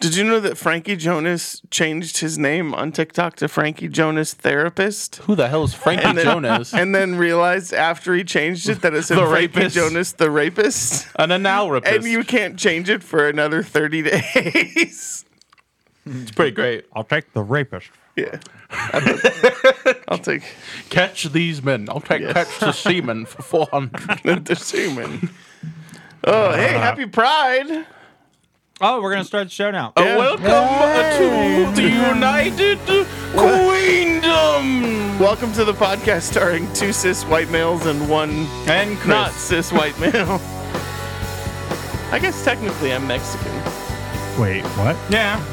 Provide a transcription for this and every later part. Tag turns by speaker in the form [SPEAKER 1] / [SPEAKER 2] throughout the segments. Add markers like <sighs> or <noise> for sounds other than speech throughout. [SPEAKER 1] Did you know that Frankie Jonas changed his name on TikTok to Frankie Jonas Therapist?
[SPEAKER 2] Who the hell <laughs> is Frankie
[SPEAKER 1] then-
[SPEAKER 2] Jonas?
[SPEAKER 1] And then realized after he changed it that it said
[SPEAKER 2] <laughs> The
[SPEAKER 1] Frankie
[SPEAKER 2] rapist.
[SPEAKER 1] Jonas the Rapist.
[SPEAKER 2] An anal rapist.
[SPEAKER 1] And you can't change it for another 30 <laughs> days.
[SPEAKER 2] it's pretty great.
[SPEAKER 3] I'll take the rapist.
[SPEAKER 1] Yeah. I'll take <laughs>
[SPEAKER 2] Catch these men. I'll take
[SPEAKER 1] Yes.
[SPEAKER 2] catch the seamen for four <laughs> hundred.
[SPEAKER 1] the semen. Oh, hey,
[SPEAKER 2] Uh-huh.
[SPEAKER 1] happy Pride.
[SPEAKER 3] Oh, we're gonna start the show now.
[SPEAKER 2] Welcome to the United Queendom
[SPEAKER 1] Welcome to the podcast starring two cis white males and one
[SPEAKER 2] and
[SPEAKER 1] not
[SPEAKER 2] Chris.
[SPEAKER 1] cis white male. <laughs> I guess technically I'm Mexican.
[SPEAKER 3] Wait, what?
[SPEAKER 2] Yeah,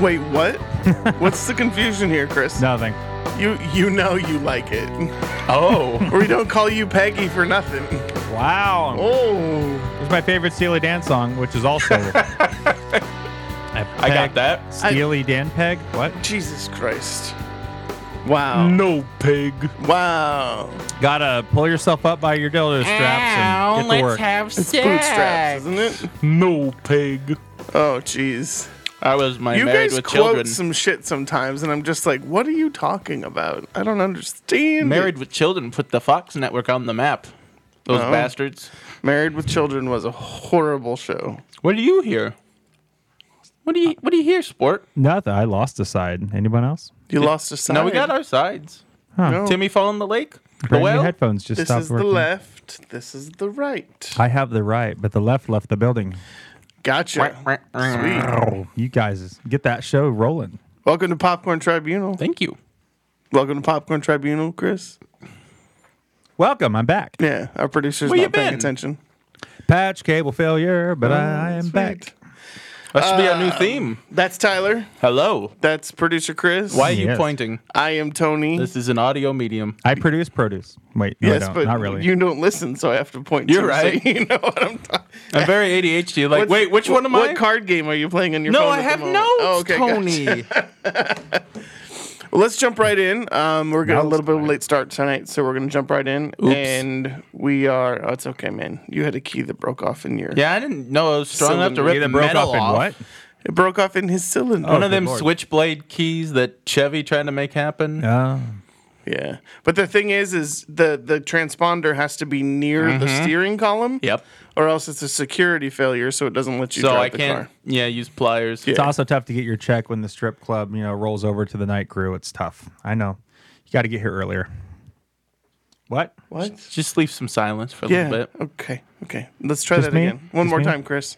[SPEAKER 1] Wait,
[SPEAKER 2] <laughs>
[SPEAKER 1] what? What's the confusion here, Chris?
[SPEAKER 3] Nothing.
[SPEAKER 1] You you know you like it.
[SPEAKER 2] Oh,
[SPEAKER 1] Or we don't call you Peggy for nothing.
[SPEAKER 3] Wow.
[SPEAKER 1] Oh.
[SPEAKER 3] It's my favorite Steely Dan song, which is also. I,
[SPEAKER 2] I got that.
[SPEAKER 3] Steely Dan Peg. What?
[SPEAKER 1] Jesus Christ. Wow.
[SPEAKER 2] No pig.
[SPEAKER 1] Wow.
[SPEAKER 3] Gotta pull yourself up by your dildo straps and get to work.
[SPEAKER 4] have
[SPEAKER 1] It's bootstraps, isn't it?
[SPEAKER 2] No pig.
[SPEAKER 1] Oh, jeez.
[SPEAKER 2] I was my
[SPEAKER 1] You
[SPEAKER 2] married
[SPEAKER 1] guys
[SPEAKER 2] with
[SPEAKER 1] quote
[SPEAKER 2] children.
[SPEAKER 1] some shit sometimes, and I'm just like, what are you talking about? I don't understand.
[SPEAKER 2] married
[SPEAKER 1] it.
[SPEAKER 2] with children put the Fox Network on the map. Those
[SPEAKER 1] Oh.
[SPEAKER 2] bastards.
[SPEAKER 1] Married with Children was a horrible show.
[SPEAKER 2] What do you hear? What do you What do you hear, sport?
[SPEAKER 3] Nothing. I lost a side. Anyone else?
[SPEAKER 1] You lost a side.
[SPEAKER 2] No, we got our sides.
[SPEAKER 3] Huh.
[SPEAKER 1] No.
[SPEAKER 2] Timmy fall in the lake. The
[SPEAKER 3] Brand new
[SPEAKER 2] <laughs> whale.
[SPEAKER 3] headphones just
[SPEAKER 1] This
[SPEAKER 3] stopped
[SPEAKER 1] is
[SPEAKER 3] working.
[SPEAKER 1] the left. This is the right.
[SPEAKER 3] I have the right, but the left left the building.
[SPEAKER 1] Gotcha. Sweet.
[SPEAKER 3] Oh, you guys get that show rolling.
[SPEAKER 1] Welcome to Popcorn Tribunal.
[SPEAKER 2] Thank you.
[SPEAKER 1] Welcome to Popcorn Tribunal, Chris.
[SPEAKER 3] Welcome. I'm back.
[SPEAKER 1] Yeah, our producer's
[SPEAKER 2] Where you
[SPEAKER 1] not paying
[SPEAKER 2] been?
[SPEAKER 1] attention.
[SPEAKER 3] Patch cable failure, but I am
[SPEAKER 1] Sweet.
[SPEAKER 3] back.
[SPEAKER 2] That should be our new theme.
[SPEAKER 1] That's Tyler.
[SPEAKER 2] Hello.
[SPEAKER 1] That's producer Chris.
[SPEAKER 2] Why are you
[SPEAKER 3] Yes.
[SPEAKER 2] pointing?
[SPEAKER 1] I am Tony.
[SPEAKER 2] This is an audio medium.
[SPEAKER 3] I produce produce. Wait, no, I
[SPEAKER 1] yes,
[SPEAKER 3] don't.
[SPEAKER 1] but
[SPEAKER 3] not really.
[SPEAKER 1] you don't listen, so I have to point.
[SPEAKER 2] You're
[SPEAKER 1] to
[SPEAKER 2] right.
[SPEAKER 1] So you know what I'm talking.
[SPEAKER 2] I'm very ADHD. Like, wait, which one am
[SPEAKER 1] what
[SPEAKER 2] I?
[SPEAKER 1] What card game are you playing on your
[SPEAKER 2] no,
[SPEAKER 1] phone? at
[SPEAKER 2] I
[SPEAKER 1] the
[SPEAKER 2] have
[SPEAKER 1] moment?
[SPEAKER 2] notes,
[SPEAKER 1] Oh, okay, gotcha.
[SPEAKER 2] Tony.
[SPEAKER 1] <laughs> Well, let's jump right in. Um, we're getting a
[SPEAKER 3] Notes,
[SPEAKER 1] little bit of a late start tonight, so we're gonna jump right in. And we are. Oh, it's okay, man. You had a key that broke off in your.
[SPEAKER 2] yeah, I didn't know I was strong enough to
[SPEAKER 1] Cylinder.
[SPEAKER 2] rip
[SPEAKER 1] Yeah,
[SPEAKER 2] the
[SPEAKER 1] that
[SPEAKER 3] Broke
[SPEAKER 2] metal
[SPEAKER 3] up in
[SPEAKER 2] off.
[SPEAKER 3] what?
[SPEAKER 1] It broke off in his cylinder.
[SPEAKER 2] One of them
[SPEAKER 3] Lord.
[SPEAKER 2] switchblade keys that Chevy tried to make happen.
[SPEAKER 3] Uh,
[SPEAKER 1] Yeah, but the thing is, is the the transponder has to be near the
[SPEAKER 2] Mm-hmm.
[SPEAKER 1] steering column.
[SPEAKER 2] Yep.
[SPEAKER 1] Or else it's a security failure, so it doesn't let you
[SPEAKER 2] So
[SPEAKER 1] drive
[SPEAKER 2] I
[SPEAKER 1] the
[SPEAKER 2] can't.
[SPEAKER 1] car.
[SPEAKER 2] Yeah, use pliers.
[SPEAKER 3] it's also tough to get your check when the strip club, you know, rolls over to the night crew. It's tough. I know. You got to get here earlier. What?
[SPEAKER 1] What?
[SPEAKER 2] Just leave some silence for a
[SPEAKER 1] Yeah.
[SPEAKER 2] little bit.
[SPEAKER 1] Okay. Okay. Let's try
[SPEAKER 3] Just
[SPEAKER 1] that
[SPEAKER 3] me?
[SPEAKER 1] again. One
[SPEAKER 3] Just
[SPEAKER 1] more
[SPEAKER 3] me?
[SPEAKER 1] time, Chris.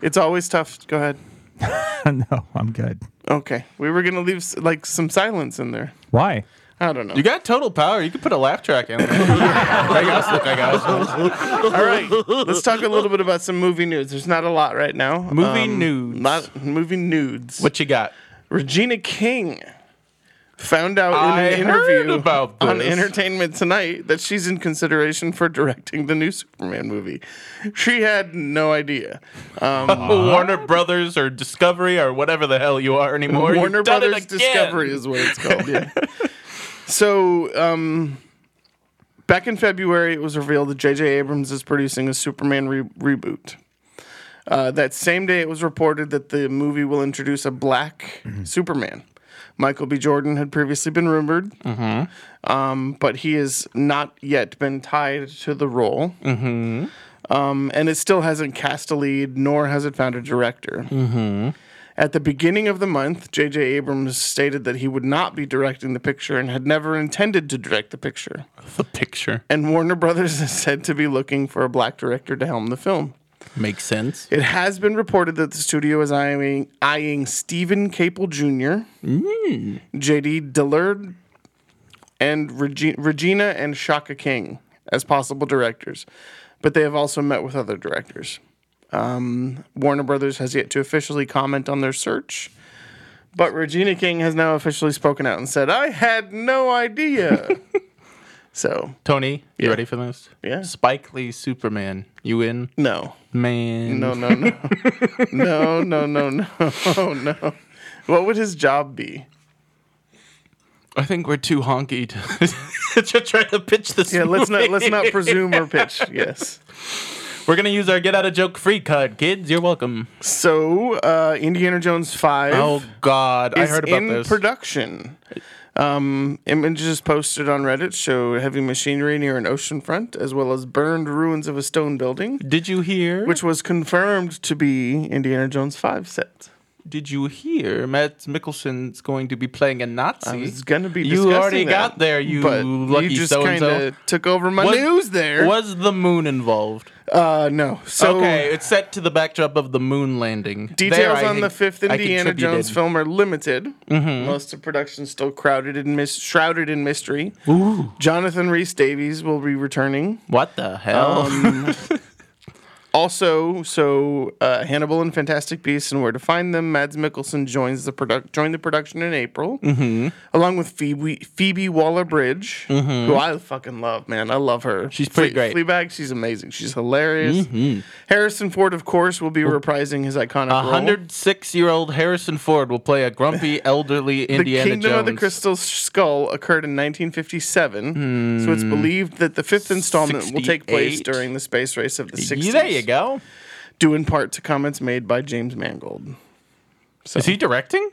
[SPEAKER 1] It's always tough. Go ahead.
[SPEAKER 3] <laughs> no, I'm good.
[SPEAKER 1] Okay. We were gonna leave s- like some silence in there.
[SPEAKER 3] Why?
[SPEAKER 1] I don't know.
[SPEAKER 2] You got total power. You could put a laugh track in. <laughs> there. I guess. Look, I
[SPEAKER 1] <laughs>
[SPEAKER 2] guess.
[SPEAKER 1] All right. Let's talk a little bit about some movie news. There's not a lot right now.
[SPEAKER 2] Movie nudes.
[SPEAKER 1] Not movie nudes.
[SPEAKER 2] What you got?
[SPEAKER 1] Regina King found out
[SPEAKER 2] I
[SPEAKER 1] in an interview
[SPEAKER 2] heard about
[SPEAKER 1] on
[SPEAKER 2] this.
[SPEAKER 1] Entertainment Tonight that she's in consideration for directing the new Superman movie. She had no idea. Uh-huh.
[SPEAKER 2] Warner Brothers or Discovery or whatever the hell you are anymore.
[SPEAKER 1] Warner
[SPEAKER 2] You've done it
[SPEAKER 1] Brothers
[SPEAKER 2] again.
[SPEAKER 1] Discovery is what it's called. Yeah. <laughs> so, um, back in February, it was revealed that J.J. Abrams is producing a Superman re- reboot. Uh, that same day, it was reported that the movie will introduce a black
[SPEAKER 2] Mm-hmm.
[SPEAKER 1] Superman. Michael B. Jordan had previously been rumored,
[SPEAKER 2] Mm-hmm.
[SPEAKER 1] um, but he has not yet been tied to the role. Mm-hmm. Um, and it still hasn't cast a lead, nor has it found a director. At the beginning of the month, J.J. Abrams stated that he would not be directing the picture and had never intended to direct the picture.
[SPEAKER 2] The picture
[SPEAKER 1] And Warner Brothers <laughs> is said to be looking for a black director to helm the film.
[SPEAKER 2] makes sense.
[SPEAKER 1] It has been reported that the studio is eyeing, eyeing Stephen Caple Jr., J.D. Dillard, and Regi- Regina and Shaka King as possible directors, but they have also met with other directors. Um, Warner Brothers has yet to officially comment on their search, but Regina King has now officially spoken out and said, "I had no idea." so
[SPEAKER 2] Tony, you ready for this?
[SPEAKER 1] Yeah.
[SPEAKER 2] Spike Lee Superman. You in?
[SPEAKER 1] no,
[SPEAKER 2] Man.
[SPEAKER 1] no, no, no, no, no, no, no, no. What would his job be?
[SPEAKER 2] I think we're too honky to, <laughs> to try to pitch this.
[SPEAKER 1] Yeah, let's not
[SPEAKER 2] movie.
[SPEAKER 1] let's not presume or pitch. Yes,
[SPEAKER 2] We're gonna use our get out of joke free card, kids. You're welcome.
[SPEAKER 1] So, uh, Indiana Jones 5
[SPEAKER 2] Oh God, I
[SPEAKER 1] is
[SPEAKER 2] heard about
[SPEAKER 1] in
[SPEAKER 2] this.
[SPEAKER 1] production. Um, images posted on Reddit show heavy machinery near an ocean front, as well as burned ruins of a stone building,
[SPEAKER 2] Did you hear?
[SPEAKER 1] which was confirmed to be Indiana Jones 5 set.
[SPEAKER 2] Did you hear? Matt Mickelson's going to be playing a Nazi.
[SPEAKER 1] I was gonna be.
[SPEAKER 2] You
[SPEAKER 1] discussing
[SPEAKER 2] already
[SPEAKER 1] that,
[SPEAKER 2] got there. You
[SPEAKER 1] but
[SPEAKER 2] lucky
[SPEAKER 1] you just
[SPEAKER 2] so and so.
[SPEAKER 1] kinda took over my news there.
[SPEAKER 2] Was the moon involved?
[SPEAKER 1] Uh, no. So
[SPEAKER 2] okay, it's set to the backdrop of the moon landing. There,
[SPEAKER 1] Details
[SPEAKER 2] I
[SPEAKER 1] on the
[SPEAKER 2] think Mm-hmm.
[SPEAKER 1] fifth
[SPEAKER 2] I
[SPEAKER 1] Indiana Jones
[SPEAKER 2] contributed.
[SPEAKER 1] film are limited. Most of production's still crowded and mis- shrouded in mystery. Jonathan Rhys Davies will be returning.
[SPEAKER 2] What the hell?
[SPEAKER 1] Um, Also, so uh, Hannibal and Fantastic Beasts and Where to Find Them. Mads Mikkelsen joins the product joined the production in April, mm-hmm. along with Phoebe Phoebe Waller Bridge, who I fucking love, man. I love her.
[SPEAKER 2] Mm-hmm. She's pretty great. Mm-hmm.
[SPEAKER 1] Fleabag, she's amazing. She's hilarious. Harrison Ford, of course, will be reprising his iconic
[SPEAKER 2] A
[SPEAKER 1] role.
[SPEAKER 2] 106 year old Harrison Ford will play a grumpy, elderly
[SPEAKER 1] <laughs> The
[SPEAKER 2] Indiana
[SPEAKER 1] Kingdom
[SPEAKER 2] Jones.
[SPEAKER 1] of the Crystal Skull occurred in 1957, so
[SPEAKER 2] Hmm.
[SPEAKER 1] it's believed that the fifth installment will take place
[SPEAKER 2] 68.
[SPEAKER 1] during the space race of the 60s.
[SPEAKER 2] Yeah, there you go.
[SPEAKER 1] Due in part to comments made by James Mangold.
[SPEAKER 2] Is he directing?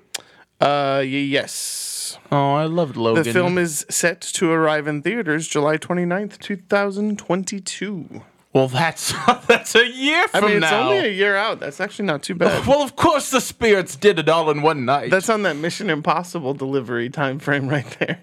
[SPEAKER 1] Uh, y- yes.
[SPEAKER 2] Oh, I loved
[SPEAKER 1] The
[SPEAKER 2] Logan.
[SPEAKER 1] film is set to arrive in theaters July 29th, 2022.
[SPEAKER 2] well, that's <laughs> that's a year
[SPEAKER 1] I
[SPEAKER 2] from
[SPEAKER 1] mean, it's
[SPEAKER 2] now.
[SPEAKER 1] only a year out. That's actually not too bad.
[SPEAKER 2] well, of course the spirits did it all in one night.
[SPEAKER 1] That's on that Mission Impossible delivery time frame right there.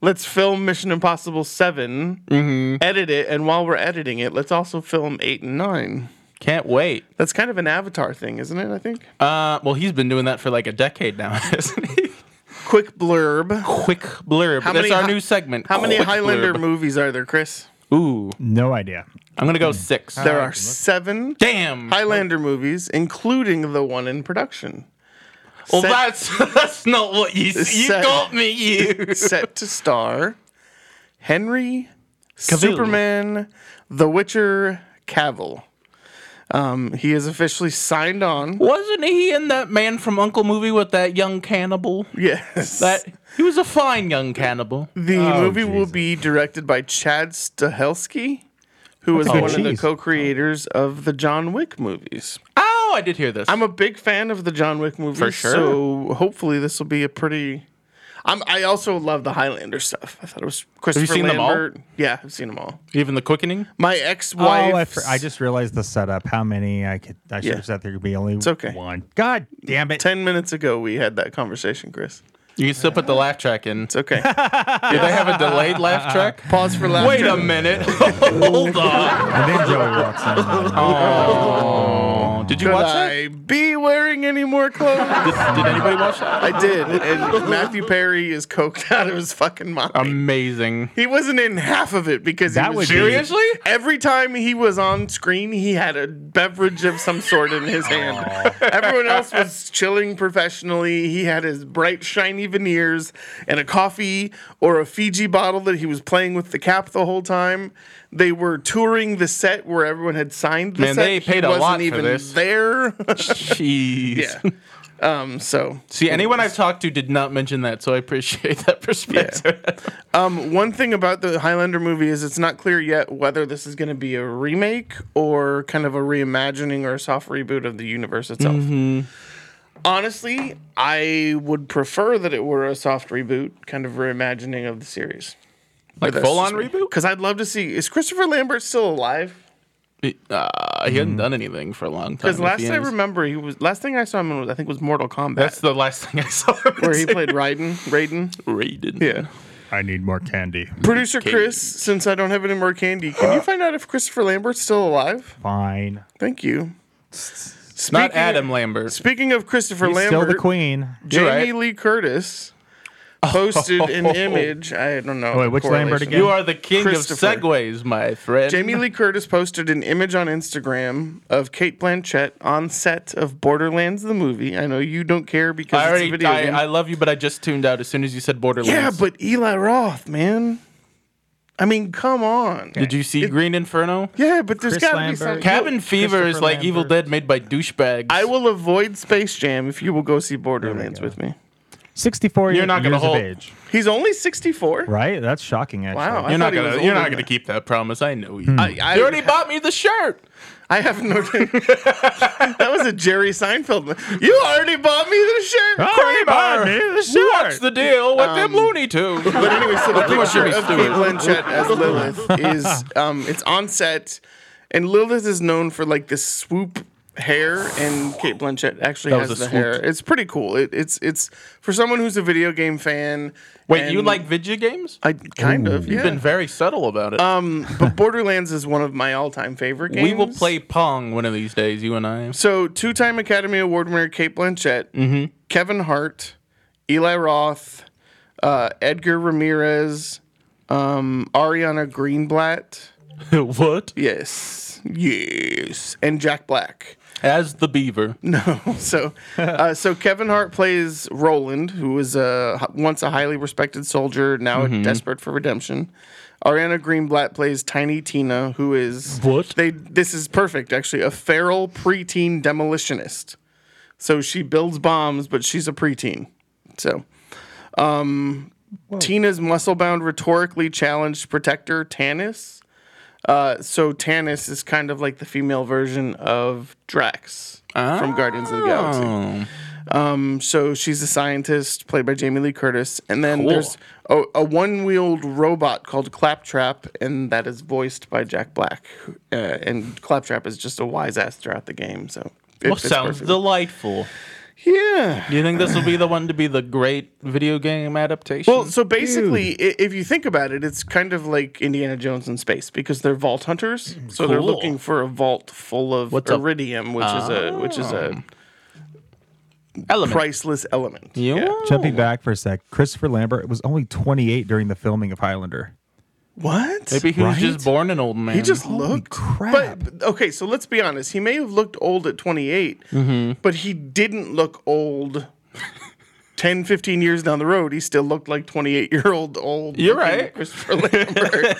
[SPEAKER 1] Let's film Mission Impossible 7,
[SPEAKER 2] Mm-hmm.
[SPEAKER 1] edit it, and while we're editing it, let's also film 8 and 9.
[SPEAKER 2] Can't wait.
[SPEAKER 1] That's kind of an Avatar thing, isn't it? I think.
[SPEAKER 2] Uh, well, he's been doing that for like a decade now, <laughs> hasn't he?
[SPEAKER 1] Quick blurb.
[SPEAKER 2] Quick blurb.
[SPEAKER 1] How
[SPEAKER 2] That's
[SPEAKER 1] many
[SPEAKER 2] our
[SPEAKER 1] hi-
[SPEAKER 2] new segment.
[SPEAKER 1] How many
[SPEAKER 2] Quick
[SPEAKER 1] Highlander
[SPEAKER 2] blurb.
[SPEAKER 1] movies are there, Chris?
[SPEAKER 2] Ooh,
[SPEAKER 3] No idea.
[SPEAKER 2] I'm gonna go six.
[SPEAKER 1] Mm. There
[SPEAKER 3] I
[SPEAKER 1] are
[SPEAKER 3] can look.
[SPEAKER 1] seven
[SPEAKER 2] Damn.
[SPEAKER 1] Highlander movies, including the one in production.
[SPEAKER 2] well,
[SPEAKER 1] set-
[SPEAKER 2] that's <laughs> that's not what you see. You
[SPEAKER 1] Set-
[SPEAKER 2] got
[SPEAKER 1] <laughs>
[SPEAKER 2] me, you.
[SPEAKER 1] set to star Henry,
[SPEAKER 2] Cavill.
[SPEAKER 1] Superman, The Witcher, Cavill. Um, he is officially signed on.
[SPEAKER 2] Wasn't he in that Man from Uncle movie with that young cannibal?
[SPEAKER 1] Yes.
[SPEAKER 2] That he was a fine young cannibal.
[SPEAKER 1] the
[SPEAKER 3] Oh,
[SPEAKER 1] movie will
[SPEAKER 3] Jesus.
[SPEAKER 1] be directed by Chad Stahelski, who was
[SPEAKER 3] a good
[SPEAKER 1] one of the
[SPEAKER 3] cheese.
[SPEAKER 1] co-creators of the John Wick movies.
[SPEAKER 2] Oh, I did hear this.
[SPEAKER 1] I'm a big fan of the John Wick movies,
[SPEAKER 2] For sure.
[SPEAKER 1] so hopefully this will be a pretty. I'm, I also love the Highlander stuff. I thought it was Christopher
[SPEAKER 2] seen them all?
[SPEAKER 1] Lambert. Yeah, I've seen them all.
[SPEAKER 2] Even the quickening.
[SPEAKER 1] My ex-wife.
[SPEAKER 3] Oh, I, fr- I just realized the setup. How many I could? I should
[SPEAKER 1] Yeah.
[SPEAKER 3] have said there could be only
[SPEAKER 1] okay.
[SPEAKER 3] one. God damn it!
[SPEAKER 1] Ten minutes ago, we had that conversation, Chris.
[SPEAKER 2] You can still put the laugh track in.
[SPEAKER 1] It's okay.
[SPEAKER 2] Do they have a
[SPEAKER 1] <laughs>
[SPEAKER 2] delayed laugh track?
[SPEAKER 1] Pause for laughter.
[SPEAKER 2] Wait a minute. <laughs> Hold on.
[SPEAKER 3] And
[SPEAKER 1] <laughs>
[SPEAKER 3] then Joey walks in. Oh,
[SPEAKER 2] Oh, did you
[SPEAKER 1] Could
[SPEAKER 2] watch that?
[SPEAKER 1] I be wearing any more
[SPEAKER 2] <laughs>
[SPEAKER 1] clothes?
[SPEAKER 2] Did, did anybody watch that?
[SPEAKER 1] I did, and Matthew Perry is coked <laughs> out of his fucking mind.
[SPEAKER 2] Um, Amazing.
[SPEAKER 1] he wasn't in half of it because
[SPEAKER 3] That
[SPEAKER 1] he
[SPEAKER 3] would
[SPEAKER 1] was
[SPEAKER 3] be-
[SPEAKER 2] Seriously?
[SPEAKER 1] Every time he was on screen, he had a beverage of some sort in his hand. Everyone else was chilling professionally. He had his bright, shiny veneers and a coffee or a Fiji bottle that he was playing with the cap the whole time. They were touring the set where everyone had signed the
[SPEAKER 2] Man,
[SPEAKER 1] set.
[SPEAKER 2] they
[SPEAKER 1] He
[SPEAKER 2] paid a
[SPEAKER 1] wasn't
[SPEAKER 2] lot for
[SPEAKER 1] even
[SPEAKER 2] this.
[SPEAKER 1] there.
[SPEAKER 2] Jeez.
[SPEAKER 1] yeah. <laughs> Um, so
[SPEAKER 2] See, anyone I've talked to did not mention that, so I appreciate that perspective.
[SPEAKER 1] Um, one thing about the Highlander movie is it's not clear yet whether this is going to be a remake or kind of a reimagining or a soft reboot of the universe itself. Honestly, I would prefer that it were a soft reboot, kind of reimagining of the series.
[SPEAKER 2] Like full on reboot?
[SPEAKER 1] Because I'd love to see is Christopher Lambert still alive?
[SPEAKER 2] Uh, he hadn't done anything for a long time.
[SPEAKER 1] Because
[SPEAKER 2] if
[SPEAKER 1] Mm-hmm. last
[SPEAKER 2] he
[SPEAKER 1] I
[SPEAKER 2] is.
[SPEAKER 1] remember, he was last thing I saw him in was I think was Mortal Kombat,
[SPEAKER 2] That's the last thing I saw.
[SPEAKER 1] where he played Raiden. Raiden.
[SPEAKER 2] Raiden.
[SPEAKER 3] I need more candy.
[SPEAKER 1] Producer Chris, since I don't have any more candy, can
[SPEAKER 2] Uh,
[SPEAKER 1] you find out if Christopher Lambert's still alive?
[SPEAKER 3] Fine.
[SPEAKER 1] Thank you.
[SPEAKER 2] Not
[SPEAKER 1] Speaking-
[SPEAKER 2] Adam Lambert.
[SPEAKER 1] Speaking of Christopher
[SPEAKER 3] He's still the
[SPEAKER 1] Lambert,
[SPEAKER 3] queen.
[SPEAKER 1] Jamie
[SPEAKER 2] right.
[SPEAKER 1] Lee Curtis posted an image. I don't know.
[SPEAKER 3] wait, which Lambert
[SPEAKER 1] correlation.
[SPEAKER 3] again?
[SPEAKER 2] You are the king of
[SPEAKER 1] Christopher.
[SPEAKER 2] segways, my friend.
[SPEAKER 1] Jamie Lee Curtis posted an image on Instagram of Kate Blanchett on set of Borderlands the movie. I know you don't care because
[SPEAKER 2] I
[SPEAKER 1] it's a
[SPEAKER 2] already,
[SPEAKER 1] video game.
[SPEAKER 2] I, I love you, but I just tuned out as soon as you said Borderlands.
[SPEAKER 1] yeah, but Eli Roth, man. I mean, come on.
[SPEAKER 2] did you see Green Inferno?
[SPEAKER 1] Yeah, but there's
[SPEAKER 3] Chris
[SPEAKER 1] got to be
[SPEAKER 3] Lambert.
[SPEAKER 1] some
[SPEAKER 2] Cabin Fever is
[SPEAKER 3] Christopher
[SPEAKER 2] like Evil
[SPEAKER 3] Lambert.
[SPEAKER 2] Dead made by douchebags.
[SPEAKER 1] I will avoid Space Jam if you will go see Borderlands with me.
[SPEAKER 3] Sixty-four.
[SPEAKER 2] You're not gonna
[SPEAKER 3] years of
[SPEAKER 2] hold-
[SPEAKER 3] age,
[SPEAKER 1] He's only 64.
[SPEAKER 3] right? That's shocking. Actually.
[SPEAKER 1] Wow. I thought
[SPEAKER 2] You're not
[SPEAKER 1] he was
[SPEAKER 2] gonna. You're
[SPEAKER 1] older
[SPEAKER 2] not
[SPEAKER 1] than
[SPEAKER 2] gonna
[SPEAKER 1] that.
[SPEAKER 2] keep that promise. I know you.
[SPEAKER 1] I-
[SPEAKER 2] you already bought me the shirt.
[SPEAKER 1] I have no. <laughs> that was a Jerry Seinfeld. mo- You already bought me the shirt.
[SPEAKER 2] Ah.
[SPEAKER 3] Already bought me the shirt.
[SPEAKER 2] What's the deal with
[SPEAKER 1] Um,
[SPEAKER 2] them Looney
[SPEAKER 1] <laughs>
[SPEAKER 2] Tunes?
[SPEAKER 1] But anyway, so the
[SPEAKER 2] Of course,
[SPEAKER 1] picture
[SPEAKER 2] Jimmy
[SPEAKER 1] of Kate
[SPEAKER 2] Stewart.
[SPEAKER 1] Blanchett as Lilith is um, it's on set, and Lilith is known for like this swoop hair, and Kate Blanchett actually
[SPEAKER 2] That
[SPEAKER 1] has
[SPEAKER 2] was
[SPEAKER 1] the
[SPEAKER 2] a swoop.
[SPEAKER 1] hair. It's pretty cool. It, it's it's for someone who's a video game fan.
[SPEAKER 2] Wait, you
[SPEAKER 1] and
[SPEAKER 2] like video games?
[SPEAKER 1] I kind of. Yeah.
[SPEAKER 2] You've been very subtle about it.
[SPEAKER 1] um, but Borderlands is one of my all-time favorite games.
[SPEAKER 2] we will play Pong one of these days, you and
[SPEAKER 3] <laughs>
[SPEAKER 2] I.
[SPEAKER 1] So, two time Academy Award winner Kate Blanchett, Kevin Hart, Eli Roth, uh, Edgar Ramirez, um, Ariana Greenblatt.
[SPEAKER 2] what?
[SPEAKER 1] Yes. Yes. And Jack Black.
[SPEAKER 2] As the Beaver.
[SPEAKER 1] No. <laughs> So, uh, so Kevin Hart plays Roland, who is a, once a highly respected soldier, now desperate for redemption. Ariana Greenblatt plays Tiny Tina, who is
[SPEAKER 2] What?
[SPEAKER 1] They this is perfect actually, a feral preteen demolitionist. So she builds bombs, but she's a preteen. So, um, Tina's muscle-bound, rhetorically challenged protector Tannis. Uh, so Tannis is kind of like the female version of Drax from Guardians of the Galaxy.
[SPEAKER 2] Oh.
[SPEAKER 1] Um, so she's a scientist played by Jamie Lee Curtis, and then
[SPEAKER 2] Cool.
[SPEAKER 1] there's a, a one-wheeled robot called Claptrap, and that is voiced by Jack Black. Uh, and Claptrap is just a wise ass throughout the game. So it
[SPEAKER 2] Well,
[SPEAKER 1] fits
[SPEAKER 2] sounds
[SPEAKER 1] perfectly.
[SPEAKER 2] delightful.
[SPEAKER 1] yeah.
[SPEAKER 2] Do you think this will be the one to be the great video game adaptation?
[SPEAKER 1] Well, so basically, i if you think about it, it's kind of like Indiana Jones in space because they're vault hunters, so they're
[SPEAKER 2] Cool.
[SPEAKER 1] looking for a vault full of
[SPEAKER 2] What's Oh. a-
[SPEAKER 1] iridium, which is a which is a
[SPEAKER 2] element.
[SPEAKER 1] priceless element.
[SPEAKER 2] You-
[SPEAKER 3] Jumping back for a sec, Christopher Lambert was only 28 during the filming of Highlander.
[SPEAKER 1] What?
[SPEAKER 2] Maybe he was
[SPEAKER 3] Right?
[SPEAKER 2] just born an old man.
[SPEAKER 1] He just
[SPEAKER 3] Holy
[SPEAKER 1] looked
[SPEAKER 3] crap.
[SPEAKER 1] But okay, so let's be honest. He may have looked old at 28,
[SPEAKER 2] Mm-hmm.
[SPEAKER 1] but he didn't look old <laughs> 10, 15 years down the road. He still looked like 28 year old old.
[SPEAKER 2] You're
[SPEAKER 1] looking
[SPEAKER 2] right.
[SPEAKER 1] Christopher Lambert.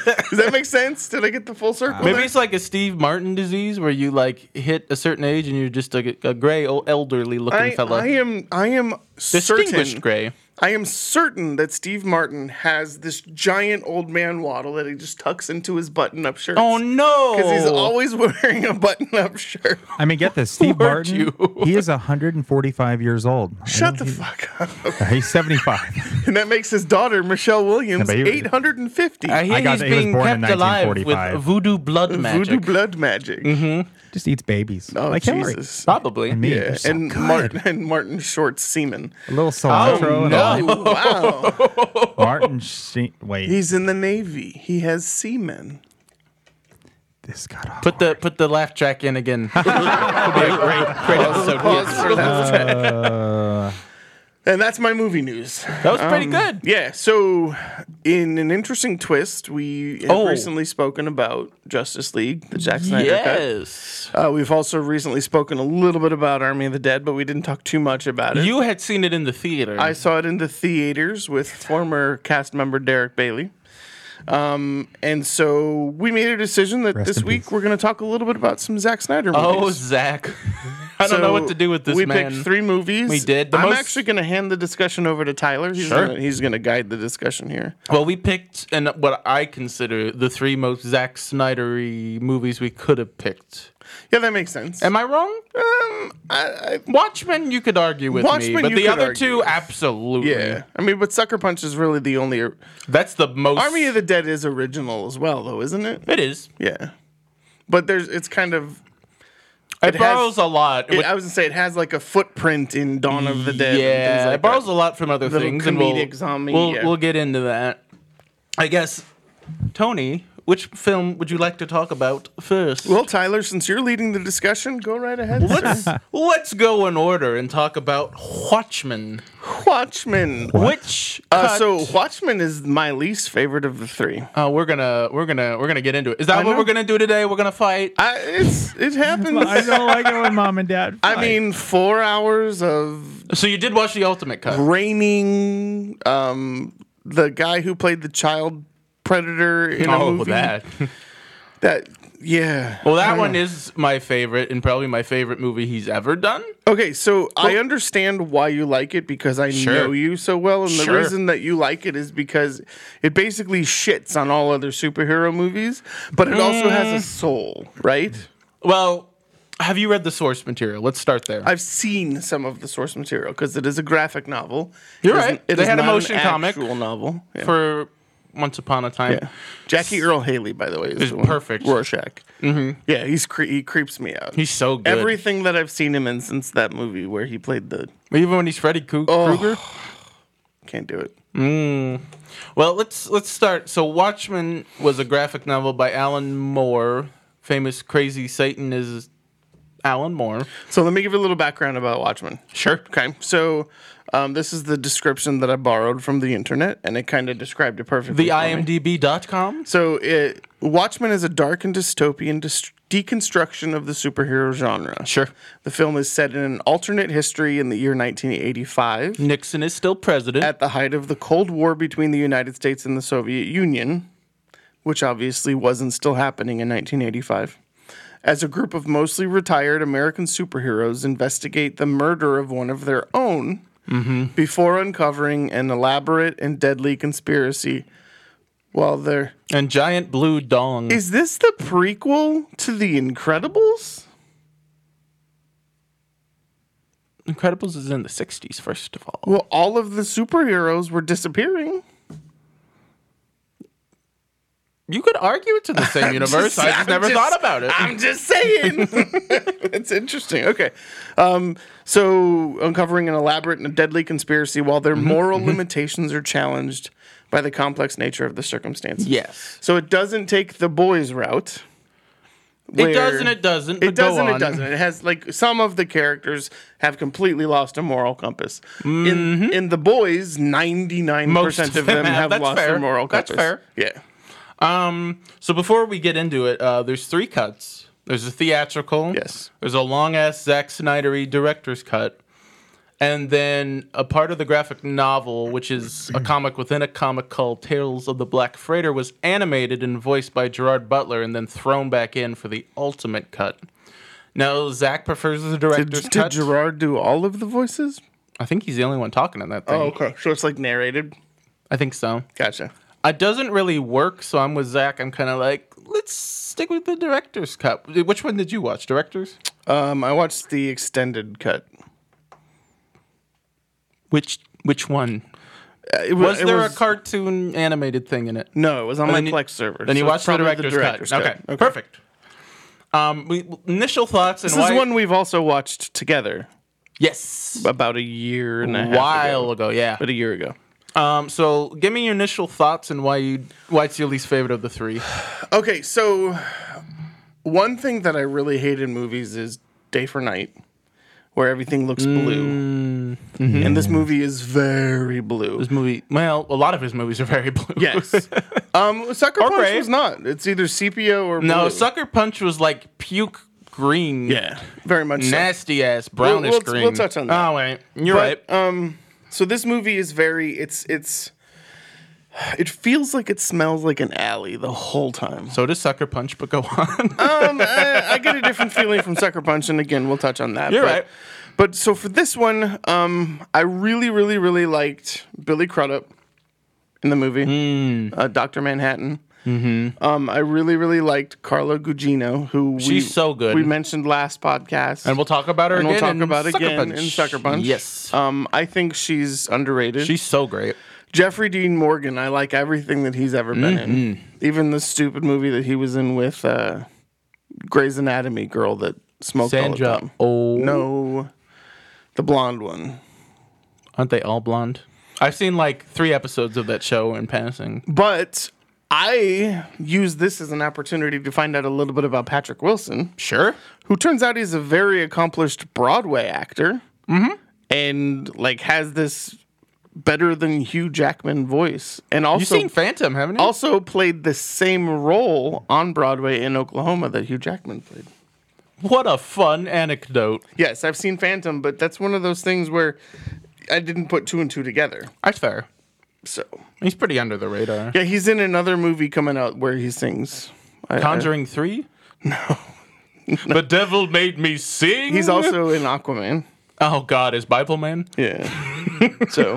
[SPEAKER 2] <laughs>
[SPEAKER 1] Does that make sense? Did I get the full circle?
[SPEAKER 2] Maybe
[SPEAKER 1] there?
[SPEAKER 2] it's like a Steve Martin disease where you like hit a certain age and you're just a, a gray, old, elderly looking
[SPEAKER 1] I,
[SPEAKER 2] fella.
[SPEAKER 1] I am I am certain
[SPEAKER 2] Distinguished gray.
[SPEAKER 1] I am certain that Steve Martin has this giant old man waddle that he just tucks into his button up shirt.
[SPEAKER 2] Oh no!
[SPEAKER 1] Because he's always wearing a button up shirt.
[SPEAKER 3] I mean, get this, Steve
[SPEAKER 2] Weren't
[SPEAKER 3] Martin.
[SPEAKER 2] you?
[SPEAKER 3] He is 145 years old.
[SPEAKER 1] <laughs>
[SPEAKER 3] I
[SPEAKER 1] Shut the
[SPEAKER 3] don't-
[SPEAKER 1] fuck up.
[SPEAKER 3] He's 75.
[SPEAKER 1] <laughs> And that makes his daughter, Michelle Williams,
[SPEAKER 3] Yeah, but he-
[SPEAKER 1] 850.
[SPEAKER 2] I hear
[SPEAKER 3] I got
[SPEAKER 2] he's
[SPEAKER 3] that he was
[SPEAKER 2] being
[SPEAKER 3] born in
[SPEAKER 2] kept alive with
[SPEAKER 3] 1945.
[SPEAKER 2] voodoo blood magic.
[SPEAKER 1] Voodoo blood magic.
[SPEAKER 3] <laughs> Just eats babies.
[SPEAKER 1] Oh,
[SPEAKER 3] like Hillary.
[SPEAKER 1] Jesus.
[SPEAKER 2] Probably.
[SPEAKER 3] And me.
[SPEAKER 1] Yeah,
[SPEAKER 3] They're so
[SPEAKER 1] and
[SPEAKER 3] good.
[SPEAKER 1] Martin and Martin Short's semen.
[SPEAKER 3] A little cilantro. and all.
[SPEAKER 1] Oh, wow.
[SPEAKER 3] Martin. Sheen- Wait,
[SPEAKER 1] He's in the Navy. He has semen.
[SPEAKER 3] this got off.
[SPEAKER 2] Put the put the laugh track in <laughs> again. It'll be a great, great episode.
[SPEAKER 1] Pause
[SPEAKER 2] Yes.
[SPEAKER 1] for that. Uh. and that's my movie news.
[SPEAKER 2] That was
[SPEAKER 1] Um,
[SPEAKER 2] pretty good.
[SPEAKER 1] Yeah, so in an interesting twist, we have
[SPEAKER 2] Oh.
[SPEAKER 1] recently spoken about Justice League, the Jack Snyder cut.
[SPEAKER 2] Yes.
[SPEAKER 1] Uh, we've also recently spoken a little bit about Army of the Dead, but we didn't talk too much about it.
[SPEAKER 2] You had seen it in the theater.
[SPEAKER 1] I saw it in the theaters with former cast member Derek Bailey. Um, and so we made a decision that
[SPEAKER 3] Rest
[SPEAKER 1] this
[SPEAKER 3] in
[SPEAKER 1] week
[SPEAKER 3] peace.
[SPEAKER 1] we're going to talk a little bit about some Zack Snyder
[SPEAKER 2] oh,
[SPEAKER 1] movies.
[SPEAKER 2] Zach. <laughs> I don't know what to do with this
[SPEAKER 1] We
[SPEAKER 2] man.
[SPEAKER 1] picked three movies.
[SPEAKER 2] We did. The
[SPEAKER 1] I'm
[SPEAKER 2] most-
[SPEAKER 1] actually going to hand the discussion over to Tyler. He's
[SPEAKER 2] Sure.
[SPEAKER 1] Gonna, he's going to guide the discussion here.
[SPEAKER 2] Well, we picked and what I consider the three most Zack Snydery movies we could have picked.
[SPEAKER 1] Yeah, that makes sense.
[SPEAKER 2] Am I wrong?
[SPEAKER 1] um, I, I,
[SPEAKER 2] Watchmen, you could argue with me,
[SPEAKER 1] Watchmen,
[SPEAKER 2] but
[SPEAKER 1] you
[SPEAKER 2] the
[SPEAKER 1] could
[SPEAKER 2] other
[SPEAKER 1] argue
[SPEAKER 2] two,
[SPEAKER 1] with.
[SPEAKER 2] absolutely.
[SPEAKER 1] yeah, I mean, but Sucker Punch is really the only
[SPEAKER 2] That's the most.
[SPEAKER 1] Army of the Dead is original as well, though, isn't it?
[SPEAKER 2] It is.
[SPEAKER 1] Yeah, but there's it's kind of
[SPEAKER 2] It,
[SPEAKER 1] has-
[SPEAKER 2] borrows a lot.
[SPEAKER 1] It, I was gonna say it has like a footprint in Dawn of the Dead. and
[SPEAKER 2] yeah,
[SPEAKER 1] things like
[SPEAKER 2] it borrows
[SPEAKER 1] that.
[SPEAKER 2] a lot from other
[SPEAKER 1] Little
[SPEAKER 2] things, and we'll
[SPEAKER 1] comedic zombie,
[SPEAKER 2] we'll,
[SPEAKER 1] yeah.
[SPEAKER 2] we'll get into that. I guess, Tony, which film would you like to talk about first?
[SPEAKER 1] Well, Tyler, since you're leading the discussion, go right ahead.
[SPEAKER 2] let's
[SPEAKER 1] <laughs>
[SPEAKER 2] let's go in order and talk about Watchmen,
[SPEAKER 1] Watchmen.
[SPEAKER 2] which
[SPEAKER 1] Uh,
[SPEAKER 2] cut-
[SPEAKER 1] so Watchmen is my least favorite of the three.
[SPEAKER 2] Uh, we're gonna we're gonna we're gonna get into it. Is that what
[SPEAKER 1] know.
[SPEAKER 2] we're gonna do today? We're gonna fight.
[SPEAKER 1] I, it's it happens.
[SPEAKER 3] I
[SPEAKER 1] I,
[SPEAKER 3] don't like it when mom and dad. fight.
[SPEAKER 1] mean, four hours of
[SPEAKER 2] So you did watch the ultimate cut.
[SPEAKER 1] raining. Um, the guy who played the child predator in a
[SPEAKER 2] Oh,
[SPEAKER 1] movie.
[SPEAKER 2] that.
[SPEAKER 1] That yeah.
[SPEAKER 2] Well, that one is my favorite and probably my favorite movie he's ever done.
[SPEAKER 1] Okay, so I understand why you like it because I
[SPEAKER 2] Sure.
[SPEAKER 1] know you so well, and the
[SPEAKER 2] Sure.
[SPEAKER 1] reason that you like it is because it
[SPEAKER 2] Mm.
[SPEAKER 1] basically shits on all other superhero movies, but it also has a soul, right?
[SPEAKER 2] Well, have you read the source material? Let's start there.
[SPEAKER 1] I've seen some of the source material because it is a graphic novel.
[SPEAKER 2] You're
[SPEAKER 1] It is-
[SPEAKER 2] right.
[SPEAKER 1] It
[SPEAKER 2] They
[SPEAKER 1] is
[SPEAKER 2] had a
[SPEAKER 1] not
[SPEAKER 2] motion
[SPEAKER 1] an
[SPEAKER 2] comic
[SPEAKER 1] actual novel Yeah.
[SPEAKER 2] For Once Upon a Time.
[SPEAKER 1] Yeah. Jackie Earl Haley, by the way, is, the one.
[SPEAKER 2] perfect.
[SPEAKER 1] Rorschach. Mm-hmm. Yeah, he's cre- he creeps me out.
[SPEAKER 2] He's so good.
[SPEAKER 1] Everything that I've seen him in since that movie where he played the
[SPEAKER 2] Even when he's Freddy Kru-
[SPEAKER 1] Oh.
[SPEAKER 2] Krueger.
[SPEAKER 1] can't do it.
[SPEAKER 2] Well, let's let's start. So Watchmen was a graphic novel by Alan Moore. Famous crazy Satan is Alan Moore.
[SPEAKER 1] So let me give you a little background about Watchmen.
[SPEAKER 2] Sure.
[SPEAKER 1] Okay, so um, this is the description that I borrowed from the internet, and it kind of described it perfectly.
[SPEAKER 2] The
[SPEAKER 1] for me.
[SPEAKER 2] IMDb.com.
[SPEAKER 1] So it, Watchmen is a dark and dystopian dis- deconstruction of the superhero genre.
[SPEAKER 2] Sure.
[SPEAKER 1] The film is set in an alternate history in the year 1985,
[SPEAKER 2] Nixon is still president.
[SPEAKER 1] at the height of the Cold War between the United States and the Soviet Union, which obviously wasn't still happening in 1985. As a group of mostly retired American superheroes investigate the murder of one of their own before uncovering an elaborate and deadly conspiracy while they're
[SPEAKER 2] and giant blue dong.
[SPEAKER 1] is this the prequel to The Incredibles?
[SPEAKER 2] Incredibles is in the 60s, first of all.
[SPEAKER 1] Well, all of the superheroes were disappearing.
[SPEAKER 2] You could argue it's in
[SPEAKER 1] <laughs>
[SPEAKER 2] the same universe. I just
[SPEAKER 1] I'm
[SPEAKER 2] never thought about it.
[SPEAKER 1] I'm just saying. <laughs> it's interesting. Okay. Um, so, uncovering an elaborate and deadly conspiracy while their
[SPEAKER 2] Mm-hmm,
[SPEAKER 1] moral limitations are challenged by the complex nature of the circumstances.
[SPEAKER 2] yes.
[SPEAKER 1] So, it doesn't take the boys' route.
[SPEAKER 2] It does and it doesn't.
[SPEAKER 1] It
[SPEAKER 2] but go
[SPEAKER 1] doesn't. It
[SPEAKER 2] on.
[SPEAKER 1] doesn't. It has like some of the characters have completely lost a moral compass. In in the boys, ninety nine
[SPEAKER 2] Mm-hmm. Most
[SPEAKER 1] percent of them have
[SPEAKER 2] That's
[SPEAKER 1] lost
[SPEAKER 2] fair.
[SPEAKER 1] their moral
[SPEAKER 2] That's
[SPEAKER 1] compass.
[SPEAKER 2] fair.
[SPEAKER 1] Yeah.
[SPEAKER 2] Um, so before we get into it, uh, there's three cuts. There's a theatrical.
[SPEAKER 1] Yes.
[SPEAKER 2] There's a long ass Zack Snydery director's cut, and then a part of the graphic novel, which is
[SPEAKER 1] <clears throat>
[SPEAKER 2] a comic within a comic called Tales of the Black Freighter, was animated and voiced by Gerard Butler, and then thrown back in for the ultimate cut. Now Zach prefers the
[SPEAKER 1] Did,
[SPEAKER 2] director's
[SPEAKER 1] did
[SPEAKER 2] cut.
[SPEAKER 1] Gerard do all of the voices?
[SPEAKER 2] I think he's the only one talking in that thing.
[SPEAKER 1] Oh, okay. So it's like narrated.
[SPEAKER 2] I think so.
[SPEAKER 1] Gotcha.
[SPEAKER 2] It doesn't really work, so I'm with Zach. I'm kind of like, let's stick with the director's cut. Which one did you watch? Directors?
[SPEAKER 1] Um, I watched the extended cut.
[SPEAKER 2] Which which one?
[SPEAKER 1] Uh, it
[SPEAKER 2] Was
[SPEAKER 1] it
[SPEAKER 2] there a cartoon animated thing in it?
[SPEAKER 1] No, it was on
[SPEAKER 2] And
[SPEAKER 1] my
[SPEAKER 2] then you-
[SPEAKER 1] Plex server.
[SPEAKER 2] Then you
[SPEAKER 1] so it's
[SPEAKER 2] watched the
[SPEAKER 1] probably
[SPEAKER 2] director's, cut. Okay, perfect. Um, we, initial thoughts and
[SPEAKER 1] This
[SPEAKER 2] why,
[SPEAKER 1] is one we've also watched together
[SPEAKER 2] Yes.
[SPEAKER 1] about a year and a half ago.
[SPEAKER 2] while ago, yeah.
[SPEAKER 1] But a year ago.
[SPEAKER 2] Um, so give me your initial thoughts and why you why it's your least favorite of the three.
[SPEAKER 1] Okay, so one thing that I really hate in movies is day for night, where everything looks blue. And this movie is very blue.
[SPEAKER 2] <sighs> This movie, well, a lot of his movies are very <laughs> blue.
[SPEAKER 1] Yes. um, Sucker Punch
[SPEAKER 2] gray.
[SPEAKER 1] was not. It's either sepia or blue.
[SPEAKER 2] no, Sucker Punch was like puke green.
[SPEAKER 1] Yeah, very much so.
[SPEAKER 2] nasty ass brownish
[SPEAKER 1] we'll-
[SPEAKER 2] green.
[SPEAKER 1] we'll touch on that.
[SPEAKER 2] Oh wait, you're
[SPEAKER 1] But, uh,
[SPEAKER 2] right.
[SPEAKER 1] So this movie is very. It's it's. It feels like it smells like an alley the whole time.
[SPEAKER 2] So does Sucker Punch, but go <laughs> on.
[SPEAKER 1] um, I, I get a different feeling from Sucker Punch, and again, we'll touch on that.
[SPEAKER 2] You're
[SPEAKER 1] but,
[SPEAKER 2] right.
[SPEAKER 1] But so for this one, um, I really, really, really liked Billy Crudup in the movie,
[SPEAKER 2] Hmm.
[SPEAKER 1] uh, Doctor Manhattan. Mm-hmm. Um, I really, really liked Carla Gugino, who we,
[SPEAKER 2] She's so good.
[SPEAKER 1] We mentioned last podcast,
[SPEAKER 2] and we'll talk about her
[SPEAKER 1] and we'll
[SPEAKER 2] again.
[SPEAKER 1] talk
[SPEAKER 2] in
[SPEAKER 1] about it
[SPEAKER 2] Sucker
[SPEAKER 1] again
[SPEAKER 2] Punch.
[SPEAKER 1] in Sucker Punch.
[SPEAKER 2] Yes,
[SPEAKER 1] Um, I think she's underrated.
[SPEAKER 2] she's so great.
[SPEAKER 1] Jeffrey Dean Morgan, I like everything that he's ever been in.
[SPEAKER 2] Mm-hmm.
[SPEAKER 1] Even the stupid movie that he was in with uh, Grey's Anatomy girl that smoked all the
[SPEAKER 2] Sandra
[SPEAKER 1] time.
[SPEAKER 2] Oh,
[SPEAKER 1] No, the blonde one.
[SPEAKER 2] aren't they all blonde? I've seen like three episodes of that show in passing.
[SPEAKER 1] But I use this as an opportunity to find out a little bit about Patrick Wilson,
[SPEAKER 2] Sure.
[SPEAKER 1] who turns out is a very accomplished Broadway actor,
[SPEAKER 2] Mm-hmm.
[SPEAKER 1] and like has this better than Hugh Jackman voice, and also
[SPEAKER 2] You've seen Phantom, haven't you?
[SPEAKER 1] also played the same role on Broadway in Oklahoma that Hugh Jackman played.
[SPEAKER 2] what a fun anecdote.
[SPEAKER 1] Yes, I've seen Phantom, but that's one of those things where I didn't put two and two together.
[SPEAKER 2] That's fair.
[SPEAKER 1] So
[SPEAKER 2] He's pretty under the radar.
[SPEAKER 1] yeah, he's in another movie coming out where he sings. I- I-
[SPEAKER 2] Conjuring three.
[SPEAKER 1] <laughs>
[SPEAKER 2] No. the devil made me sing.
[SPEAKER 1] he's also in Aquaman.
[SPEAKER 2] Oh God, is Bible man? <laughs>
[SPEAKER 1] Yeah. so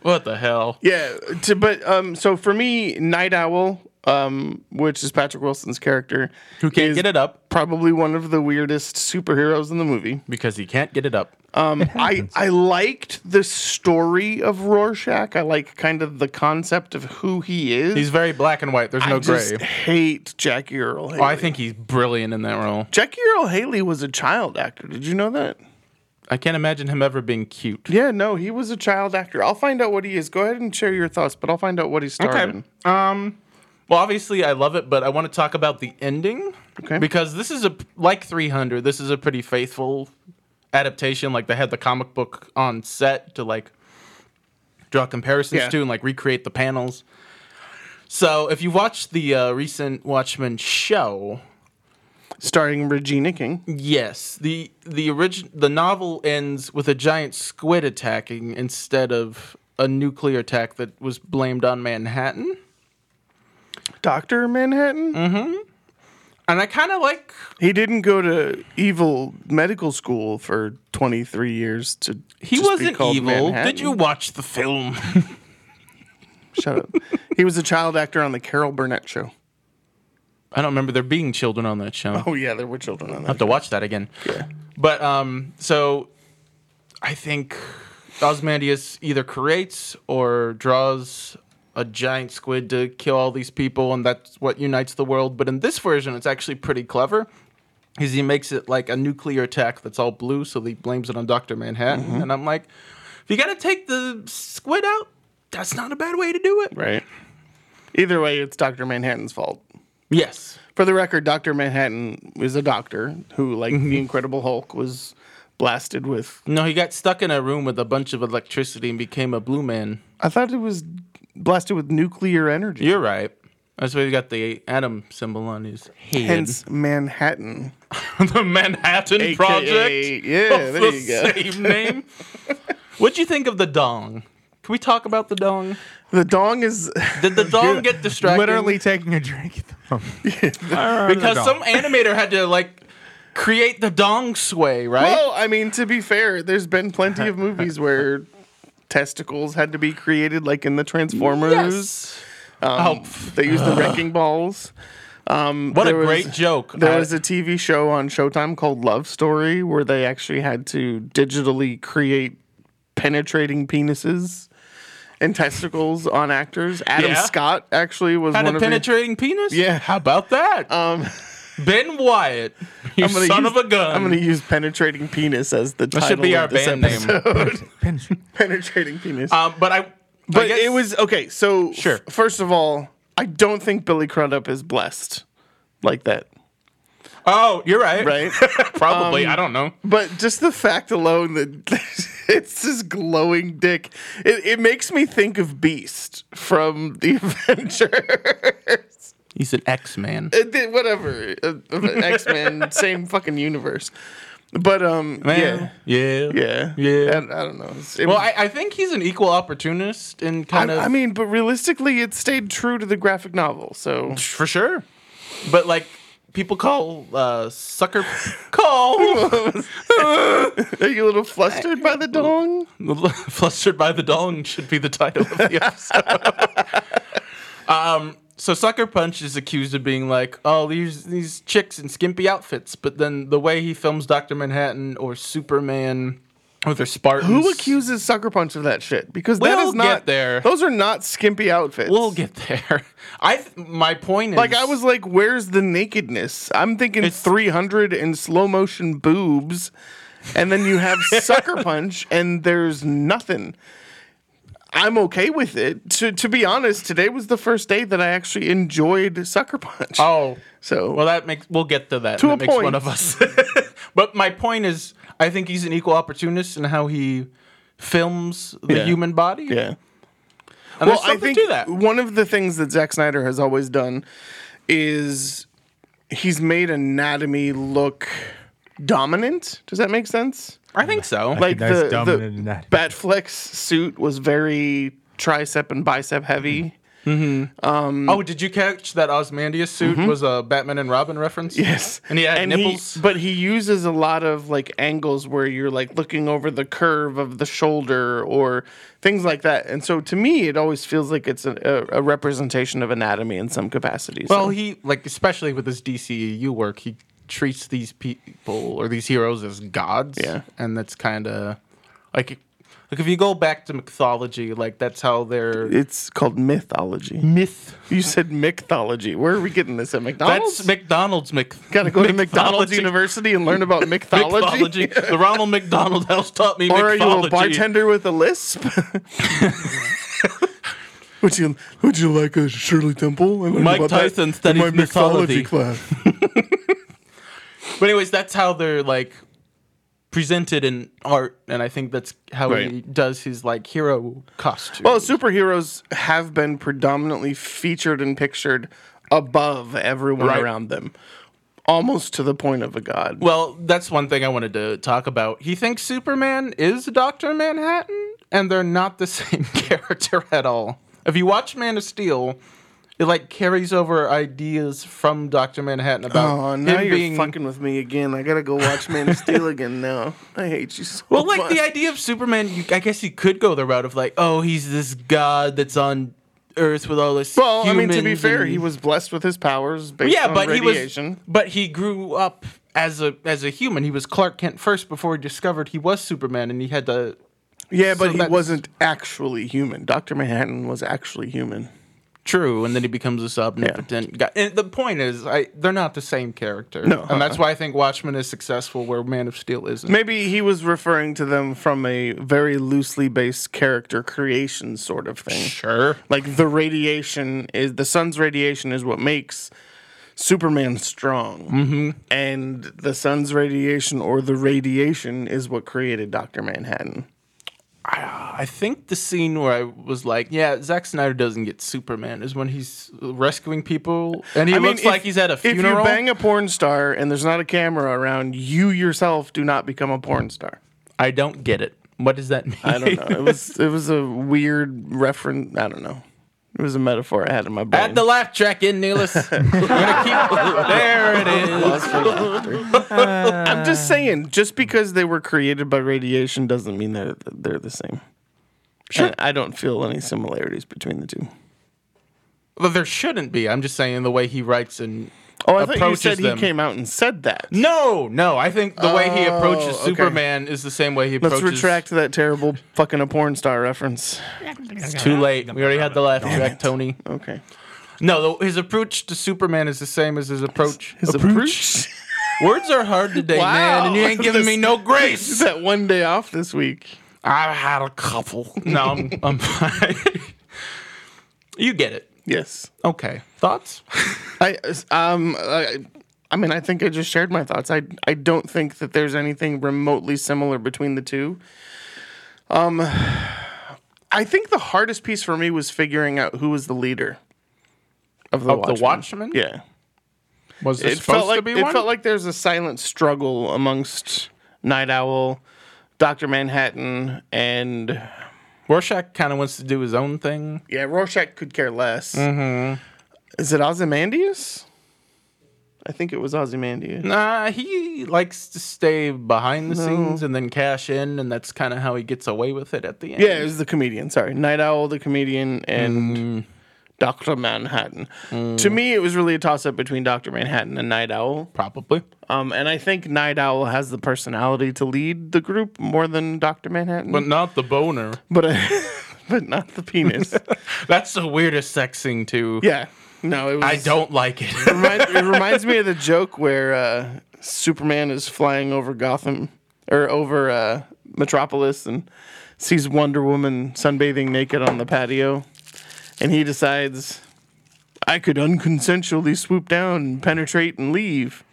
[SPEAKER 2] What the hell?
[SPEAKER 1] yeah, to, but um, so for me, Night Owl um, which is Patrick Wilson's character,
[SPEAKER 2] Who can't
[SPEAKER 1] is
[SPEAKER 2] get it up
[SPEAKER 1] Probably one of the weirdest superheroes in the <laughs> movie.
[SPEAKER 2] because he can't get it up.
[SPEAKER 1] Um, I I liked the story of Rorschach. I like kind of the concept of who he is.
[SPEAKER 2] He's very black and white. There's
[SPEAKER 1] I
[SPEAKER 2] no
[SPEAKER 1] just
[SPEAKER 2] gray.
[SPEAKER 1] hate Jackie Earl Haley.
[SPEAKER 2] Oh, I think he's brilliant in that role.
[SPEAKER 1] Jackie Earl Haley was a child actor. Did you know that?
[SPEAKER 2] I can't imagine him ever being cute.
[SPEAKER 1] Yeah, no, he was a child actor. I'll find out what he is. Go ahead and share your thoughts, but I'll find out what he's starred in.
[SPEAKER 2] Um. Well, obviously, I love it, but I want to talk about the ending
[SPEAKER 1] Okay.
[SPEAKER 2] because this is a like 300. This is a pretty faithful adaptation. Like they had the comic book on set to like draw comparisons
[SPEAKER 1] Yeah.
[SPEAKER 2] to and like recreate the panels. So if you watch the uh, recent Watchmen show,
[SPEAKER 1] Starring Regina King.
[SPEAKER 2] Yes, the the origin the novel ends with a giant squid attacking instead of a nuclear attack that was blamed on Manhattan.
[SPEAKER 1] Dr. Manhattan?
[SPEAKER 2] And I kind of like
[SPEAKER 1] He didn't go to evil medical school for 23 years to.
[SPEAKER 2] he
[SPEAKER 1] just be
[SPEAKER 2] wasn't
[SPEAKER 1] called
[SPEAKER 2] evil.
[SPEAKER 1] Manhattan.
[SPEAKER 2] Did you watch the film? <laughs>
[SPEAKER 1] Shut up. he was a child actor on The Carol Burnett Show.
[SPEAKER 2] I don't remember there being children on that show.
[SPEAKER 1] Oh, yeah, there were children on
[SPEAKER 2] I have
[SPEAKER 1] that.
[SPEAKER 2] to watch that again. But um, so I think Osmandius either creates or draws a giant squid to kill all these people, and that's what unites the world. But in this version, it's actually pretty clever. Is he makes it like a nuclear attack that's all blue, so he blames it on Doctor Manhattan. And I'm like, if you gotta take the squid out, that's not a bad way to do it.
[SPEAKER 1] Right. Either way, it's Dr. Manhattan's fault.
[SPEAKER 2] Yes.
[SPEAKER 1] For the record, Dr. Manhattan is a doctor who, like
[SPEAKER 2] Mm-hmm.
[SPEAKER 1] the Incredible Hulk, was blasted with.
[SPEAKER 2] No, he got stuck in a room with a bunch of electricity and became a blue man.
[SPEAKER 1] I thought it was blasted with nuclear energy.
[SPEAKER 2] You're right. That's why he got the atom symbol on his head.
[SPEAKER 1] Hence Manhattan.
[SPEAKER 2] <laughs> the Manhattan
[SPEAKER 1] AKA
[SPEAKER 2] Project.
[SPEAKER 1] yeah, there
[SPEAKER 2] of the
[SPEAKER 1] you go. <laughs>
[SPEAKER 2] Same name. What'd you think of the dong? Can we talk about the dong?
[SPEAKER 1] The dong is <laughs>
[SPEAKER 2] Did the dong get distracted?
[SPEAKER 3] Literally taking a drink at the moment. <laughs>
[SPEAKER 2] because
[SPEAKER 1] <laughs>
[SPEAKER 2] some animator had to like create the dong sway, right?
[SPEAKER 1] Well, Oh, I mean, to be fair, there's been plenty of movies where testicles had to be created, like in the Transformers.
[SPEAKER 2] yes. oh, pff,
[SPEAKER 1] They used the wrecking balls. Um,
[SPEAKER 2] what a
[SPEAKER 1] there was-
[SPEAKER 2] great joke! Uh,
[SPEAKER 1] There
[SPEAKER 2] I-
[SPEAKER 1] was a TV show on Showtime called Love Story where they actually had to digitally create penetrating penises and testicles on actors. Adam
[SPEAKER 2] Yeah.
[SPEAKER 1] Scott actually was
[SPEAKER 2] had
[SPEAKER 1] one
[SPEAKER 2] a
[SPEAKER 1] of the-
[SPEAKER 2] penetrating penis.
[SPEAKER 1] Yeah.
[SPEAKER 2] how about that? Um, Ben Wyatt,
[SPEAKER 1] <laughs>
[SPEAKER 2] you
[SPEAKER 1] I'm gonna
[SPEAKER 2] son
[SPEAKER 1] use-
[SPEAKER 2] of a gun.
[SPEAKER 1] I'm going to use penetrating penis as the title.
[SPEAKER 2] that should be
[SPEAKER 1] of
[SPEAKER 2] our
[SPEAKER 1] this
[SPEAKER 2] band
[SPEAKER 1] episode. <laughs>
[SPEAKER 2] name.
[SPEAKER 1] penetrating penis.
[SPEAKER 2] Um, but I,
[SPEAKER 1] But
[SPEAKER 2] I guess-
[SPEAKER 1] it was okay. So
[SPEAKER 2] Sure.
[SPEAKER 1] f- first of all, I don't think Billy Crudup is blessed like that,
[SPEAKER 2] Oh, you're right. <laughs>
[SPEAKER 1] right?
[SPEAKER 2] Probably. I don't know.
[SPEAKER 1] but just the fact alone that <laughs> it's this glowing dick, it, it makes me think of Beast from the <laughs> Avengers.
[SPEAKER 2] He's an X man.
[SPEAKER 1] It did- Whatever, X
[SPEAKER 2] <laughs>
[SPEAKER 1] Men, same fucking universe. But um,
[SPEAKER 2] Yeah. Yeah.
[SPEAKER 1] yeah, yeah,
[SPEAKER 2] Yeah.
[SPEAKER 1] I, I don't know. It's- it
[SPEAKER 2] Well,
[SPEAKER 1] was-
[SPEAKER 2] I, I think he's an equal opportunist in kind
[SPEAKER 1] I,
[SPEAKER 2] of.
[SPEAKER 1] I mean, but realistically, it stayed true to the graphic novel. So <laughs>
[SPEAKER 2] for sure. But like, people call uh, sucker <laughs> call
[SPEAKER 1] Are you a little flustered by the dong?
[SPEAKER 2] <laughs> flustered by the dong should be the title of the episode. um. <laughs> So Sucker Punch is accused of being like, oh, these these chicks in skimpy outfits, but then the way he films Doctor Manhattan or Superman with their Spartans,
[SPEAKER 1] Who accuses Sucker Punch of that shit? Because that
[SPEAKER 2] We'll
[SPEAKER 1] is not
[SPEAKER 2] get there.
[SPEAKER 1] Those are not skimpy outfits.
[SPEAKER 2] We'll get there. <laughs> I th- my point is
[SPEAKER 1] like I was like, where's the nakedness? I'm thinking
[SPEAKER 2] It's-
[SPEAKER 1] 300 and slow motion boobs, and then you
[SPEAKER 2] <laughs>
[SPEAKER 1] have Sucker Punch, and there's nothing. I'm okay with it. To to be honest, today was the first day that I actually enjoyed Sucker Punch.
[SPEAKER 2] Oh,
[SPEAKER 1] so
[SPEAKER 2] well, that makes we'll get to that.
[SPEAKER 1] To
[SPEAKER 2] that
[SPEAKER 1] a
[SPEAKER 2] makes
[SPEAKER 1] point.
[SPEAKER 2] one of us. <laughs> but my point is, I think he's an equal opportunist in how he films the
[SPEAKER 1] Yeah.
[SPEAKER 2] human body.
[SPEAKER 1] yeah.
[SPEAKER 2] and well, I think to that.
[SPEAKER 1] one of the things that Zack Snyder has always done is he's made anatomy look dominant. Does that make sense?
[SPEAKER 2] I think so. Like,
[SPEAKER 1] Like
[SPEAKER 3] that's
[SPEAKER 1] the,
[SPEAKER 3] dominant
[SPEAKER 1] the
[SPEAKER 3] anatomy.
[SPEAKER 2] Mm-hmm.
[SPEAKER 1] Batfleck's suit was very tricep and bicep heavy.
[SPEAKER 2] oh, did you catch that Osmandius suit was a Batman and Robin reference?
[SPEAKER 1] Yes.
[SPEAKER 2] And he had nipples.
[SPEAKER 1] but he uses a lot of like angles where you're like looking over the curve of the shoulder or things like that. And so to me, it always feels like it's a, a, a representation of anatomy in some capacity. So-
[SPEAKER 2] Well, he like especially with his DCEU work, he treats these people or these heroes as gods.
[SPEAKER 1] Yeah.
[SPEAKER 2] and that's kind of like like if you go back to mythology, like that's how they're
[SPEAKER 1] it's called mythology.
[SPEAKER 2] myth.
[SPEAKER 1] You said mythology. Where are we getting this at McDonald's?
[SPEAKER 2] That's McDonald's myth.
[SPEAKER 1] Gotta
[SPEAKER 2] <laughs>
[SPEAKER 1] go to McDonald's University and learn about mythology. <laughs>
[SPEAKER 2] Mythology. the Ronald McDonald House taught me.
[SPEAKER 1] Or are you a
[SPEAKER 2] mythology.
[SPEAKER 1] bartender with a
[SPEAKER 2] <laughs>
[SPEAKER 1] lisp? would you Would you like a Shirley Temple? I learned
[SPEAKER 2] Mike
[SPEAKER 1] about that
[SPEAKER 2] Tyson
[SPEAKER 1] in
[SPEAKER 2] studies
[SPEAKER 1] my mythology
[SPEAKER 2] mythology.
[SPEAKER 1] class.
[SPEAKER 2] But anyways, that's how they're like presented in art, and I think that's how he
[SPEAKER 1] Right.
[SPEAKER 2] does his like hero costume.
[SPEAKER 1] Well, superheroes have been predominantly featured and pictured above everyone
[SPEAKER 2] Right.
[SPEAKER 1] around them, almost to the point of a god.
[SPEAKER 2] Well, that's one thing I wanted to talk about. He thinks Superman is Dr. Manhattan, and they're not the <laughs> same character at all. If you watch Man of Steel, it like carries over ideas from Dr. Manhattan about
[SPEAKER 1] oh,
[SPEAKER 2] him
[SPEAKER 1] now you're
[SPEAKER 2] being
[SPEAKER 1] fucking with me again. I gotta go watch Man of Steel again now. I hate you so
[SPEAKER 2] Well, like
[SPEAKER 1] much. <laughs>
[SPEAKER 2] the idea of Superman, you, I guess you could go the route of like, oh, he's this god that's on Earth with all this.
[SPEAKER 1] Well, I mean, to be
[SPEAKER 2] humans
[SPEAKER 1] fair,
[SPEAKER 2] and-
[SPEAKER 1] he was blessed with his powers based
[SPEAKER 2] yeah,
[SPEAKER 1] on
[SPEAKER 2] but
[SPEAKER 1] radiation.
[SPEAKER 2] he was, but he grew up as a as a human. He was Clark Kent first before he discovered he was Superman, and he had to
[SPEAKER 1] Yeah,
[SPEAKER 2] So
[SPEAKER 1] but he
[SPEAKER 2] that's-
[SPEAKER 1] wasn't actually human. Dr. Manhattan was actually human.
[SPEAKER 2] True, and then he becomes this omnipotent guy. And the point is, I they're not the same character.
[SPEAKER 1] No,
[SPEAKER 2] and that's why I think Watchmen is successful where Man of Steel isn't.
[SPEAKER 1] Maybe he was referring to them from a very loosely based character creation sort of thing.
[SPEAKER 2] Sure,
[SPEAKER 1] Like the radiation is the sun's radiation is what makes Superman strong. Mm-hmm. And the sun's radiation or the radiation is what created Dr. Manhattan.
[SPEAKER 2] I think the scene where I was like, "Yeah, Zack Snyder doesn't get Superman," is when he's rescuing people, and he
[SPEAKER 1] I mean,
[SPEAKER 2] looks like
[SPEAKER 1] if-
[SPEAKER 2] he's at a
[SPEAKER 1] If you
[SPEAKER 2] funeral.
[SPEAKER 1] bang a porn star and there's not a camera around, you yourself do not become a porn star.
[SPEAKER 2] I don't get it. What does that mean?
[SPEAKER 1] I
[SPEAKER 2] <laughs>
[SPEAKER 1] don't know. It was it was a weird reference. I don't know. It was a metaphor I had in my brain.
[SPEAKER 2] Add the laugh track in, <laughs> Neelis. We're gonna <laughs> keep. There it is.
[SPEAKER 1] <laughs> I'm just saying, just because they were created by radiation doesn't mean they're they're the same. And I don't feel any similarities between the two.
[SPEAKER 2] Well, there shouldn't be. I'm just saying the way he writes and
[SPEAKER 1] Oh, I thought you
[SPEAKER 2] Approaches
[SPEAKER 1] said
[SPEAKER 2] them.
[SPEAKER 1] he came out and said that.
[SPEAKER 2] No, no. I think the way he approaches
[SPEAKER 1] Oh, okay.
[SPEAKER 2] Superman is the same way he
[SPEAKER 1] Let's
[SPEAKER 2] approaches.
[SPEAKER 1] retract that terrible fucking a porn star reference.
[SPEAKER 2] It's too late. We already had the laugh track, Tony.
[SPEAKER 1] Okay.
[SPEAKER 2] No, the, his approach to Superman is the same as his approach.
[SPEAKER 1] His approach.
[SPEAKER 2] Words are hard today,
[SPEAKER 1] Wow.
[SPEAKER 2] man, and you ain't giving me
[SPEAKER 1] This- <laughs>
[SPEAKER 2] no
[SPEAKER 1] Is
[SPEAKER 2] grace.
[SPEAKER 1] that one day off this week?
[SPEAKER 2] I've had a couple. No, I'm, I'm <laughs> fine. you get it.
[SPEAKER 1] Yes.
[SPEAKER 2] Okay. Thoughts?
[SPEAKER 1] I um I, I mean I think I just shared my thoughts. I I don't think that there's anything remotely similar between the two. Um I think the hardest piece for me was figuring out who was the leader of the
[SPEAKER 2] Of the
[SPEAKER 1] Watchmen.
[SPEAKER 2] Watchmen?
[SPEAKER 1] Yeah.
[SPEAKER 2] Was there
[SPEAKER 1] It
[SPEAKER 2] supposed
[SPEAKER 1] felt like
[SPEAKER 2] to be
[SPEAKER 1] it
[SPEAKER 2] one?
[SPEAKER 1] felt like there's a silent struggle amongst Night Owl, Dr. Manhattan and
[SPEAKER 2] Rorschach kind of wants to do his own thing.
[SPEAKER 1] yeah, Rorschach could care less.
[SPEAKER 2] Mm-hmm.
[SPEAKER 1] Is it Ozymandias? I think it was Ozymandias.
[SPEAKER 2] Nah, he likes to stay behind the scenes and then cash in, and that's kind of how he gets away with it at the end.
[SPEAKER 1] Yeah, it was the comedian. Sorry, Night Owl, the comedian, and
[SPEAKER 2] Mm-hmm.
[SPEAKER 1] Doctor Manhattan.
[SPEAKER 2] Mm.
[SPEAKER 1] To me, it was really a toss up between Doctor Manhattan and Night Owl.
[SPEAKER 2] probably.
[SPEAKER 1] Um, and I think Night Owl has the personality to lead the group more than Doctor Manhattan,
[SPEAKER 2] But not the boner.
[SPEAKER 1] but <laughs> I- but not the
[SPEAKER 2] <laughs>
[SPEAKER 1] penis.
[SPEAKER 2] That's the weirdest sex scene too.
[SPEAKER 1] yeah, no, it was.
[SPEAKER 2] I don't like
[SPEAKER 1] <laughs>
[SPEAKER 2] it.
[SPEAKER 1] Remind, it reminds me of the joke where uh, Superman is flying over Gotham or over uh, Metropolis and sees Wonder Woman sunbathing naked on the patio, and he decides I could unconsensually swoop down, penetrate, and leave.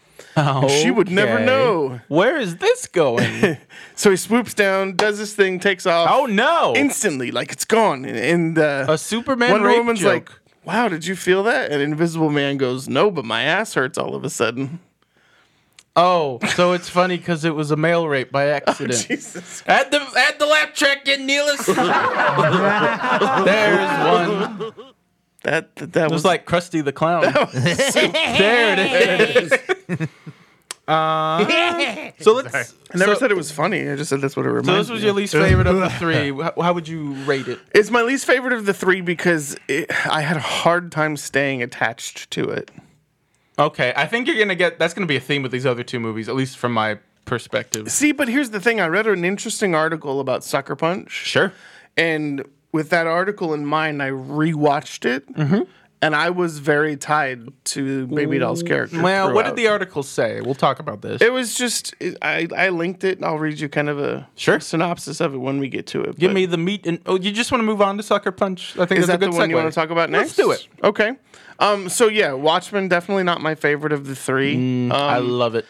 [SPEAKER 1] She would never
[SPEAKER 2] Okay.
[SPEAKER 1] know.
[SPEAKER 2] Where is
[SPEAKER 1] <laughs>
[SPEAKER 2] this going?
[SPEAKER 1] So he swoops down, does his thing, takes off
[SPEAKER 2] oh no!
[SPEAKER 1] instantly, like it's gone. And, and uh,
[SPEAKER 2] a Superman
[SPEAKER 1] Wonder
[SPEAKER 2] rape
[SPEAKER 1] Woman's
[SPEAKER 2] joke.
[SPEAKER 1] like, "Wow, did you feel that?" And Invisible Man goes, "No, but my ass hurts all of a
[SPEAKER 2] <laughs>
[SPEAKER 1] sudden."
[SPEAKER 2] oh, so it's funny because it was a male rape
[SPEAKER 1] <laughs>
[SPEAKER 2] by accident.
[SPEAKER 1] Oh, Jesus.
[SPEAKER 2] add the add the lap track in, Neelis. There's one.
[SPEAKER 1] That that, that
[SPEAKER 2] It
[SPEAKER 1] was,
[SPEAKER 2] was like Krusty the Clown. <laughs> there it is. Uh, so let's.
[SPEAKER 1] I never
[SPEAKER 2] so,
[SPEAKER 1] said it was funny. I just said that's what it
[SPEAKER 2] so
[SPEAKER 1] reminds
[SPEAKER 2] this was
[SPEAKER 1] me.
[SPEAKER 2] your
[SPEAKER 1] of.
[SPEAKER 2] least favorite of the <laughs> three. How, how would you rate it?
[SPEAKER 1] It's my least favorite of the three because it, I had a hard time staying attached to it.
[SPEAKER 2] Okay, I think you're gonna get. That's gonna be a theme with these other two movies, at least from my perspective.
[SPEAKER 1] See, but here's the thing. I read an interesting article about Sucker Punch.
[SPEAKER 2] Sure.
[SPEAKER 1] And with that article in mind, I rewatched it,
[SPEAKER 2] Mm-hmm.
[SPEAKER 1] and I was very tied to Baby Doll's character.
[SPEAKER 2] Well, what
[SPEAKER 1] throughout.
[SPEAKER 2] did the article say? We'll talk about this.
[SPEAKER 1] It was just it- I, I linked it, and I'll read you kind of a
[SPEAKER 2] Sure.
[SPEAKER 1] synopsis of it when we get to it.
[SPEAKER 2] Give
[SPEAKER 1] but-
[SPEAKER 2] me the meat and oh, you just want to move on to Sucker Punch? I think
[SPEAKER 1] Is
[SPEAKER 2] that's
[SPEAKER 1] that
[SPEAKER 2] a good
[SPEAKER 1] the one you
[SPEAKER 2] segue.
[SPEAKER 1] want to talk about
[SPEAKER 2] Let's
[SPEAKER 1] next?
[SPEAKER 2] do it.
[SPEAKER 1] Okay. Um, so yeah, Watchmen definitely not my favorite of the three. Um,
[SPEAKER 2] I love it.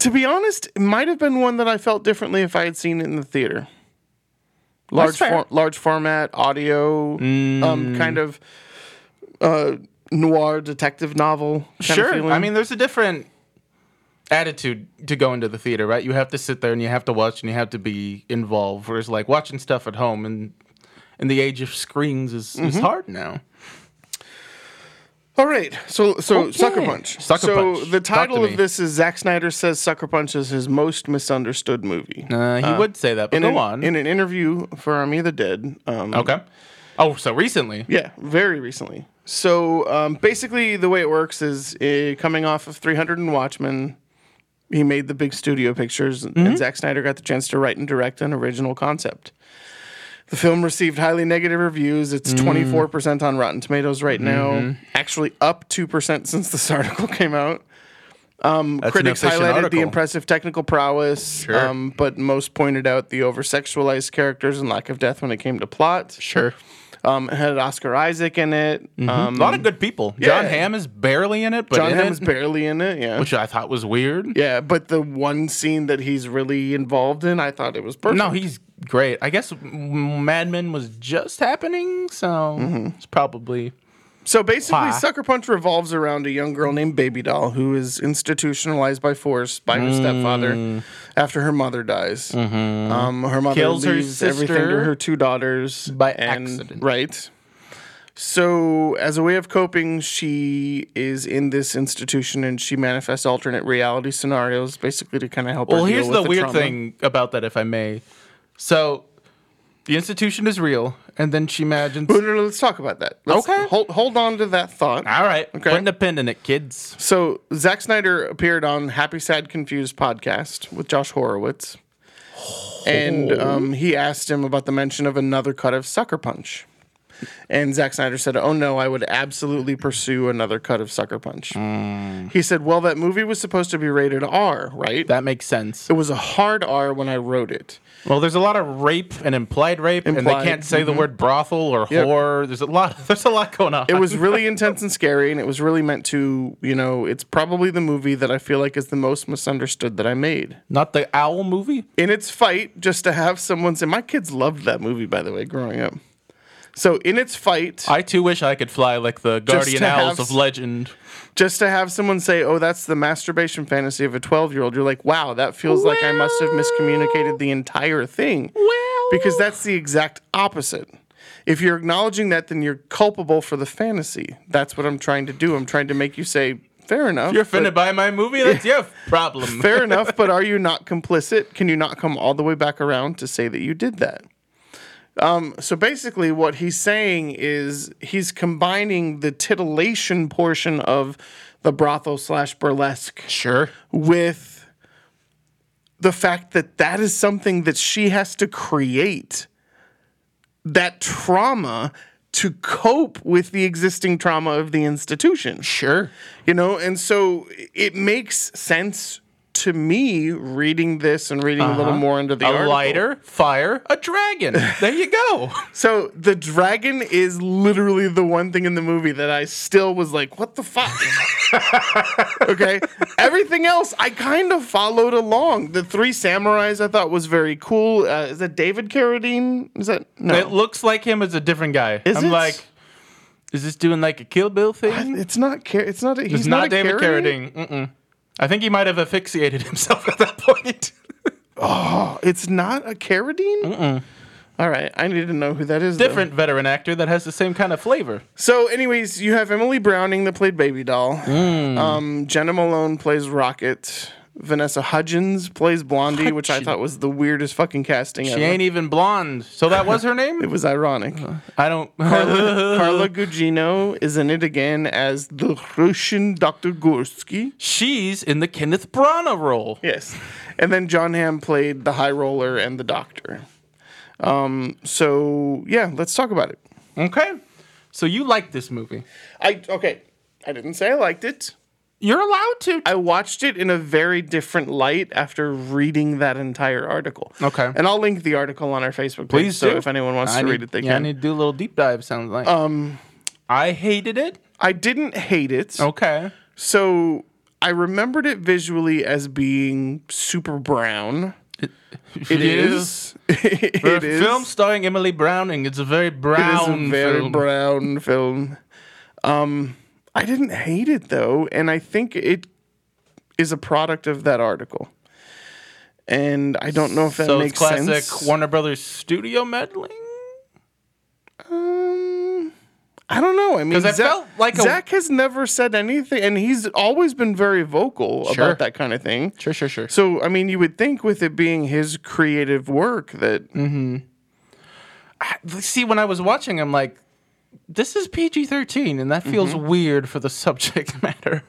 [SPEAKER 1] to be honest, it might have been one that I felt differently if I had seen it in the theater. Large,
[SPEAKER 2] fair. Mm.
[SPEAKER 1] for, large format audio, um, kind of uh, noir detective novel. Kind Of
[SPEAKER 2] Sure.
[SPEAKER 1] feeling.
[SPEAKER 2] I mean, there's a different attitude to go into the theater, right? You have to sit there and you have to watch and you have to be involved. Whereas like watching stuff at home and in the age of screens is, is hard now.
[SPEAKER 1] all right. So, so Sucker Punch.
[SPEAKER 2] Sucker
[SPEAKER 1] so
[SPEAKER 2] Punch.
[SPEAKER 1] the
[SPEAKER 2] Talk to
[SPEAKER 1] title
[SPEAKER 2] me.
[SPEAKER 1] of this is Zack Snyder says Sucker Punch is his most misunderstood movie.
[SPEAKER 2] Uh, he would say that, but
[SPEAKER 1] in
[SPEAKER 2] go
[SPEAKER 1] an,
[SPEAKER 2] on.
[SPEAKER 1] In an interview for Army of the Dead, um,
[SPEAKER 2] okay. Oh, so recently.
[SPEAKER 1] Yeah, very recently. So um, basically, the way it works is uh, coming off of 300 and Watchmen, he made the big studio pictures,
[SPEAKER 2] Mm-hmm.
[SPEAKER 1] and Zack Snyder got the chance to write and direct an original concept. The film received highly negative reviews. It's
[SPEAKER 2] Mm.
[SPEAKER 1] 24% on Rotten Tomatoes right
[SPEAKER 2] Mm-hmm.
[SPEAKER 1] now, actually up 2% since this <laughs> article came out.
[SPEAKER 2] That's an
[SPEAKER 1] Critics
[SPEAKER 2] efficient
[SPEAKER 1] highlighted
[SPEAKER 2] article.
[SPEAKER 1] the impressive technical prowess,
[SPEAKER 2] Sure.
[SPEAKER 1] um, but most pointed out the over sexualized characters and lack of depth when it came to plot.
[SPEAKER 2] Sure.
[SPEAKER 1] Um, it had Oscar Isaac in it. Um,
[SPEAKER 2] A lot of good people. John
[SPEAKER 1] Yeah.
[SPEAKER 2] Hamm is barely in it, but
[SPEAKER 1] John
[SPEAKER 2] in
[SPEAKER 1] Hamm
[SPEAKER 2] it,
[SPEAKER 1] is barely in it. Yeah.
[SPEAKER 2] which I thought was weird.
[SPEAKER 1] yeah, but the one scene that he's really involved in, I thought it was perfect.
[SPEAKER 2] No, he's great. I guess M- Mad Men was just happening, so it's probably
[SPEAKER 1] so basically,
[SPEAKER 2] Why?
[SPEAKER 1] Sucker Punch revolves around a young girl named Baby Doll who is institutionalized by force by her
[SPEAKER 2] Mm.
[SPEAKER 1] stepfather after her mother dies. Um, her mother
[SPEAKER 2] Mm-hmm. Kills her
[SPEAKER 1] leaves everything to
[SPEAKER 2] sister
[SPEAKER 1] her two daughters
[SPEAKER 2] by accident.
[SPEAKER 1] Right. So, as a way of coping, she is in this institution and she manifests alternate reality scenarios basically to kind of help
[SPEAKER 2] Well,
[SPEAKER 1] her. deal
[SPEAKER 2] here's
[SPEAKER 1] with
[SPEAKER 2] the weird
[SPEAKER 1] trauma.
[SPEAKER 2] thing about that, if I may. So, the institution is real, and then she imagines.
[SPEAKER 1] But no, no, let's talk about that. Let's
[SPEAKER 2] Okay. Ah.
[SPEAKER 1] Hold, hold on to that thought.
[SPEAKER 2] All right,
[SPEAKER 1] Okay.
[SPEAKER 2] putting a pin in it, kids.
[SPEAKER 1] So, Zack Snyder appeared on Happy, Sad, Confused podcast with Josh Horowitz. And
[SPEAKER 2] Oh.
[SPEAKER 1] um, he asked him about the mention of another cut of Sucker Punch. And Zack Snyder said, Oh no, I would absolutely pursue another cut of Sucker Punch. He said, Well, that movie was supposed to be rated R, right?
[SPEAKER 2] Mm. That makes sense.
[SPEAKER 1] it was a hard R when I wrote it.
[SPEAKER 2] Well, there's a lot of rape and implied rape, and
[SPEAKER 1] Implied, mm-hmm.
[SPEAKER 2] they can't say the word brothel or
[SPEAKER 1] Yep.
[SPEAKER 2] whore. There's a lot. <laughs> There's a lot going on.
[SPEAKER 1] it
[SPEAKER 2] <laughs>
[SPEAKER 1] was really intense and scary and it was really meant to you know it's probably the movie that i feel like is the most misunderstood that i made
[SPEAKER 2] not the owl movie.
[SPEAKER 1] in its fight just to have someone say my kids loved that movie by the way growing up so in its fight
[SPEAKER 2] I too wish I could fly like the guardian
[SPEAKER 1] to have s-
[SPEAKER 2] owls of legend.
[SPEAKER 1] just to have someone say oh that's the masturbation fantasy of a 12 year old you're like wow that feels like i must have miscommunicated the entire thing
[SPEAKER 2] Well,
[SPEAKER 1] because that's the exact opposite if you're acknowledging that then you're culpable for the fantasy that's what i'm trying to do i'm trying to make you say fair enough
[SPEAKER 2] you're
[SPEAKER 1] but-
[SPEAKER 2] offended by my
[SPEAKER 1] <laughs>
[SPEAKER 2] movie. That's your problem.
[SPEAKER 1] Fair enough, but are you not complicit? Can you not come all the way back around to say that you did that? Um, so basically, what he's saying is he's combining the titillation portion of the brothel slash burlesque
[SPEAKER 2] Sure.
[SPEAKER 1] with the fact that that is something that she has to create that trauma to cope with the existing trauma of the institution
[SPEAKER 2] Sure.
[SPEAKER 1] you know and so it makes sense to me reading this and reading a little more into the
[SPEAKER 2] Uh-huh. A
[SPEAKER 1] article.
[SPEAKER 2] lighter, fire,
[SPEAKER 1] <laughs>
[SPEAKER 2] a dragon. There you go.
[SPEAKER 1] so the dragon is literally the one thing in the movie that i still was like what the fuck <laughs> okay everything else i kind of followed along the three samurais i thought was very cool uh, is that david carradine is that no
[SPEAKER 2] It looks like him as a different guy.
[SPEAKER 1] Is
[SPEAKER 2] I'm
[SPEAKER 1] it?
[SPEAKER 2] like, is this doing like a Kill Bill thing?
[SPEAKER 1] it's not Car- it's not a, he's
[SPEAKER 2] It's
[SPEAKER 1] not,
[SPEAKER 2] not,
[SPEAKER 1] a
[SPEAKER 2] David
[SPEAKER 1] Carradine.
[SPEAKER 2] Carradine. Mm-mm. I think he might have <laughs>
[SPEAKER 1] <laughs>
[SPEAKER 2] asphyxiated himself at that point.
[SPEAKER 1] It's not a Carradine? All right, I need to know who that is. though.
[SPEAKER 2] Different veteran actor that has the same kind of flavor.
[SPEAKER 1] So, anyways, you have Emily Browning that played Baby Doll.
[SPEAKER 2] Mm.
[SPEAKER 1] Um, Jenna Malone plays Rocket. Vanessa Hudgens plays Blondie, which I thought was the weirdest fucking casting
[SPEAKER 2] She
[SPEAKER 1] ever.
[SPEAKER 2] ain't Uh-huh. even blonde. So that was her
[SPEAKER 1] it <laughs>
[SPEAKER 2] name?
[SPEAKER 1] was ironic.
[SPEAKER 2] I don't.
[SPEAKER 1] Carla, Carla Gugino is in it again as the Russian Dr. Gursky.
[SPEAKER 2] <laughs> She's in the Kenneth Branagh role.
[SPEAKER 1] Yes. And then John Hamm played the High Roller and the Doctor. Um, so, yeah, let's talk about it.
[SPEAKER 2] Okay. So you like this movie.
[SPEAKER 1] I Okay, I didn't say I liked it.
[SPEAKER 2] You're allowed to.
[SPEAKER 1] I watched it in a very different light after reading that entire article.
[SPEAKER 2] Okay.
[SPEAKER 1] And I'll link the article on our Facebook page.
[SPEAKER 2] Please
[SPEAKER 1] so
[SPEAKER 2] do.
[SPEAKER 1] if anyone wants
[SPEAKER 2] I
[SPEAKER 1] to
[SPEAKER 2] need-
[SPEAKER 1] read it, they
[SPEAKER 2] yeah, I
[SPEAKER 1] can.
[SPEAKER 2] need to do a little deep dive, sounds like. Um, I hated it.
[SPEAKER 1] I didn't hate it.
[SPEAKER 2] Okay.
[SPEAKER 1] So I remembered it visually as being super brown. It is.
[SPEAKER 2] A
[SPEAKER 1] <laughs> it is.
[SPEAKER 2] film starring Emily Browning. It's a very brown
[SPEAKER 1] it is a very
[SPEAKER 2] film.
[SPEAKER 1] brown film. Um, I didn't hate it though, and I think it is a product of that article. And I don't know if that
[SPEAKER 2] so
[SPEAKER 1] makes
[SPEAKER 2] it's classic
[SPEAKER 1] sense.
[SPEAKER 2] Warner Brothers studio meddling.
[SPEAKER 1] Um, I don't know. I mean,
[SPEAKER 2] 'Cause I
[SPEAKER 1] Zach,
[SPEAKER 2] felt like a-
[SPEAKER 1] Zach has never said anything, and he's always been very vocal
[SPEAKER 2] Sure.
[SPEAKER 1] about that kind of thing.
[SPEAKER 2] Sure, sure, sure.
[SPEAKER 1] So, I mean, you would think with it being his creative work that
[SPEAKER 2] Mm. See, when I was watching, I'm like, this is PG 13, and that feels
[SPEAKER 1] Mm-hmm.
[SPEAKER 2] weird for the <laughs> subject matter.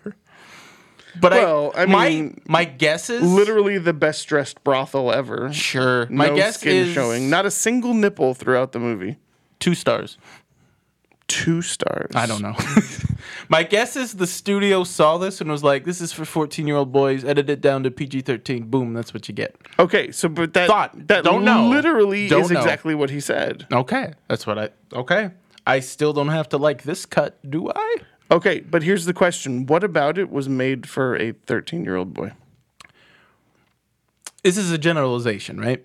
[SPEAKER 2] But
[SPEAKER 1] Well,
[SPEAKER 2] I,
[SPEAKER 1] I
[SPEAKER 2] my,
[SPEAKER 1] mean,
[SPEAKER 2] my guess is
[SPEAKER 1] literally the best dressed brothel ever.
[SPEAKER 2] sure. My
[SPEAKER 1] no
[SPEAKER 2] guess
[SPEAKER 1] skin
[SPEAKER 2] is
[SPEAKER 1] showing. Not a single nipple throughout the movie.
[SPEAKER 2] two stars.
[SPEAKER 1] Two stars.
[SPEAKER 2] I
[SPEAKER 1] <laughs>
[SPEAKER 2] don't know. <laughs> My guess is the studio saw this and was like, "This is for 14-year-old boys. Edit it down to PG-13. Boom, that's what you get."
[SPEAKER 1] Okay, so but that
[SPEAKER 2] Thought.
[SPEAKER 1] that
[SPEAKER 2] Don't know.
[SPEAKER 1] literally
[SPEAKER 2] Don't
[SPEAKER 1] is
[SPEAKER 2] know.
[SPEAKER 1] exactly what he said.
[SPEAKER 2] Okay, that's what I. Okay, I still don't have to like this cut, do I?
[SPEAKER 1] Okay, but here's the question: What about it was made for a 13 year old boy?
[SPEAKER 2] This is a generalization, right?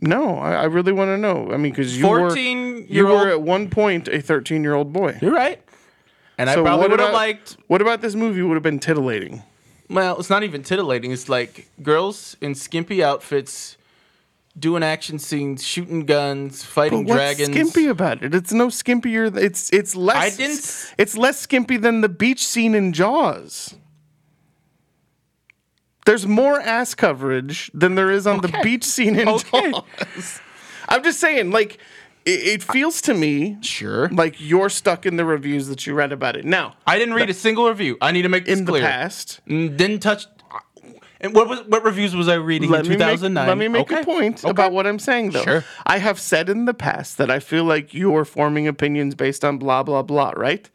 [SPEAKER 1] No, I, I really want to know. I mean, because you were
[SPEAKER 2] 14
[SPEAKER 1] you
[SPEAKER 2] year old.
[SPEAKER 1] were at one point a 13 year old boy.
[SPEAKER 2] You're right. And I
[SPEAKER 1] So
[SPEAKER 2] probably
[SPEAKER 1] what
[SPEAKER 2] would have
[SPEAKER 1] about-
[SPEAKER 2] liked.
[SPEAKER 1] What about this movie would have been titillating?
[SPEAKER 2] Well, it's not even titillating. It's like girls in skimpy outfits doing action scenes, shooting guns, fighting
[SPEAKER 1] What's
[SPEAKER 2] dragons.
[SPEAKER 1] skimpy about it? It's no skimpier. th- It's it's less.
[SPEAKER 2] I didn't s-
[SPEAKER 1] It's less skimpy than the beach scene in Jaws. There's more ass coverage than there is on the beach scene in
[SPEAKER 2] <laughs> Okay.
[SPEAKER 1] Jaws. I'm just saying, like, it, it feels to me
[SPEAKER 2] Sure.
[SPEAKER 1] like you're stuck in the reviews that you read about it. Now,
[SPEAKER 2] I didn't read a single review. I need to make this
[SPEAKER 1] in
[SPEAKER 2] clear.
[SPEAKER 1] the past,
[SPEAKER 2] Mm, Didn't touch. And what was what reviews was I reading
[SPEAKER 1] let
[SPEAKER 2] in
[SPEAKER 1] me make,
[SPEAKER 2] 2009?
[SPEAKER 1] let me make
[SPEAKER 2] Okay.
[SPEAKER 1] a point
[SPEAKER 2] Okay.
[SPEAKER 1] about what I'm saying, though.
[SPEAKER 2] Sure.
[SPEAKER 1] I have said in the past that I feel like you are forming opinions based on blah, blah, blah, right?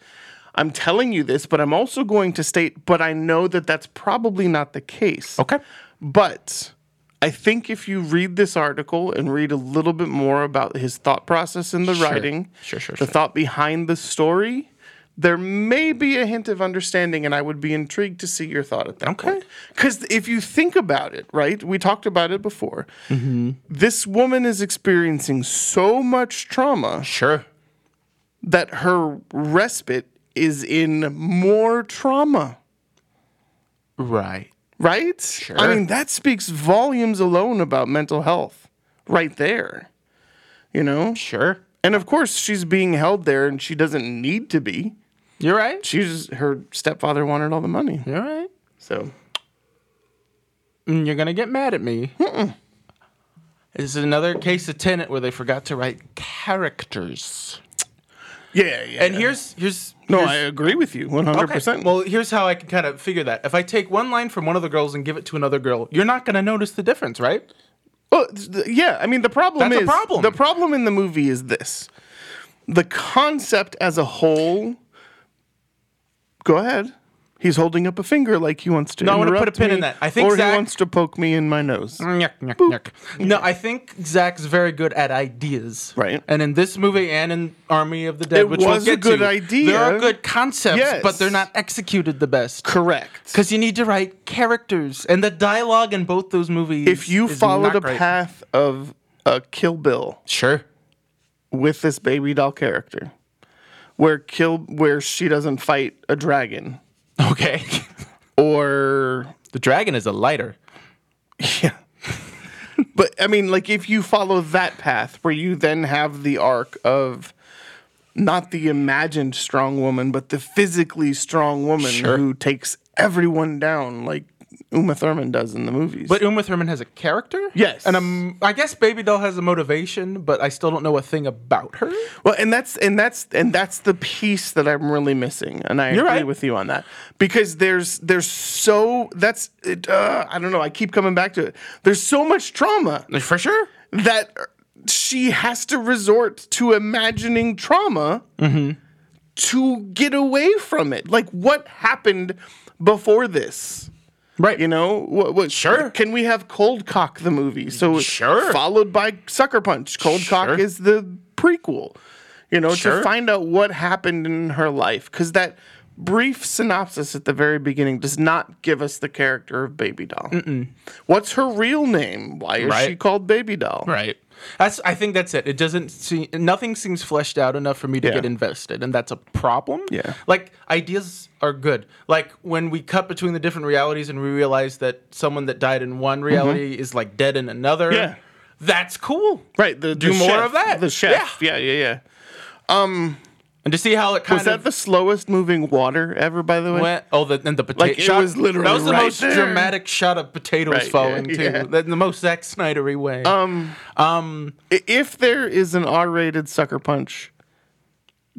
[SPEAKER 1] I'm telling you this, but I'm also going to state, but I know that that's probably not the case.
[SPEAKER 2] Okay.
[SPEAKER 1] But I think if you read this article and read a little bit more about his thought process in the writing,
[SPEAKER 2] Sure, sure,
[SPEAKER 1] the
[SPEAKER 2] sure.
[SPEAKER 1] thought behind the story, there may be a hint of understanding, and I would be intrigued to see your thought at that
[SPEAKER 2] Okay.
[SPEAKER 1] Because if you think about it, right, we talked about it before.
[SPEAKER 2] Mm-hmm.
[SPEAKER 1] This woman is experiencing so much trauma
[SPEAKER 2] Sure.
[SPEAKER 1] that her respite is in more trauma.
[SPEAKER 2] Right.
[SPEAKER 1] Right?
[SPEAKER 2] Sure.
[SPEAKER 1] I mean, that speaks volumes alone about mental health right there. You know?
[SPEAKER 2] Sure.
[SPEAKER 1] And of course, she's being held there and she doesn't need to be.
[SPEAKER 2] You're right.
[SPEAKER 1] She's her stepfather wanted all the money.
[SPEAKER 2] You're right.
[SPEAKER 1] So,
[SPEAKER 2] And you're gonna get mad at me. This is another case of Tenant where they forgot to write characters.
[SPEAKER 1] yeah, yeah.
[SPEAKER 2] And here's here's
[SPEAKER 1] No,
[SPEAKER 2] here's-
[SPEAKER 1] I agree with you 100%.
[SPEAKER 2] Okay. Well, here's how I can kind of figure that. If I take one line from one of the girls and give it to another girl, you're not going to notice the difference, right?
[SPEAKER 1] Well, oh, th- th- yeah, I mean the problem
[SPEAKER 2] That's a
[SPEAKER 1] is
[SPEAKER 2] problem.
[SPEAKER 1] the problem in the movie is this: the concept as a whole. Go ahead. He's holding up a finger like he wants to.
[SPEAKER 2] No, I wanna put
[SPEAKER 1] interrupt
[SPEAKER 2] a pin in
[SPEAKER 1] me,
[SPEAKER 2] that. I think
[SPEAKER 1] or
[SPEAKER 2] Zach-
[SPEAKER 1] he wants to poke me in my nose.
[SPEAKER 2] Nyuk, nyuk, nyuk. No, I think Zach's very good at ideas.
[SPEAKER 1] Right.
[SPEAKER 2] And in this movie and in Army of the Dead,
[SPEAKER 1] It
[SPEAKER 2] which we'll
[SPEAKER 1] was a
[SPEAKER 2] get
[SPEAKER 1] good
[SPEAKER 2] to,
[SPEAKER 1] idea.
[SPEAKER 2] There are good concepts,
[SPEAKER 1] Yes.
[SPEAKER 2] but they're not executed the best.
[SPEAKER 1] Correct.
[SPEAKER 2] Because you need to write characters, and the dialogue in both those movies.
[SPEAKER 1] If you
[SPEAKER 2] is
[SPEAKER 1] follow
[SPEAKER 2] not
[SPEAKER 1] the
[SPEAKER 2] great.
[SPEAKER 1] path of a Kill Bill
[SPEAKER 2] sure.
[SPEAKER 1] with this baby doll character, where Kill where she doesn't fight a dragon
[SPEAKER 2] Okay. <laughs>
[SPEAKER 1] or
[SPEAKER 2] the dragon is a lighter.
[SPEAKER 1] Yeah. but I mean, like if you follow that path where you then have the arc of not the imagined strong woman, but the physically strong woman
[SPEAKER 2] Sure.
[SPEAKER 1] who takes everyone down, like Uma Thurman does in the movies.
[SPEAKER 2] But Uma Thurman has a character?
[SPEAKER 1] Yes.
[SPEAKER 2] And um, I guess Baby Doll has a motivation, but I still don't know a thing about her.
[SPEAKER 1] Well, and that's and that's and that's the piece that I'm really missing, and I agree
[SPEAKER 2] right.
[SPEAKER 1] with you on that because there's there's so that's it, uh, I don't know I keep coming back to it. There's so much trauma
[SPEAKER 2] For sure.
[SPEAKER 1] that she has to resort to imagining trauma to get away from it. Like what happened before this?
[SPEAKER 2] Right.
[SPEAKER 1] You know what? what
[SPEAKER 2] Sure.
[SPEAKER 1] Can we have Cold Cock the movie? So it's
[SPEAKER 2] Sure.
[SPEAKER 1] Followed by Sucker Punch. Cold
[SPEAKER 2] Sure.
[SPEAKER 1] Cock is the prequel. You know
[SPEAKER 2] Sure.
[SPEAKER 1] to find out what happened in her life because that brief synopsis at the very beginning does not give us the character of Baby Doll. What's her real name? Why is she
[SPEAKER 2] Right.
[SPEAKER 1] called Baby Doll?
[SPEAKER 2] Right. That's. I think that's it. It doesn't seem. Nothing seems fleshed out enough for me to
[SPEAKER 1] Yeah.
[SPEAKER 2] get invested, and that's a problem.
[SPEAKER 1] Yeah.
[SPEAKER 2] Like ideas are good. Like when we cut between the different realities and we realize that someone that died in one reality is like dead in another.
[SPEAKER 1] Mm-hmm. Yeah.
[SPEAKER 2] That's cool.
[SPEAKER 1] Right. The
[SPEAKER 2] Do
[SPEAKER 1] the
[SPEAKER 2] more
[SPEAKER 1] chef-
[SPEAKER 2] of that.
[SPEAKER 1] The chef. Yeah. Yeah. Yeah.
[SPEAKER 2] And to see how it kind
[SPEAKER 1] Was that
[SPEAKER 2] of
[SPEAKER 1] the slowest moving water ever? By the way.
[SPEAKER 2] went. Oh, the and the potato.
[SPEAKER 1] Like, it
[SPEAKER 2] shot,
[SPEAKER 1] was literally
[SPEAKER 2] that was the
[SPEAKER 1] right
[SPEAKER 2] most
[SPEAKER 1] there.
[SPEAKER 2] dramatic shot of potatoes
[SPEAKER 1] Right, yeah,
[SPEAKER 2] falling too.
[SPEAKER 1] yeah.
[SPEAKER 2] The, the most Zack Snydery way. Um.
[SPEAKER 1] I- If there is an R-rated Sucker Punch,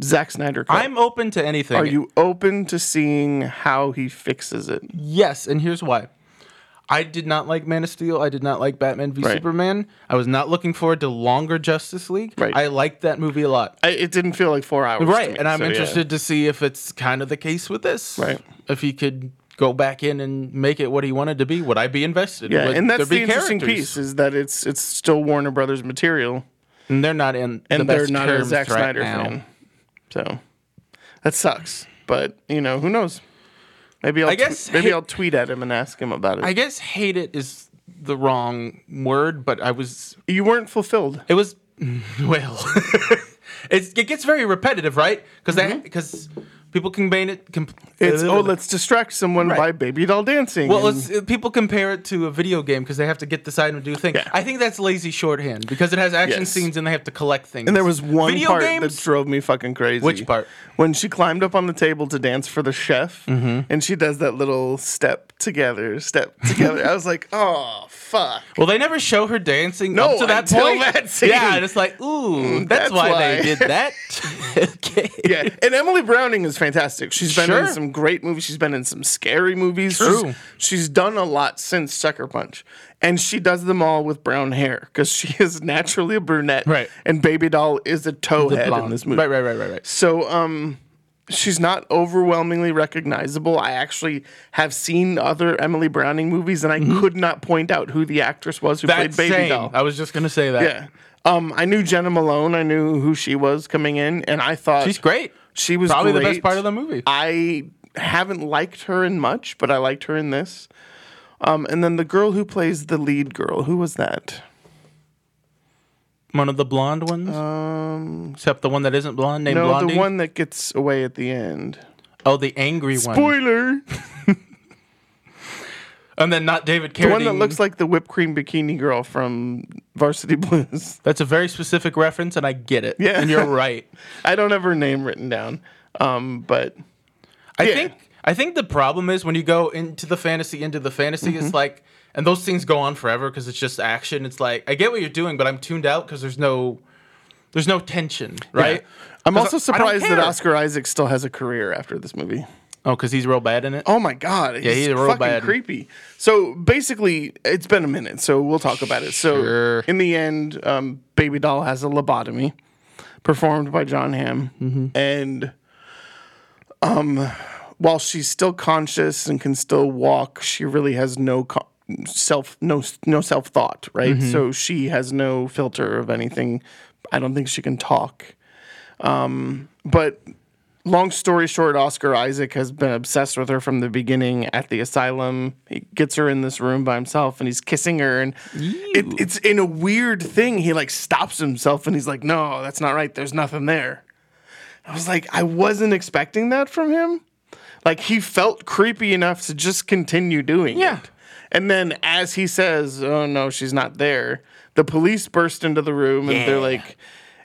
[SPEAKER 1] Zack Snyder. Cut,
[SPEAKER 2] I'm open to anything.
[SPEAKER 1] Are you open to seeing how he fixes it?
[SPEAKER 2] Yes, and here's why. I did not like Man of Steel. I did not like Batman v
[SPEAKER 1] Right.
[SPEAKER 2] Superman. I was not looking forward to longer Justice League.
[SPEAKER 1] Right.
[SPEAKER 2] I liked that movie a lot.
[SPEAKER 1] I, it didn't feel like four hours. to
[SPEAKER 2] right,
[SPEAKER 1] me,
[SPEAKER 2] and I'm
[SPEAKER 1] so yeah.
[SPEAKER 2] interested to see if it's kind of the case with this.
[SPEAKER 1] Right.
[SPEAKER 2] If he could go back in and make it what he wanted to be, would I be invested?
[SPEAKER 1] Yeah,
[SPEAKER 2] Would
[SPEAKER 1] and that's
[SPEAKER 2] there be
[SPEAKER 1] the interesting
[SPEAKER 2] characters?
[SPEAKER 1] piece is that it's it's still Warner Brothers material,
[SPEAKER 2] And they're not in
[SPEAKER 1] and
[SPEAKER 2] the
[SPEAKER 1] they're
[SPEAKER 2] best
[SPEAKER 1] not a
[SPEAKER 2] terms
[SPEAKER 1] Zack
[SPEAKER 2] right
[SPEAKER 1] Snyder
[SPEAKER 2] now.
[SPEAKER 1] fan. So that sucks. But you know who knows? Maybe I'll
[SPEAKER 2] I guess
[SPEAKER 1] tw- maybe
[SPEAKER 2] he-
[SPEAKER 1] I'll tweet at him and ask him about it.
[SPEAKER 2] I guess hate it is the wrong word, but I was
[SPEAKER 1] you weren't fulfilled.
[SPEAKER 2] It was <laughs> well. <laughs> it's, it gets very repetitive, right? Because because people complain it. Com-
[SPEAKER 1] Mm-hmm. It's oh, let's distract someone
[SPEAKER 2] Right.
[SPEAKER 1] by baby doll dancing.
[SPEAKER 2] well,
[SPEAKER 1] and-
[SPEAKER 2] it's, uh, people compare it to a video game because they have to get the side and do things.
[SPEAKER 1] Yeah.
[SPEAKER 2] I think that's lazy shorthand because it has action
[SPEAKER 1] Yes.
[SPEAKER 2] scenes and they have to collect things.
[SPEAKER 1] and there was one
[SPEAKER 2] video
[SPEAKER 1] part
[SPEAKER 2] games.
[SPEAKER 1] that drove me fucking crazy.
[SPEAKER 2] Which part?
[SPEAKER 1] When she climbed up on the table to dance for the chef,
[SPEAKER 2] Mm-hmm.
[SPEAKER 1] and she does that little step together, step together. I was like, <laughs> oh fuck.
[SPEAKER 2] well, they never show her dancing
[SPEAKER 1] No,
[SPEAKER 2] up to that
[SPEAKER 1] until
[SPEAKER 2] point.
[SPEAKER 1] that scene.
[SPEAKER 2] <laughs>
[SPEAKER 1] Mm,
[SPEAKER 2] Yeah, and it's like, ooh, that's,
[SPEAKER 1] that's
[SPEAKER 2] why,
[SPEAKER 1] why.
[SPEAKER 2] they did that.
[SPEAKER 1] <laughs>
[SPEAKER 2] okay.
[SPEAKER 1] Yeah, and Emily Browning is fantastic. She's been in
[SPEAKER 2] Sure.
[SPEAKER 1] some great movies. She's been in some scary movies. She's-
[SPEAKER 2] True.
[SPEAKER 1] She's, done a lot since Sucker Punch, and she does them all with brown hair because she <laughs> is naturally a brunette.
[SPEAKER 2] Right.
[SPEAKER 1] And Baby Doll is a
[SPEAKER 2] The
[SPEAKER 1] towhead in
[SPEAKER 2] blonde.
[SPEAKER 1] this movie.
[SPEAKER 2] Right, right, right, right, right.
[SPEAKER 1] So, um, she's not overwhelmingly recognizable. I actually have seen other Emily Browning movies, and I could not point out who the actress was who
[SPEAKER 2] Mm-hmm. That's
[SPEAKER 1] played Baby
[SPEAKER 2] same.
[SPEAKER 1] Doll.
[SPEAKER 2] I was just gonna say that.
[SPEAKER 1] Yeah. Um, I knew Jenna Malone. I knew who she was coming in, and I thought
[SPEAKER 2] she's great.
[SPEAKER 1] She was
[SPEAKER 2] Probably the best
[SPEAKER 1] great.
[SPEAKER 2] part of the movie.
[SPEAKER 1] I haven't liked her in much, but I liked her in this. Um, and then the girl who plays the lead girl, who was that?
[SPEAKER 2] One of the blonde ones? Um, Except the one that isn't blonde, named
[SPEAKER 1] No,
[SPEAKER 2] Blondie?
[SPEAKER 1] the one that gets away at the end.
[SPEAKER 2] Oh, the angry one.
[SPEAKER 1] Spoiler!
[SPEAKER 2] And then not David Carradine.
[SPEAKER 1] The one that looks like the whipped cream bikini girl from Varsity <laughs> Blues.
[SPEAKER 2] That's a very specific reference, and I get it.
[SPEAKER 1] Yeah.
[SPEAKER 2] And
[SPEAKER 1] <laughs>
[SPEAKER 2] you're right.
[SPEAKER 1] I don't have her name written down, um, but
[SPEAKER 2] I
[SPEAKER 1] Yeah.
[SPEAKER 2] think I think the problem is when you go into the fantasy, into the fantasy,
[SPEAKER 1] Mm-hmm.
[SPEAKER 2] it's like, and those things go on forever because it's just action. It's like, I get what you're doing, but I'm tuned out because there's no. There's no tension, right?
[SPEAKER 1] I'm
[SPEAKER 2] 'Cause
[SPEAKER 1] also
[SPEAKER 2] I- I don't
[SPEAKER 1] surprised that
[SPEAKER 2] care.
[SPEAKER 1] Oscar Isaac still has a career after this movie.
[SPEAKER 2] Oh, because he's real bad in it.
[SPEAKER 1] Oh my god, he's,
[SPEAKER 2] he's a real
[SPEAKER 1] fucking
[SPEAKER 2] bad-
[SPEAKER 1] creepy. So basically, it's been a minute, so we'll talk about it. So
[SPEAKER 2] Sure.
[SPEAKER 1] in the end, um, Baby Doll has a lobotomy performed by John Hamm,
[SPEAKER 2] Mm-hmm.
[SPEAKER 1] and um, while she's still conscious and can still walk, she really has no co- self no no self thought, right?
[SPEAKER 2] Mm-hmm.
[SPEAKER 1] So she has no filter of anything. I don't think she can talk but long story short, Oscar Isaac has been obsessed with her from the beginning at the asylum. He gets her in this room by himself and he's kissing her. And it, it's in a weird thing. He like stops himself and he's like, no, that's not right. There's nothing there. I was like, I wasn't expecting that from him. Like he felt creepy enough to just continue doing
[SPEAKER 2] Yeah.
[SPEAKER 1] it. And then as he says, "Oh no, she's not there," the police burst into the room and they're
[SPEAKER 2] Yeah.
[SPEAKER 1] like,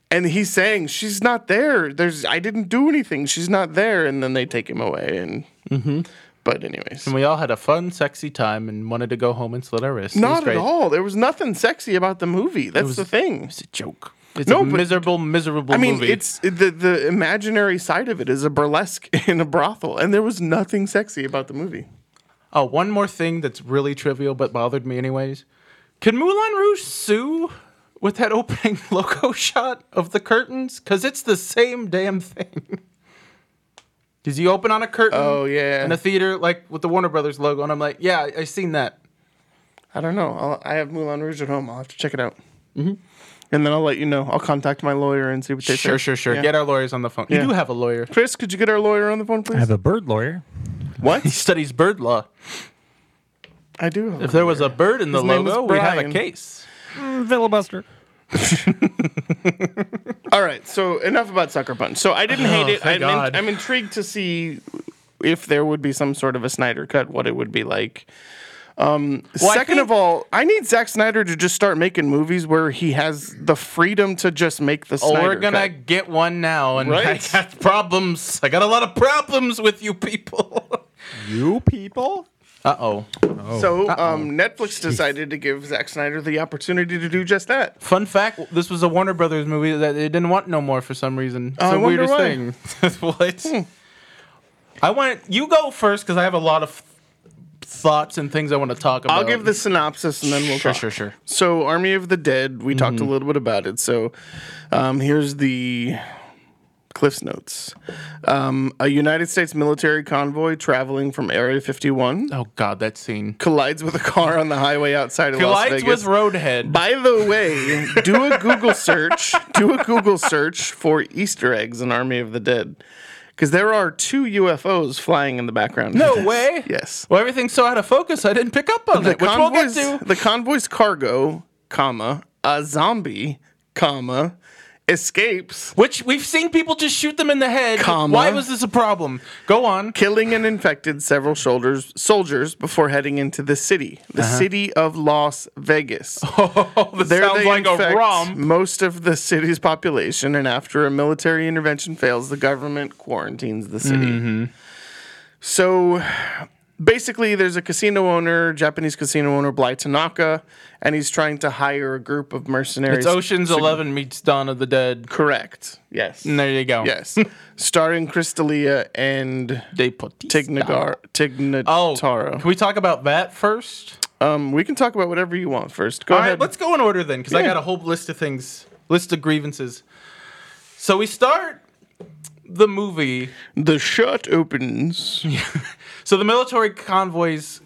[SPEAKER 1] and he's saying, "She's not there. There's I didn't do anything. She's not there." And then they take him away. And
[SPEAKER 2] Mm-hmm.
[SPEAKER 1] but anyways,
[SPEAKER 2] And we all had a fun, sexy time and wanted to go home and slit our wrists. It was
[SPEAKER 1] not at
[SPEAKER 2] great.
[SPEAKER 1] all. There was nothing sexy about the movie. That's the thing.
[SPEAKER 2] It's a joke. It's
[SPEAKER 1] No,
[SPEAKER 2] a
[SPEAKER 1] but-
[SPEAKER 2] miserable, miserable
[SPEAKER 1] I mean,
[SPEAKER 2] movie.
[SPEAKER 1] it's the the imaginary side of it is a burlesque <laughs> in a brothel, and there was nothing sexy about the movie.
[SPEAKER 2] Oh, one more thing that's really trivial but bothered me anyways. Can Moulin Rouge sue with that <laughs> opening logo shot of the curtains? Because it's the same damn thing. <laughs> Does he open on a curtain
[SPEAKER 1] Oh yeah,
[SPEAKER 2] in a theater like with the Warner Brothers logo? And I'm like, yeah, I, I seen that.
[SPEAKER 1] I don't know. I'll, I have Moulin Rouge at home. I'll have to check it out.
[SPEAKER 2] Mm-hmm.
[SPEAKER 1] And then I'll let you know. I'll contact my lawyer and see what they say.
[SPEAKER 2] Sure, sure, sure.
[SPEAKER 1] Yeah.
[SPEAKER 2] Get our lawyers on the phone.
[SPEAKER 1] Yeah.
[SPEAKER 2] You do have a lawyer.
[SPEAKER 1] Chris, could you get our lawyer on the phone,
[SPEAKER 3] I
[SPEAKER 1] please?
[SPEAKER 3] have a bird lawyer.
[SPEAKER 2] He
[SPEAKER 1] what?
[SPEAKER 2] studies bird law.
[SPEAKER 1] I do. Have
[SPEAKER 2] If there was a bird in the
[SPEAKER 1] His name is
[SPEAKER 2] logo, we'd have a
[SPEAKER 1] Brian.
[SPEAKER 2] case.
[SPEAKER 3] filibuster.
[SPEAKER 1] All right. So enough about Sucker Punch. So I didn't hate
[SPEAKER 2] Oh,
[SPEAKER 1] it.
[SPEAKER 2] thank
[SPEAKER 1] I'm,
[SPEAKER 2] God.
[SPEAKER 1] I'm intrigued to see if there would be some sort of a Snyder cut. What it would be like. Um,
[SPEAKER 2] Well, I
[SPEAKER 1] second
[SPEAKER 2] think-
[SPEAKER 1] of all, I need Zack Snyder to just start making movies where he has the freedom to just make the Snyder
[SPEAKER 2] Oh, We're gonna
[SPEAKER 1] cut.
[SPEAKER 2] get one now, and <laughs>
[SPEAKER 1] Right?
[SPEAKER 2] I got problems. I got a lot of problems with you people. <laughs>
[SPEAKER 3] You people.
[SPEAKER 2] Uh oh.
[SPEAKER 1] so um, Netflix decided to give Zack Snyder the opportunity to do just that.
[SPEAKER 2] Fun fact: This was a Warner Brothers movie that they didn't want no more for some reason. It's
[SPEAKER 1] Uh, I
[SPEAKER 2] the
[SPEAKER 1] wonder Hmm.
[SPEAKER 2] weirdest thing. <laughs> what? I want you go first because I have a lot of thoughts and things I want to talk about.
[SPEAKER 1] I'll give the synopsis and then we'll
[SPEAKER 2] Sure,
[SPEAKER 1] talk.
[SPEAKER 2] sure, Mm-hmm. sure.
[SPEAKER 1] So, Army of the Dead, we talked a little bit about it. So, um, here's the Cliff's notes. Um, a United States military convoy traveling from Area 51
[SPEAKER 2] Oh God, that scene
[SPEAKER 1] collides with a car on the highway outside of Las
[SPEAKER 2] collides
[SPEAKER 1] Vegas.
[SPEAKER 2] with Roadhead.
[SPEAKER 1] By the way, do a Google search. Do a Google search for Easter eggs in Army of the Dead, because there are two UFOs flying in the background.
[SPEAKER 2] No way.
[SPEAKER 1] Yes.
[SPEAKER 2] Well, everything's so out of focus. I didn't pick up on
[SPEAKER 1] the
[SPEAKER 2] it, which we'll get
[SPEAKER 1] convoy's,
[SPEAKER 2] to.
[SPEAKER 1] the convoy's cargo, comma, a zombie, comma, escapes,
[SPEAKER 2] Which we've seen people just shoot them in the head.
[SPEAKER 1] Comma.
[SPEAKER 2] Why was this a problem? Go on.
[SPEAKER 1] killing and infected several soldiers soldiers before heading into the city, the
[SPEAKER 2] Uh-huh.
[SPEAKER 1] city of Las Vegas.
[SPEAKER 2] Oh, this
[SPEAKER 1] <laughs> There
[SPEAKER 2] sounds
[SPEAKER 1] they
[SPEAKER 2] like a
[SPEAKER 1] infect
[SPEAKER 2] rom.
[SPEAKER 1] most of the city's population, and after a military intervention fails, the government quarantines the city.
[SPEAKER 2] Mm-hmm.
[SPEAKER 1] So basically, there's a casino owner, Japanese casino owner Bly Tanaka, and he's trying to hire a group of mercenaries.
[SPEAKER 2] It's Ocean's Eleven meets Dawn of the Dead.
[SPEAKER 1] Correct. Yes.
[SPEAKER 2] And there you go.
[SPEAKER 1] Yes. <laughs> Starring Crystalia and
[SPEAKER 2] De Potista.
[SPEAKER 1] Tignagar
[SPEAKER 2] Oh,
[SPEAKER 1] Tignataro.
[SPEAKER 2] can we talk about that first?
[SPEAKER 1] Um, we can talk about whatever you want first. Go
[SPEAKER 2] Oh. All
[SPEAKER 1] ahead.
[SPEAKER 2] right, let's go in order then, because I
[SPEAKER 1] Yeah.
[SPEAKER 2] got a whole list of things, list of grievances. So we start the movie.
[SPEAKER 1] the shut opens.
[SPEAKER 2] So the military convoys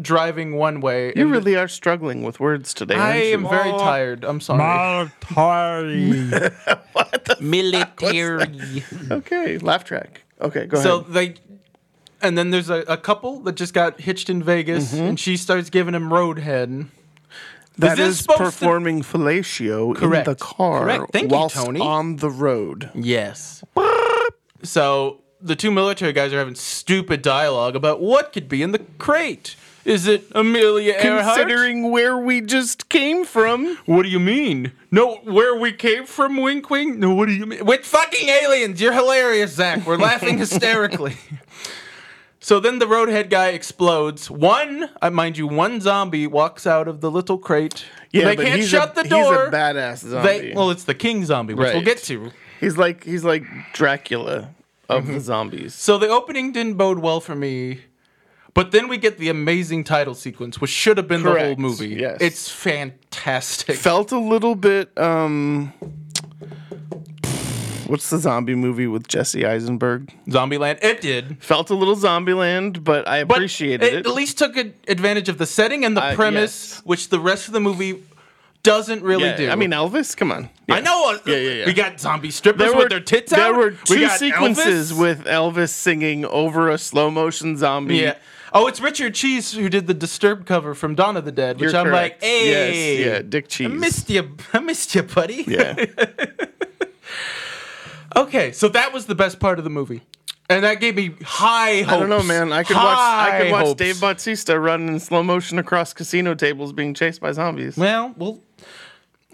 [SPEAKER 2] driving one way.
[SPEAKER 1] You
[SPEAKER 2] and
[SPEAKER 1] really are struggling with words today.
[SPEAKER 2] I
[SPEAKER 1] aren't you?
[SPEAKER 2] am very tired. I'm sorry.
[SPEAKER 3] Maltari.
[SPEAKER 2] <laughs> Military.
[SPEAKER 1] Okay. Laugh track. Okay. Go
[SPEAKER 2] So
[SPEAKER 1] ahead.
[SPEAKER 2] they, and then there's a, a couple that just got hitched in Vegas,
[SPEAKER 1] Mm-hmm.
[SPEAKER 2] and she starts giving him roadhead.
[SPEAKER 1] That
[SPEAKER 2] this
[SPEAKER 1] is
[SPEAKER 2] supposed to-
[SPEAKER 1] performing fellatio
[SPEAKER 2] Correct.
[SPEAKER 1] in the car
[SPEAKER 2] Correct. Thank you,
[SPEAKER 1] whilst
[SPEAKER 2] Tony.
[SPEAKER 1] on the road.
[SPEAKER 2] Yes. So the two military guys are having stupid dialogue about what could be in the crate. Is it Amelia Earhart?
[SPEAKER 1] Considering where we just came from,
[SPEAKER 2] What do you mean? No, where we came from, wink wink? No, what do you mean? With fucking aliens! You're hilarious, Zach. We're
[SPEAKER 1] <laughs>
[SPEAKER 2] laughing hysterically. So then the roadhead guy explodes. One, uh, mind you, one zombie walks out of the little crate. they
[SPEAKER 1] but
[SPEAKER 2] can't
[SPEAKER 1] he's
[SPEAKER 2] shut
[SPEAKER 1] a,
[SPEAKER 2] the door.
[SPEAKER 1] He's a badass zombie.
[SPEAKER 2] They, well, it's the king zombie, which we'll
[SPEAKER 1] Right.
[SPEAKER 2] get to.
[SPEAKER 1] He's like he's like Dracula of
[SPEAKER 2] Mm-hmm.
[SPEAKER 1] the zombies.
[SPEAKER 2] So the opening didn't bode well for me. But then we get the amazing title sequence, which should have been the whole
[SPEAKER 1] Correct,
[SPEAKER 2] movie.
[SPEAKER 1] yes.
[SPEAKER 2] It's fantastic.
[SPEAKER 1] Felt a little bit um what's the zombie movie with Jesse Eisenberg?
[SPEAKER 2] Zombieland, it did.
[SPEAKER 1] Felt a little Zombieland, but I
[SPEAKER 2] But
[SPEAKER 1] appreciated
[SPEAKER 2] it,
[SPEAKER 1] it.
[SPEAKER 2] at least took ad- advantage of the setting and the
[SPEAKER 1] Uh,
[SPEAKER 2] premise,
[SPEAKER 1] yes.
[SPEAKER 2] which the rest of the movie doesn't really
[SPEAKER 1] Yeah,
[SPEAKER 2] do.
[SPEAKER 1] I mean Elvis, come on.
[SPEAKER 2] I know. uh,
[SPEAKER 1] Yeah, yeah, yeah.
[SPEAKER 2] We got zombie strippers with their tits
[SPEAKER 1] there
[SPEAKER 2] out.
[SPEAKER 1] were
[SPEAKER 2] we
[SPEAKER 1] two
[SPEAKER 2] got
[SPEAKER 1] sequences
[SPEAKER 2] Elvis.
[SPEAKER 1] with Elvis singing over a slow motion zombie.
[SPEAKER 2] Yeah. Oh, it's Richard Cheese who did the Disturbed cover from Dawn of the Dead, which
[SPEAKER 1] You're
[SPEAKER 2] I'm
[SPEAKER 1] correct.
[SPEAKER 2] like, hey,
[SPEAKER 1] Yes, yeah, Dick Cheese.
[SPEAKER 2] I missed you, I missed you, <laughs> buddy.
[SPEAKER 1] yeah.
[SPEAKER 2] Okay, so that was the best part of the movie. and that gave me high hopes.
[SPEAKER 1] I don't know, man. I could watch. I
[SPEAKER 2] High
[SPEAKER 1] could watch
[SPEAKER 2] hopes.
[SPEAKER 1] Dave Bautista run in slow motion across casino tables, being chased by zombies.
[SPEAKER 2] Well, well.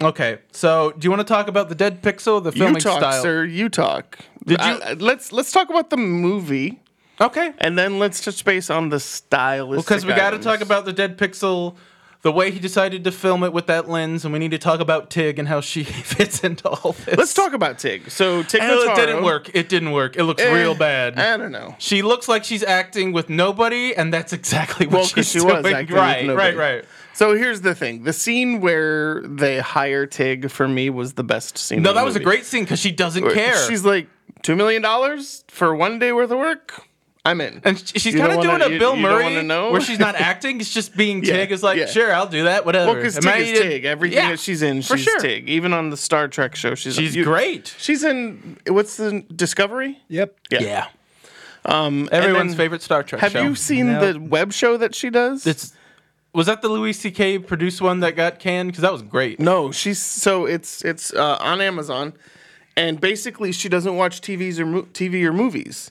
[SPEAKER 2] Okay, so do you want to talk about the dead pixel, the
[SPEAKER 1] You
[SPEAKER 2] filming
[SPEAKER 1] talk,
[SPEAKER 2] style?
[SPEAKER 1] sir. You talk.
[SPEAKER 2] Did
[SPEAKER 1] I-
[SPEAKER 2] you-
[SPEAKER 1] I- let's let's talk about the movie,
[SPEAKER 2] Okay,
[SPEAKER 1] and then let's touch base on the stylistic.
[SPEAKER 2] because we got to
[SPEAKER 1] items.
[SPEAKER 2] talk about the dead pixel, the way he decided to film it with that lens, and we need to talk about Tig and how she <laughs> fits into all this.
[SPEAKER 1] Let's talk about Tig. So Tig
[SPEAKER 2] Oh, it
[SPEAKER 1] Notaro-
[SPEAKER 2] didn't work. It didn't work. It looks
[SPEAKER 1] Eh,
[SPEAKER 2] real bad.
[SPEAKER 1] I don't know.
[SPEAKER 2] she looks like she's acting with nobody, and that's exactly what
[SPEAKER 1] Well, 'cause
[SPEAKER 2] she's
[SPEAKER 1] she
[SPEAKER 2] doing.
[SPEAKER 1] was acting with
[SPEAKER 2] right,
[SPEAKER 1] nobody.
[SPEAKER 2] right, right.
[SPEAKER 1] So here's the thing: the scene where they hire Tig for me was the best scene.
[SPEAKER 2] No,
[SPEAKER 1] of the
[SPEAKER 2] that was a
[SPEAKER 1] movie.
[SPEAKER 2] great scene because she doesn't care.
[SPEAKER 1] She's like two million dollars for one day worth of work. I'm in.
[SPEAKER 2] And sh- she's
[SPEAKER 1] You don't
[SPEAKER 2] kind of
[SPEAKER 1] wanna-
[SPEAKER 2] doing a
[SPEAKER 1] you-
[SPEAKER 2] Bill
[SPEAKER 1] you don't
[SPEAKER 2] Murray
[SPEAKER 1] wanna know? <laughs>
[SPEAKER 2] where she's not acting. It's just being
[SPEAKER 1] Yeah,
[SPEAKER 2] Tig is like,
[SPEAKER 1] yeah.
[SPEAKER 2] sure, I'll do that, whatever.
[SPEAKER 1] well, because
[SPEAKER 2] It
[SPEAKER 1] Tig
[SPEAKER 2] might
[SPEAKER 1] is
[SPEAKER 2] even-
[SPEAKER 1] Tig. Everything
[SPEAKER 2] Yeah,
[SPEAKER 1] that she's in,
[SPEAKER 2] for
[SPEAKER 1] she's
[SPEAKER 2] sure.
[SPEAKER 1] Tig. Even on the Star Trek show, she's
[SPEAKER 2] She's
[SPEAKER 1] you-
[SPEAKER 2] great.
[SPEAKER 1] She's in what's the Discovery?
[SPEAKER 3] <laughs> Yep.
[SPEAKER 2] Yeah. Um, Everyone's
[SPEAKER 1] then-
[SPEAKER 2] favorite Star Trek
[SPEAKER 1] Have
[SPEAKER 2] show.
[SPEAKER 1] you seen
[SPEAKER 3] No.
[SPEAKER 1] the web show that she does?
[SPEAKER 2] It's, was that the Louis C.K. produced one that got canned? Because that was great.
[SPEAKER 1] no, she's so it's it's uh, on Amazon, and basically she doesn't watch TVs or mo- TV or movies.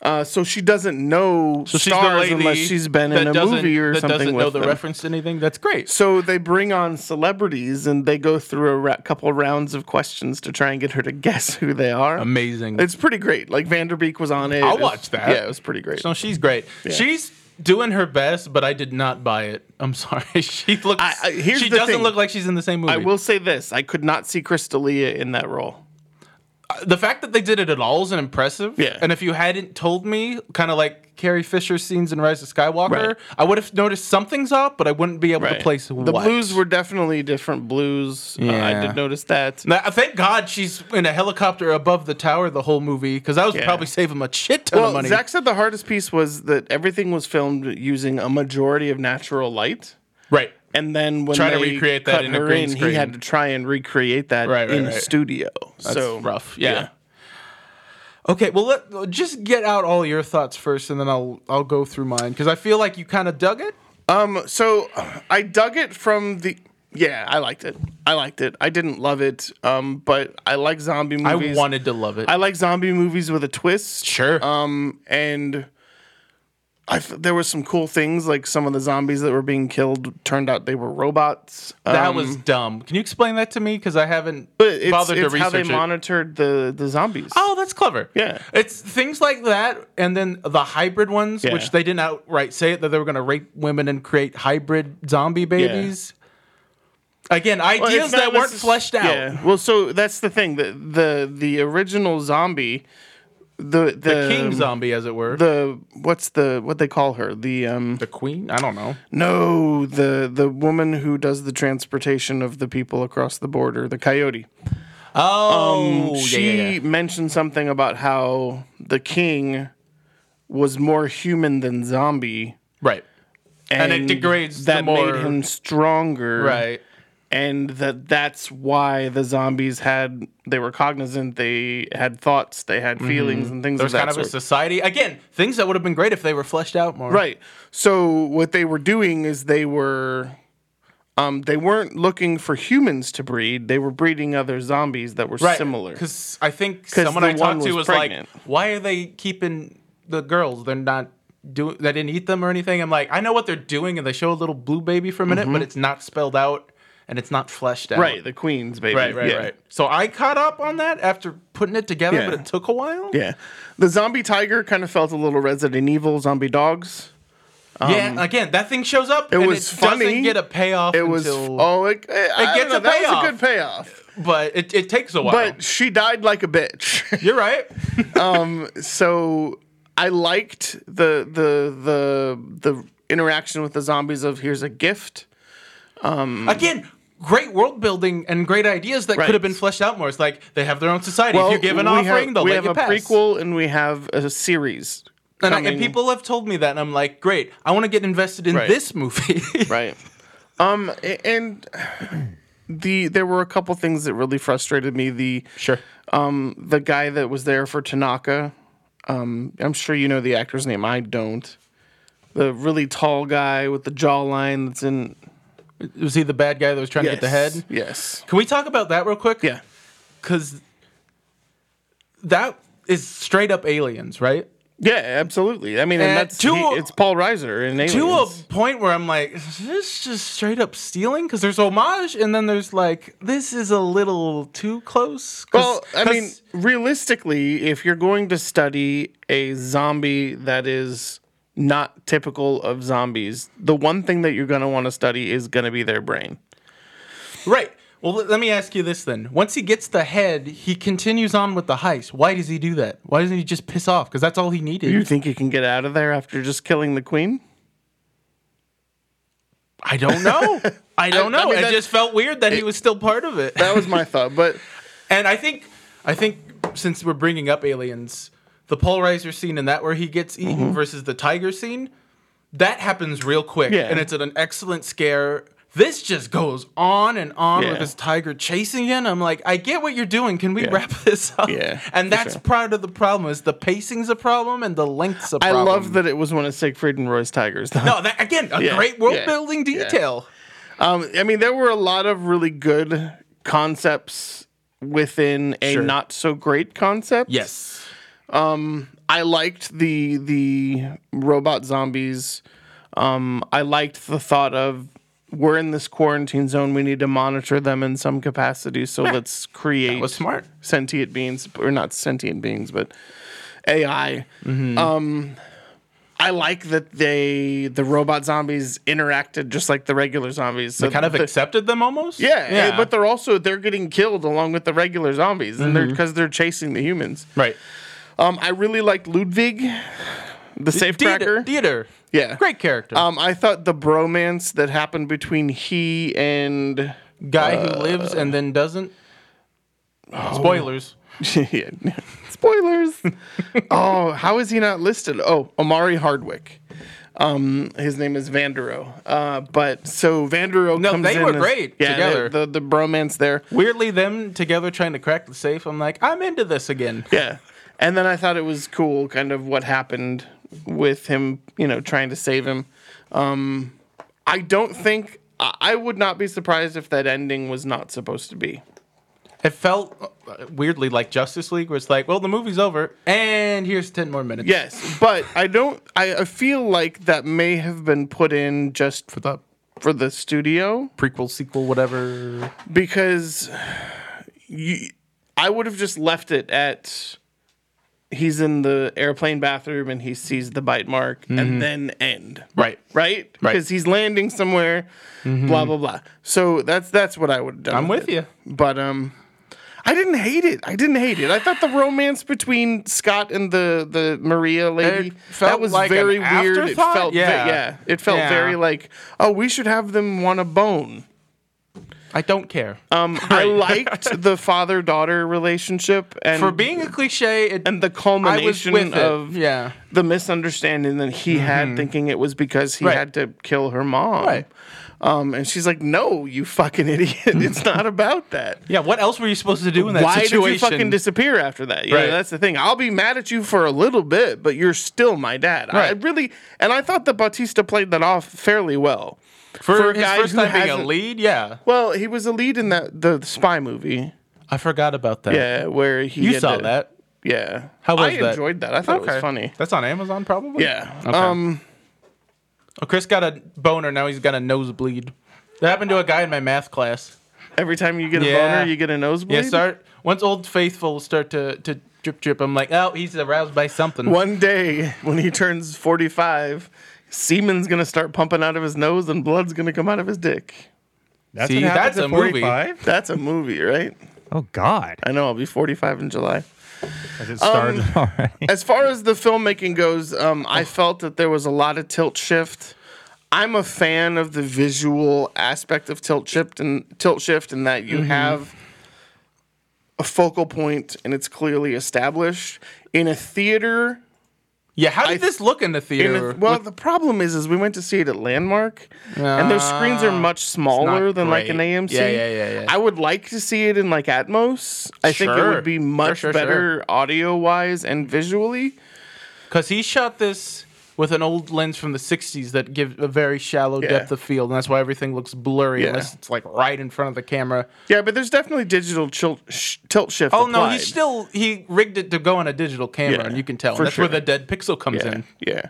[SPEAKER 1] Uh, so she doesn't know
[SPEAKER 2] So she's the
[SPEAKER 1] stars
[SPEAKER 2] lady
[SPEAKER 1] unless she's been
[SPEAKER 2] that
[SPEAKER 1] in a
[SPEAKER 2] doesn't-
[SPEAKER 1] movie or
[SPEAKER 2] that
[SPEAKER 1] something
[SPEAKER 2] doesn't
[SPEAKER 1] with
[SPEAKER 2] know the
[SPEAKER 1] them.
[SPEAKER 2] reference to anything. That's great.
[SPEAKER 1] So they bring on celebrities and they go through a ra- couple rounds of questions to try and get her to <laughs> guess who they are.
[SPEAKER 2] Amazing.
[SPEAKER 1] It's pretty great. Like Vanderbeek was on it.
[SPEAKER 2] I'll
[SPEAKER 1] It was-
[SPEAKER 2] watch that.
[SPEAKER 1] Yeah, it was pretty great.
[SPEAKER 2] so she's great. She's doing her best, but I did not buy it. I'm <laughs> sorry. She looks.
[SPEAKER 1] I- I- here's
[SPEAKER 2] she
[SPEAKER 1] the
[SPEAKER 2] doesn't
[SPEAKER 1] thing.
[SPEAKER 2] look like she's in the same movie.
[SPEAKER 1] I will say this: I could not see Crystalia in that role.
[SPEAKER 2] the fact that they did it at all is an impressive.
[SPEAKER 1] Yeah.
[SPEAKER 2] And if you hadn't told me, kind of like Carrie Fisher scenes in Rise of Skywalker,
[SPEAKER 1] Right.
[SPEAKER 2] I would have noticed something's up, but I wouldn't be able to place
[SPEAKER 1] the
[SPEAKER 2] what.
[SPEAKER 1] blues were definitely different blues. Uh, I
[SPEAKER 2] Yeah.
[SPEAKER 1] did notice that.
[SPEAKER 2] Now, thank God she's in a helicopter above the tower the whole movie because I was
[SPEAKER 1] Yeah.
[SPEAKER 2] probably saving a shit ton of
[SPEAKER 1] Well,
[SPEAKER 2] money.
[SPEAKER 1] Zach said the hardest piece was that everything was filmed using a majority of natural light.
[SPEAKER 2] right.
[SPEAKER 1] And then when
[SPEAKER 2] Try to
[SPEAKER 1] they
[SPEAKER 2] recreate that
[SPEAKER 1] cut
[SPEAKER 2] in a
[SPEAKER 1] her
[SPEAKER 2] green
[SPEAKER 1] in, he
[SPEAKER 2] screen.
[SPEAKER 1] had to try and recreate that
[SPEAKER 2] Right, right,
[SPEAKER 1] in
[SPEAKER 2] right.
[SPEAKER 1] studio.
[SPEAKER 2] That's
[SPEAKER 1] so
[SPEAKER 2] rough. Yeah. Okay, well, let, just get out all your thoughts first, and then I'll I'll go through mine because I feel like you kind of dug it.
[SPEAKER 1] Um, so I dug it from the. Yeah, I liked it. I liked it. I didn't love it, um, but I like zombie movies.
[SPEAKER 2] I wanted to love it.
[SPEAKER 1] I like zombie movies with a twist.
[SPEAKER 2] sure.
[SPEAKER 1] Um, and I f- there was some cool things like some of the zombies that were being killed turned out they were robots.
[SPEAKER 2] that
[SPEAKER 1] Um,
[SPEAKER 2] was dumb. Can you explain that to me? Because I haven't
[SPEAKER 1] but it's,
[SPEAKER 2] bothered to
[SPEAKER 1] it's
[SPEAKER 2] research
[SPEAKER 1] how they
[SPEAKER 2] it.
[SPEAKER 1] monitored the the zombies.
[SPEAKER 2] Oh, that's clever.
[SPEAKER 1] Yeah.
[SPEAKER 2] It's things like that, and then the hybrid ones,
[SPEAKER 1] Yeah.
[SPEAKER 2] which they didn't outright say it, that they were going to rape women and create hybrid zombie babies. Again,
[SPEAKER 1] Well,
[SPEAKER 2] ideas
[SPEAKER 1] it's not
[SPEAKER 2] that weren't
[SPEAKER 1] necess-
[SPEAKER 2] fleshed out.
[SPEAKER 1] Yeah. Well, so that's the thing. The the the original zombie, the the,
[SPEAKER 2] The king zombie, as it were. The,
[SPEAKER 1] Um, the what's the what they call her the um
[SPEAKER 2] queen? I don't know.
[SPEAKER 1] no the the woman who does the transportation of the people across the border the coyote Um,
[SPEAKER 2] Oh, yeah,
[SPEAKER 1] she
[SPEAKER 2] yeah, yeah.
[SPEAKER 1] mentioned something about how the king was more human than zombie
[SPEAKER 2] Right.
[SPEAKER 1] and,
[SPEAKER 2] it degrades the
[SPEAKER 1] that
[SPEAKER 2] more-
[SPEAKER 1] made him stronger
[SPEAKER 2] Right.
[SPEAKER 1] and that that's why the zombies had they were cognizant they had thoughts they had feelings and things
[SPEAKER 2] Mm-hmm. There was
[SPEAKER 1] of that
[SPEAKER 2] kind of a
[SPEAKER 1] sort.
[SPEAKER 2] society. Again, things that would have been great if they were fleshed out more.
[SPEAKER 1] Right. So what they were doing is they were um, they weren't looking for humans to breed. They were breeding other zombies that were similar.
[SPEAKER 2] Because I think someone
[SPEAKER 1] the
[SPEAKER 2] I
[SPEAKER 1] one
[SPEAKER 2] talked to
[SPEAKER 1] was
[SPEAKER 2] was,
[SPEAKER 1] pregnant.
[SPEAKER 2] like, "Why are they keeping the girls? They're not doing. They didn't eat them or anything." I'm like, I know what they're doing, and they show a little blue baby for a minute,
[SPEAKER 1] Mm-hmm.
[SPEAKER 2] but it's not spelled out and it's not fleshed out.
[SPEAKER 1] Right, the queens, baby.
[SPEAKER 2] Right. Right.
[SPEAKER 1] yeah.
[SPEAKER 2] Right. So I caught up on that after putting it together,
[SPEAKER 1] Yeah.
[SPEAKER 2] but it took a while.
[SPEAKER 1] Yeah. The zombie tiger kind of felt a little Resident Evil zombie dogs.
[SPEAKER 2] yeah. Again, that thing shows up. It and
[SPEAKER 1] um, was
[SPEAKER 2] it
[SPEAKER 1] funny.
[SPEAKER 2] Doesn't get a payoff.
[SPEAKER 1] It was
[SPEAKER 2] Until,
[SPEAKER 1] oh, it, it, I
[SPEAKER 2] gets
[SPEAKER 1] don't know,
[SPEAKER 2] a
[SPEAKER 1] that
[SPEAKER 2] payoff.
[SPEAKER 1] was a good payoff.
[SPEAKER 2] but it, it takes a while.
[SPEAKER 1] But she died like a bitch. <laughs>
[SPEAKER 2] you're right.
[SPEAKER 1] so I liked the the the the interaction with the zombies of here's a gift.
[SPEAKER 2] Again. Great world building and great ideas that
[SPEAKER 1] Right.
[SPEAKER 2] could have been fleshed out more. It's like they have their own society. if you give an
[SPEAKER 1] we
[SPEAKER 2] offering,
[SPEAKER 1] have,
[SPEAKER 2] they'll
[SPEAKER 1] we
[SPEAKER 2] let
[SPEAKER 1] have
[SPEAKER 2] you
[SPEAKER 1] a
[SPEAKER 2] pass.
[SPEAKER 1] prequel and we have a series.
[SPEAKER 2] And, I, and
[SPEAKER 1] coming.
[SPEAKER 2] people have told me that, and I'm like, great, I want to get invested in
[SPEAKER 1] Right.
[SPEAKER 2] this movie. <laughs>
[SPEAKER 1] right? Um, a- and <clears throat> the there were a couple things that really frustrated me. The
[SPEAKER 2] Sure.
[SPEAKER 1] um the guy that was there for Tanaka, um, I'm sure you know the actor's name. I don't. The really tall guy with the jawline that's in
[SPEAKER 2] Was he the bad guy that was trying to get the
[SPEAKER 1] Yes,
[SPEAKER 2] head?
[SPEAKER 1] Yes.
[SPEAKER 2] Can we talk about that real quick?
[SPEAKER 1] Yeah.
[SPEAKER 2] Because that is straight up aliens, right?
[SPEAKER 1] Yeah, absolutely. I mean, and
[SPEAKER 2] And
[SPEAKER 1] that's
[SPEAKER 2] to
[SPEAKER 1] he-
[SPEAKER 2] a-
[SPEAKER 1] it's Paul Reiser and
[SPEAKER 2] to a
[SPEAKER 1] Aliens.
[SPEAKER 2] point where I'm like, is this just straight up stealing? Because there's homage, and then there's like, this is a little too close. 'Cause-
[SPEAKER 1] Well, I
[SPEAKER 2] 'cause-
[SPEAKER 1] mean, realistically, if you're going to study a zombie that is not typical of zombies, the one thing that you're going to want to study is going to be their brain.
[SPEAKER 2] right. Well, let- let me ask you this then. Once he gets the head, he continues on with the heist. Why does he do that? Why doesn't he just piss off? Because that's all he needed.
[SPEAKER 1] You think you can get out of there after just killing the queen?
[SPEAKER 2] I
[SPEAKER 1] <laughs>
[SPEAKER 2] don't know. I don't
[SPEAKER 1] I- I
[SPEAKER 2] know.
[SPEAKER 1] mean,
[SPEAKER 2] it
[SPEAKER 1] that-
[SPEAKER 2] just felt weird that he was still part of it.
[SPEAKER 1] That was my thought,
[SPEAKER 2] <laughs>
[SPEAKER 1] but
[SPEAKER 2] And I think, I think since we're bringing up aliens, the polarizer scene and that where he gets eaten
[SPEAKER 1] Mm-hmm.
[SPEAKER 2] versus the tiger scene, that happens real quick,
[SPEAKER 1] Yeah.
[SPEAKER 2] and it's an excellent scare. This just goes on and on
[SPEAKER 1] Yeah.
[SPEAKER 2] with this tiger chasing him. I'm like, I get what you're doing. Can we wrap this up?
[SPEAKER 1] Yeah, for
[SPEAKER 2] and that's
[SPEAKER 1] sure.
[SPEAKER 2] part of the problem is the pacing's a problem and the length's a
[SPEAKER 1] I
[SPEAKER 2] problem.
[SPEAKER 1] love that it was one of Siegfried and Roy's tigers. Though.
[SPEAKER 2] No, that, again, a
[SPEAKER 1] Yeah,
[SPEAKER 2] great
[SPEAKER 1] yeah,
[SPEAKER 2] world building
[SPEAKER 1] yeah.
[SPEAKER 2] detail.
[SPEAKER 1] <laughs> Um, I mean, there were a lot of really good concepts within a
[SPEAKER 2] Sure.
[SPEAKER 1] not so great concept.
[SPEAKER 2] Yes.
[SPEAKER 1] I liked the the robot zombies. Um, I liked the thought of we're in this quarantine zone. We need to monitor them in some capacity. So let's create
[SPEAKER 2] was smart.
[SPEAKER 1] sentient beings, or not sentient beings, but AI. Um,
[SPEAKER 2] Mm-hmm.
[SPEAKER 1] I like that they the robot zombies interacted just like the regular zombies. So
[SPEAKER 2] They kind of
[SPEAKER 1] the-
[SPEAKER 2] accepted them almost.
[SPEAKER 1] yeah, eh, but they're also they're getting killed along with the regular zombies, and
[SPEAKER 2] Mm-hmm.
[SPEAKER 1] they're because they're chasing the humans.
[SPEAKER 2] right.
[SPEAKER 1] Um, I really liked Ludwig, the safe
[SPEAKER 2] Theater.
[SPEAKER 1] cracker.
[SPEAKER 2] Theater.
[SPEAKER 1] Yeah.
[SPEAKER 2] Great character.
[SPEAKER 1] Um, I thought the bromance that happened between he and <laughs>
[SPEAKER 2] guy who lives and then doesn't. oh. Spoilers.
[SPEAKER 1] Yeah.
[SPEAKER 2] <laughs>
[SPEAKER 1] spoilers. oh, how is he not listed? Oh, Amari Hardwick. Um, his name is Vandero. Uh, but so Vandero
[SPEAKER 2] No,
[SPEAKER 1] comes
[SPEAKER 2] they
[SPEAKER 1] in
[SPEAKER 2] were
[SPEAKER 1] as-
[SPEAKER 2] great
[SPEAKER 1] yeah,
[SPEAKER 2] together.
[SPEAKER 1] The, the the bromance there.
[SPEAKER 2] Weirdly, them together trying to crack the safe. I'm like, I'm into this again.
[SPEAKER 1] Yeah. And then I thought it was cool, kind of what happened with him, you know, trying to save him. Um, I don't think, I I would not be surprised if that ending was not supposed to be.
[SPEAKER 2] It felt uh, weirdly like Justice League, where it's like, well, the movie's over, and here's ten more minutes.
[SPEAKER 1] Yes, but I don't, I, I feel like that may have been put in just for the, for the studio
[SPEAKER 2] Uh, prequel, sequel, whatever.
[SPEAKER 1] because you, I would have just left it at he's in the airplane bathroom and he sees the bite mark and then end.
[SPEAKER 2] Right.
[SPEAKER 1] right?
[SPEAKER 2] Right. Mm-hmm.
[SPEAKER 1] Because he's landing somewhere, blah blah blah. So that's that's what I would have done.
[SPEAKER 2] I'm with
[SPEAKER 1] it.
[SPEAKER 2] you.
[SPEAKER 1] but um, I didn't hate it. I didn't hate it. I thought the romance between Scott and the the Maria lady
[SPEAKER 2] It felt
[SPEAKER 1] that was
[SPEAKER 2] like an
[SPEAKER 1] very weird. It
[SPEAKER 2] afterthought?
[SPEAKER 1] felt ve-
[SPEAKER 2] Yeah.
[SPEAKER 1] yeah. It felt
[SPEAKER 2] Yeah.
[SPEAKER 1] very like oh, we should have them want a bone.
[SPEAKER 2] I don't care. <laughs>
[SPEAKER 1] Um, I liked the father daughter relationship and
[SPEAKER 2] For being a cliche, it,
[SPEAKER 1] and the
[SPEAKER 2] I was
[SPEAKER 1] culmination
[SPEAKER 2] with it.
[SPEAKER 1] of
[SPEAKER 2] yeah.
[SPEAKER 1] the misunderstanding that he had thinking it was because he
[SPEAKER 2] Mm-hmm. Right.
[SPEAKER 1] had to kill her mom.
[SPEAKER 2] Right.
[SPEAKER 1] Um, and she's like, no, you fucking idiot. <laughs> it's not about that.
[SPEAKER 2] Yeah. What else were you supposed to do in that
[SPEAKER 1] Why
[SPEAKER 2] situation?
[SPEAKER 1] did you fucking disappear after that? Yeah,
[SPEAKER 2] Right.
[SPEAKER 1] that's the thing. I'll be mad at you for a little bit, but you're still my dad. I
[SPEAKER 2] Right.
[SPEAKER 1] really, and I thought that Bautista played that off fairly well.
[SPEAKER 2] for,
[SPEAKER 1] for a
[SPEAKER 2] his
[SPEAKER 1] guy
[SPEAKER 2] first
[SPEAKER 1] who
[SPEAKER 2] time being a
[SPEAKER 1] hasn't-
[SPEAKER 2] lead? Yeah.
[SPEAKER 1] Well, he was a lead in that the spy movie.
[SPEAKER 2] I forgot about that.
[SPEAKER 1] Yeah, where he
[SPEAKER 2] You
[SPEAKER 1] had
[SPEAKER 2] saw
[SPEAKER 1] to-
[SPEAKER 2] that.
[SPEAKER 1] Yeah,
[SPEAKER 2] How was
[SPEAKER 1] I
[SPEAKER 2] that?
[SPEAKER 1] enjoyed that. I thought it was funny.
[SPEAKER 2] That's on Amazon, probably.
[SPEAKER 1] Yeah.
[SPEAKER 2] Okay.
[SPEAKER 1] Um,
[SPEAKER 2] Oh, Chris got a boner. Now he's got a nosebleed. That happened to a guy in my math class.
[SPEAKER 1] every time you get a
[SPEAKER 2] Yeah.
[SPEAKER 1] boner, you get a nosebleed.
[SPEAKER 2] Yeah. Start once old faithful start to to drip drip. I'm like, oh, he's aroused by something.
[SPEAKER 1] One day when he turns 45, semen's going to start pumping out of his nose and blood's going to come out of his dick.
[SPEAKER 3] That's
[SPEAKER 2] See,
[SPEAKER 3] what happens
[SPEAKER 2] that's a
[SPEAKER 3] at
[SPEAKER 2] movie.
[SPEAKER 3] 45.
[SPEAKER 1] That's a movie, right?
[SPEAKER 3] Oh God,
[SPEAKER 1] I know I'll be 45 in July.
[SPEAKER 3] has it started
[SPEAKER 2] Um,
[SPEAKER 3] already?
[SPEAKER 1] As far as the filmmaking goes, um, I felt that there was a lot of tilt shift. I'm a fan of the visual aspect of tilt shift and tilt shift in that you
[SPEAKER 2] Mm-hmm.
[SPEAKER 1] have a focal point and it's clearly established in a theater
[SPEAKER 2] Yeah. How did this look in the
[SPEAKER 1] And
[SPEAKER 2] theater?
[SPEAKER 1] it- well, the problem is, is we went to see it at Landmark, and their screens are much smaller than like an
[SPEAKER 2] great.
[SPEAKER 1] AMC.
[SPEAKER 2] Yeah, yeah, yeah, yeah.
[SPEAKER 1] I would like to see it in like Atmos. I think it
[SPEAKER 2] Sure.
[SPEAKER 1] would be
[SPEAKER 2] Sure,
[SPEAKER 1] much
[SPEAKER 2] sure,
[SPEAKER 1] better audio wise and visually.
[SPEAKER 2] Because he shot this with an old lens from the 60s that give a very shallow
[SPEAKER 1] Yeah.
[SPEAKER 2] depth of field and that's why everything looks blurry
[SPEAKER 1] Yeah.
[SPEAKER 2] unless it's like right in front of the camera
[SPEAKER 1] Yeah, but there's definitely digital chil- sh- tilt shift.
[SPEAKER 2] oh no
[SPEAKER 1] applied.
[SPEAKER 2] he still he rigged it to go on a digital camera
[SPEAKER 1] Yeah,
[SPEAKER 2] and you can tell
[SPEAKER 1] for
[SPEAKER 2] that's
[SPEAKER 1] sure.
[SPEAKER 2] where the dead pixel comes
[SPEAKER 1] Yeah,
[SPEAKER 2] in
[SPEAKER 1] yeah.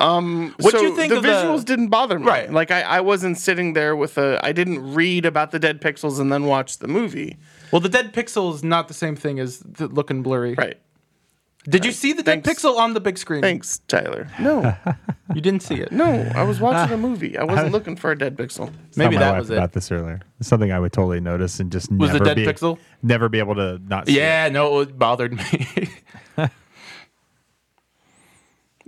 [SPEAKER 1] Um,
[SPEAKER 2] What do
[SPEAKER 1] so
[SPEAKER 2] you think
[SPEAKER 1] the
[SPEAKER 2] of the-
[SPEAKER 1] visuals didn't bother me.
[SPEAKER 2] Right.
[SPEAKER 1] Like I, I wasn't sitting there with a. I didn't read about the dead pixels and then watch the movie.
[SPEAKER 2] well the dead pixel is not the same thing as the looking blurry
[SPEAKER 1] Right.
[SPEAKER 2] did you see the dead
[SPEAKER 1] Thanks.
[SPEAKER 2] pixel on the big screen
[SPEAKER 1] Thanks, Tyler. No,
[SPEAKER 2] you didn't see it
[SPEAKER 1] no. I was
[SPEAKER 3] Ah.
[SPEAKER 1] watching a movie. I wasn't looking for a dead pixel.
[SPEAKER 3] Tell
[SPEAKER 2] maybe
[SPEAKER 3] my
[SPEAKER 2] that
[SPEAKER 3] wife
[SPEAKER 2] was it
[SPEAKER 3] about this earlier. It's something I would totally notice and just
[SPEAKER 2] Was the
[SPEAKER 3] never
[SPEAKER 2] dead
[SPEAKER 3] be,
[SPEAKER 2] pixel?
[SPEAKER 3] never be able to not. See it.
[SPEAKER 2] yeah no it bothered me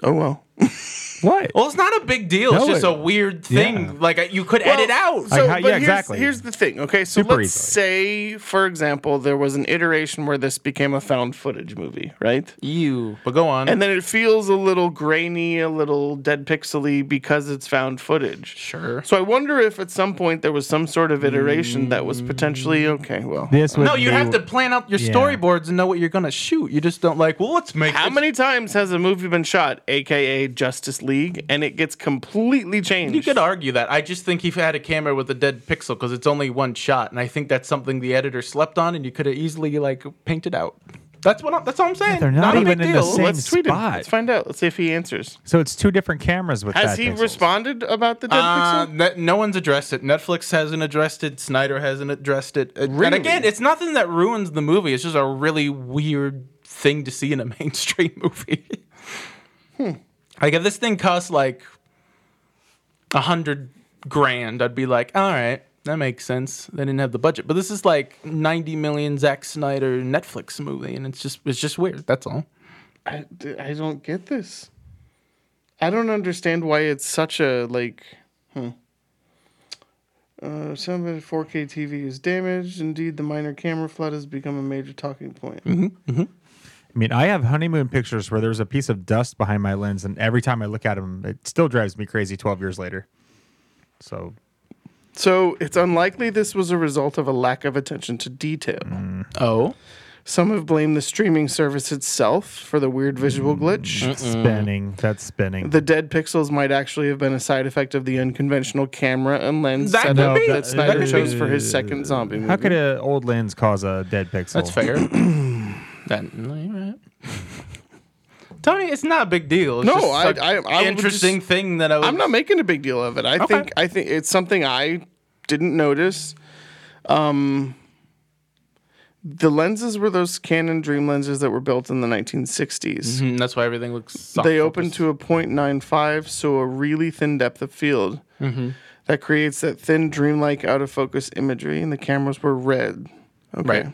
[SPEAKER 1] Oh well.
[SPEAKER 3] What?
[SPEAKER 2] <laughs> Well, it's not a big deal. it's
[SPEAKER 3] No,
[SPEAKER 2] just
[SPEAKER 3] it-
[SPEAKER 2] a weird thing.
[SPEAKER 3] yeah.
[SPEAKER 2] Like you could edit out.
[SPEAKER 1] So,
[SPEAKER 3] how-
[SPEAKER 1] but
[SPEAKER 3] yeah,
[SPEAKER 1] here's,
[SPEAKER 3] exactly.
[SPEAKER 1] Here's the thing. Okay, so
[SPEAKER 3] Super
[SPEAKER 1] let's
[SPEAKER 3] easily.
[SPEAKER 1] say, for example, there was an iteration where this became a found footage movie, right?
[SPEAKER 2] You. But go on.
[SPEAKER 1] And then it feels a little grainy, a little dead pixely because it's found footage.
[SPEAKER 2] sure.
[SPEAKER 1] So I wonder if at some point there was some sort of iteration that was potentially
[SPEAKER 3] Mm.
[SPEAKER 1] okay. Well,
[SPEAKER 3] This would
[SPEAKER 2] No, you
[SPEAKER 3] be-
[SPEAKER 2] have to plan out your
[SPEAKER 3] Yeah.
[SPEAKER 2] storyboards and know what you're gonna shoot. You just don't like. Well, let's make.
[SPEAKER 1] how
[SPEAKER 2] it-
[SPEAKER 1] many times has a movie been shot, aka Justice League, and it gets completely changed?
[SPEAKER 2] You could argue that. I just think he had a camera with a dead pixel because it's only one shot, and I think that's something the editor slept on, and you could have easily like painted out. That's what. I'm, that's all I'm saying.
[SPEAKER 3] they're not
[SPEAKER 2] a
[SPEAKER 3] even
[SPEAKER 2] big
[SPEAKER 3] in the
[SPEAKER 2] deal.
[SPEAKER 3] same-
[SPEAKER 1] Let's tweet him.
[SPEAKER 3] spot.
[SPEAKER 1] Let's find out. Let's see if he answers.
[SPEAKER 3] So it's two different cameras with.
[SPEAKER 1] Has
[SPEAKER 3] bad
[SPEAKER 1] he
[SPEAKER 3] pixels.
[SPEAKER 1] responded about the dead
[SPEAKER 2] Uh,
[SPEAKER 1] pixel?
[SPEAKER 2] ne- no one's addressed it. Netflix hasn't addressed it. Snyder hasn't addressed it. Uh, And
[SPEAKER 1] Really?
[SPEAKER 2] again, it's nothing that ruins the movie. It's just a really weird thing to see in a <laughs> mainstream movie. Like if this thing costs like a hundred grand, I'd be like, all right, that makes sense. They didn't have the budget, but this is like ninety million Zack Snyder Netflix movie, and it's just it's just weird. That's all.
[SPEAKER 1] I, d- I don't get this. I don't understand why it's such a like. Hmm. Uh, some of the 4K TV is damaged. Indeed, the minor camera flood has become a major talking point.
[SPEAKER 3] I mean, I have honeymoon pictures where there's a piece of dust behind my lens, and every time I look at them, it still drives me crazy. Twelve years later. So
[SPEAKER 1] So it's unlikely this was a result of a lack of attention to detail.
[SPEAKER 2] Oh,
[SPEAKER 1] Some have blamed the streaming service itself for the weird visual glitch.
[SPEAKER 3] spinning. That's spinning.
[SPEAKER 1] The dead pixels might actually have been a side effect of the unconventional camera and lens
[SPEAKER 2] That could
[SPEAKER 1] setup
[SPEAKER 2] be.
[SPEAKER 1] that
[SPEAKER 2] That
[SPEAKER 1] Snyder
[SPEAKER 2] could be.
[SPEAKER 1] chose for his second zombie movie.
[SPEAKER 3] How could an old lens cause a dead pixel?
[SPEAKER 2] That's fair. <clears throat> that, no, you're right. Tony, it's not a big deal. It's
[SPEAKER 1] No,
[SPEAKER 2] just
[SPEAKER 1] I-
[SPEAKER 2] like
[SPEAKER 1] I- I would
[SPEAKER 2] interesting thing that I was.
[SPEAKER 1] I'm not making a big deal of it. I think I think it's something I didn't notice. Um, the lenses were those Canon Dream lenses that were built in the 1960s.
[SPEAKER 2] Mhm, that's why everything looks. Soft
[SPEAKER 1] They open
[SPEAKER 2] opened.
[SPEAKER 1] to a 0.95, so a really thin depth of field
[SPEAKER 2] Mm-hmm.
[SPEAKER 1] that creates that thin, dreamlike, out of focus imagery. And the cameras were red. Okay.
[SPEAKER 2] Right.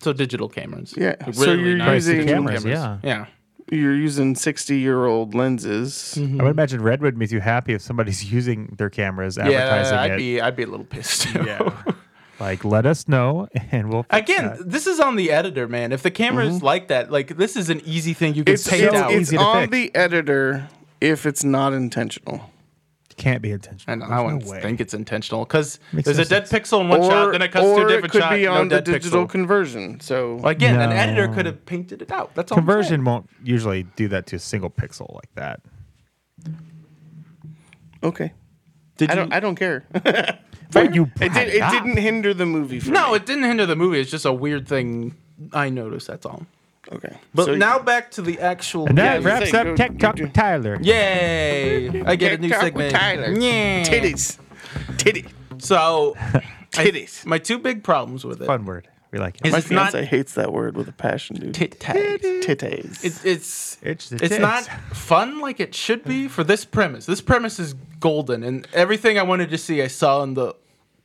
[SPEAKER 2] So digital cameras.
[SPEAKER 1] Yeah,
[SPEAKER 2] Like,
[SPEAKER 1] so
[SPEAKER 2] really
[SPEAKER 1] you're
[SPEAKER 2] nice
[SPEAKER 1] using-
[SPEAKER 2] digital
[SPEAKER 3] Cameras,
[SPEAKER 2] Yeah.
[SPEAKER 1] You're using 60 year old lenses.
[SPEAKER 2] Mm-hmm.
[SPEAKER 3] I would imagine Red would make you happy if somebody's <laughs> using their cameras,
[SPEAKER 2] Yeah.
[SPEAKER 3] advertising
[SPEAKER 2] I'd
[SPEAKER 3] it. <laughs>
[SPEAKER 2] be. I'd be a little pissed. Too.
[SPEAKER 3] Like, let us know, and we'll fix
[SPEAKER 2] <laughs> Again,
[SPEAKER 3] that.
[SPEAKER 2] this is on the editor, man. If the camera
[SPEAKER 3] Mm-hmm.
[SPEAKER 2] is like that, like this is an easy thing you can
[SPEAKER 1] It's,
[SPEAKER 2] take
[SPEAKER 1] it's,
[SPEAKER 2] out.
[SPEAKER 1] it's
[SPEAKER 3] Easy to
[SPEAKER 1] on
[SPEAKER 3] fix.
[SPEAKER 1] the editor if it's not intentional.
[SPEAKER 3] can't be intentional.
[SPEAKER 2] I, don't, I
[SPEAKER 3] There's
[SPEAKER 2] wouldn't
[SPEAKER 3] no way.
[SPEAKER 2] think it's intentional because
[SPEAKER 3] Makes
[SPEAKER 2] there's
[SPEAKER 3] no
[SPEAKER 2] a dead pixel in one shot, then it cuts to a different
[SPEAKER 1] it could
[SPEAKER 2] shot.
[SPEAKER 1] be on
[SPEAKER 2] no
[SPEAKER 1] the
[SPEAKER 2] dead
[SPEAKER 1] digital
[SPEAKER 2] pixel.
[SPEAKER 1] conversion. So
[SPEAKER 2] Well, Again, an
[SPEAKER 3] No.
[SPEAKER 2] editor could have painted it out. That's all. I'm saying.
[SPEAKER 3] Conversion won't usually do that to a single pixel like that.
[SPEAKER 1] okay,
[SPEAKER 2] Did
[SPEAKER 1] I
[SPEAKER 2] you-
[SPEAKER 1] don't. I don't
[SPEAKER 2] <laughs>
[SPEAKER 1] care.
[SPEAKER 3] But you
[SPEAKER 1] it did, it didn't hinder the movie. For
[SPEAKER 2] No,
[SPEAKER 1] me.
[SPEAKER 2] it didn't hinder the movie. It's just a weird thing I noticed. That's all.
[SPEAKER 1] okay.
[SPEAKER 2] But
[SPEAKER 1] So-
[SPEAKER 2] now back to the actual.
[SPEAKER 3] And that
[SPEAKER 1] Yeah,
[SPEAKER 3] wraps
[SPEAKER 1] you
[SPEAKER 3] up
[SPEAKER 1] think-
[SPEAKER 3] Tech Talk with Tyler.
[SPEAKER 2] Yay! I get a new
[SPEAKER 1] Talk with
[SPEAKER 2] segment.
[SPEAKER 1] Tyler.
[SPEAKER 2] Yeah.
[SPEAKER 1] titties, titty,
[SPEAKER 2] So,
[SPEAKER 3] <laughs>
[SPEAKER 1] titties.
[SPEAKER 2] my two big problems with it.
[SPEAKER 3] Fun word. We like it.
[SPEAKER 2] Is-
[SPEAKER 1] My
[SPEAKER 2] It's not-
[SPEAKER 1] fiance hates that word with a passion, dude.
[SPEAKER 2] Tit tags.
[SPEAKER 1] titties.
[SPEAKER 2] It's it's
[SPEAKER 3] It's
[SPEAKER 2] it's,
[SPEAKER 3] the tits.
[SPEAKER 2] not fun like it should be for this premise. This premise is golden, and everything I wanted to see I saw in the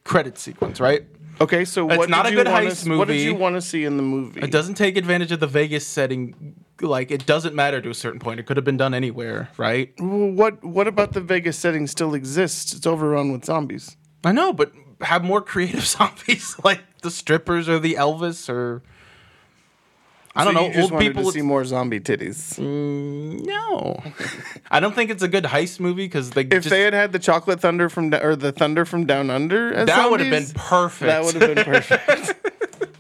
[SPEAKER 2] credit sequence. Right?
[SPEAKER 1] okay, so
[SPEAKER 2] It's
[SPEAKER 1] what?
[SPEAKER 2] not
[SPEAKER 1] did
[SPEAKER 2] a
[SPEAKER 1] you
[SPEAKER 2] good
[SPEAKER 1] wanna,
[SPEAKER 2] heist
[SPEAKER 1] What did
[SPEAKER 2] movie.
[SPEAKER 1] you want to see in the movie?
[SPEAKER 2] It doesn't take advantage of the Vegas setting. Like it doesn't matter to a certain point. It could have been done anywhere, right?
[SPEAKER 1] Well, what What about the Vegas setting still exists? It's overrun with zombies.
[SPEAKER 2] I know, but have more creative <laughs> zombies like the strippers or the Elvis or I don't
[SPEAKER 1] So you
[SPEAKER 2] know,
[SPEAKER 1] just
[SPEAKER 2] old
[SPEAKER 1] wanted
[SPEAKER 2] people. Mm,
[SPEAKER 1] to
[SPEAKER 2] with-
[SPEAKER 1] see more zombie titties.
[SPEAKER 2] No, <laughs> I don't think it's a good heist movie because they
[SPEAKER 1] If
[SPEAKER 2] just,
[SPEAKER 1] they had had the chocolate thunder from da- or the thunder from down under, as
[SPEAKER 2] that would have been
[SPEAKER 1] zombies,
[SPEAKER 2] perfect.
[SPEAKER 1] That would have been perfect.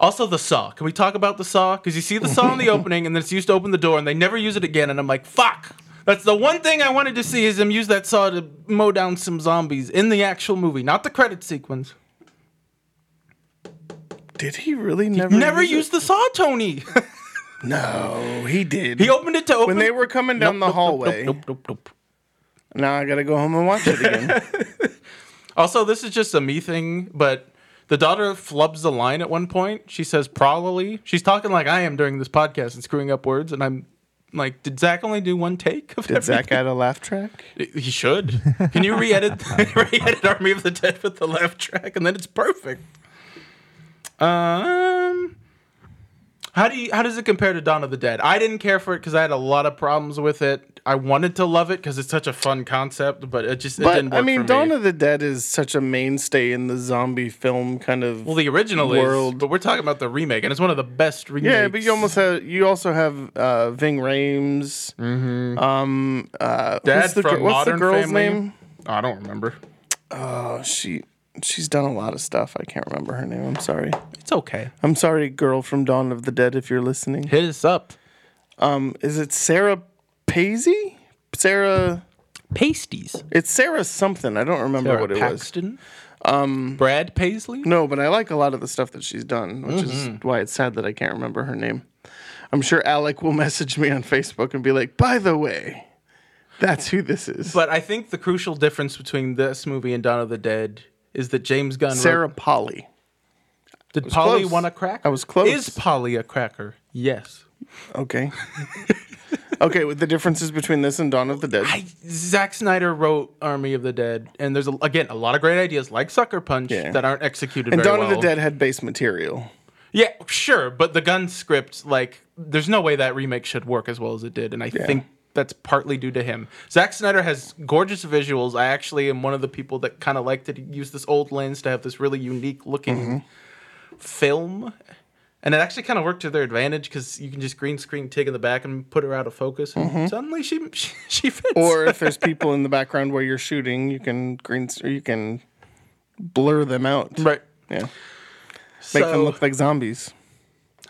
[SPEAKER 2] Also, the saw. Can we talk about the saw? Because you see the saw
[SPEAKER 1] <laughs>
[SPEAKER 2] in the opening, and then it's used to open the door, and they never use it again. And I'm like, fuck. That's the one thing I wanted to see is them use that saw to mow down some zombies in the actual movie, not the credit sequence.
[SPEAKER 1] <laughs> Did he really never?
[SPEAKER 2] Never
[SPEAKER 1] use it?
[SPEAKER 2] use the saw, Tony. <laughs>
[SPEAKER 1] No, he did.
[SPEAKER 2] he opened it to open.
[SPEAKER 1] when they were coming down
[SPEAKER 2] Nope,
[SPEAKER 1] the
[SPEAKER 2] nope, nope,
[SPEAKER 1] hallway.
[SPEAKER 2] nope, nope, nope.
[SPEAKER 1] Now I gotta go home and watch it
[SPEAKER 2] <laughs>
[SPEAKER 1] again.
[SPEAKER 2] Also, this is just a me thing, but the daughter flubs the line at one point. She says probably. She's talking like I am during this podcast and screwing up words, and I'm like, did Zach only do one take of
[SPEAKER 1] did Zach add a laugh track?
[SPEAKER 2] He should. Can
[SPEAKER 1] <laughs>
[SPEAKER 2] you re-edit <laughs> re-edit Army of the Dead with the laugh track, and then it's perfect. Um, how do you how does it compare to Dawn of the Dead? I didn't care for it because I had a lot of problems with it. I wanted to love it because it's such a fun concept, but it just it didn't
[SPEAKER 1] But
[SPEAKER 2] work
[SPEAKER 1] I mean,
[SPEAKER 2] for
[SPEAKER 1] Dawn
[SPEAKER 2] me.
[SPEAKER 1] of the Dead is such a mainstay in the zombie film kind of.
[SPEAKER 2] well, the original is,
[SPEAKER 1] World.
[SPEAKER 2] but we're talking about the remake, and it's one of the best remakes.
[SPEAKER 1] yeah, but you almost have you also have uh, Ving Rhames. Um, uh,
[SPEAKER 2] Mm-hmm. Dad
[SPEAKER 1] what's the, gir-
[SPEAKER 2] from
[SPEAKER 1] what's the
[SPEAKER 2] Modern
[SPEAKER 1] girl's
[SPEAKER 2] Family.
[SPEAKER 1] name?
[SPEAKER 2] I don't remember.
[SPEAKER 1] Oh, she she's done a lot of stuff. I can't remember her name. I'm sorry.
[SPEAKER 2] It's okay.
[SPEAKER 1] I'm sorry, girl from Dawn of the Dead. If you're listening,
[SPEAKER 2] Hit us up,
[SPEAKER 1] um, is it Sarah Paisy? Sarah.
[SPEAKER 2] pasties.
[SPEAKER 1] It's Sarah something. I don't remember what it was.
[SPEAKER 2] Paxton. Um, Brad Paisley.
[SPEAKER 1] No, but I like a lot of the stuff that she's done, which is
[SPEAKER 2] Mm-hmm.
[SPEAKER 1] why it's sad that I can't remember her name. I'm sure Alec will <laughs> message me on Facebook and be like, by the way, that's who this is.
[SPEAKER 2] But I think the crucial difference between this movie and Dawn of the Dead is that James Gunn. wrote-
[SPEAKER 1] Sarah Polly.
[SPEAKER 2] did Polly
[SPEAKER 1] close.
[SPEAKER 2] want a cracker?
[SPEAKER 1] I was close.
[SPEAKER 2] Is Polly a cracker? Yes.
[SPEAKER 1] Okay. <laughs> okay, with the differences between this and Dawn of the Dead.
[SPEAKER 2] I, Zack Snyder wrote Army of the Dead, and there's a, again a lot of great ideas like Sucker Punch
[SPEAKER 1] Yeah.
[SPEAKER 2] that aren't executed.
[SPEAKER 1] and
[SPEAKER 2] very
[SPEAKER 1] Dawn of the
[SPEAKER 2] well.
[SPEAKER 1] Dead had base material.
[SPEAKER 2] Yeah, sure, but the gun script, like, there's no way that remake should work as well as it did, and I think that's partly due to him. Zack Snyder has gorgeous visuals. I actually am one of the people that kind of like to use this old lens to have this really unique looking
[SPEAKER 1] Mm-hmm.
[SPEAKER 2] film, and it actually kind of worked to their advantage because you can just green screen Tig in the back and put her out of focus, and suddenly she, <laughs> she she fits.
[SPEAKER 1] Mm-hmm. Or if there's people in the background where you're shooting, you can green or you can blur them out.
[SPEAKER 2] right.
[SPEAKER 1] Yeah. Make
[SPEAKER 2] So-
[SPEAKER 1] them look like zombies.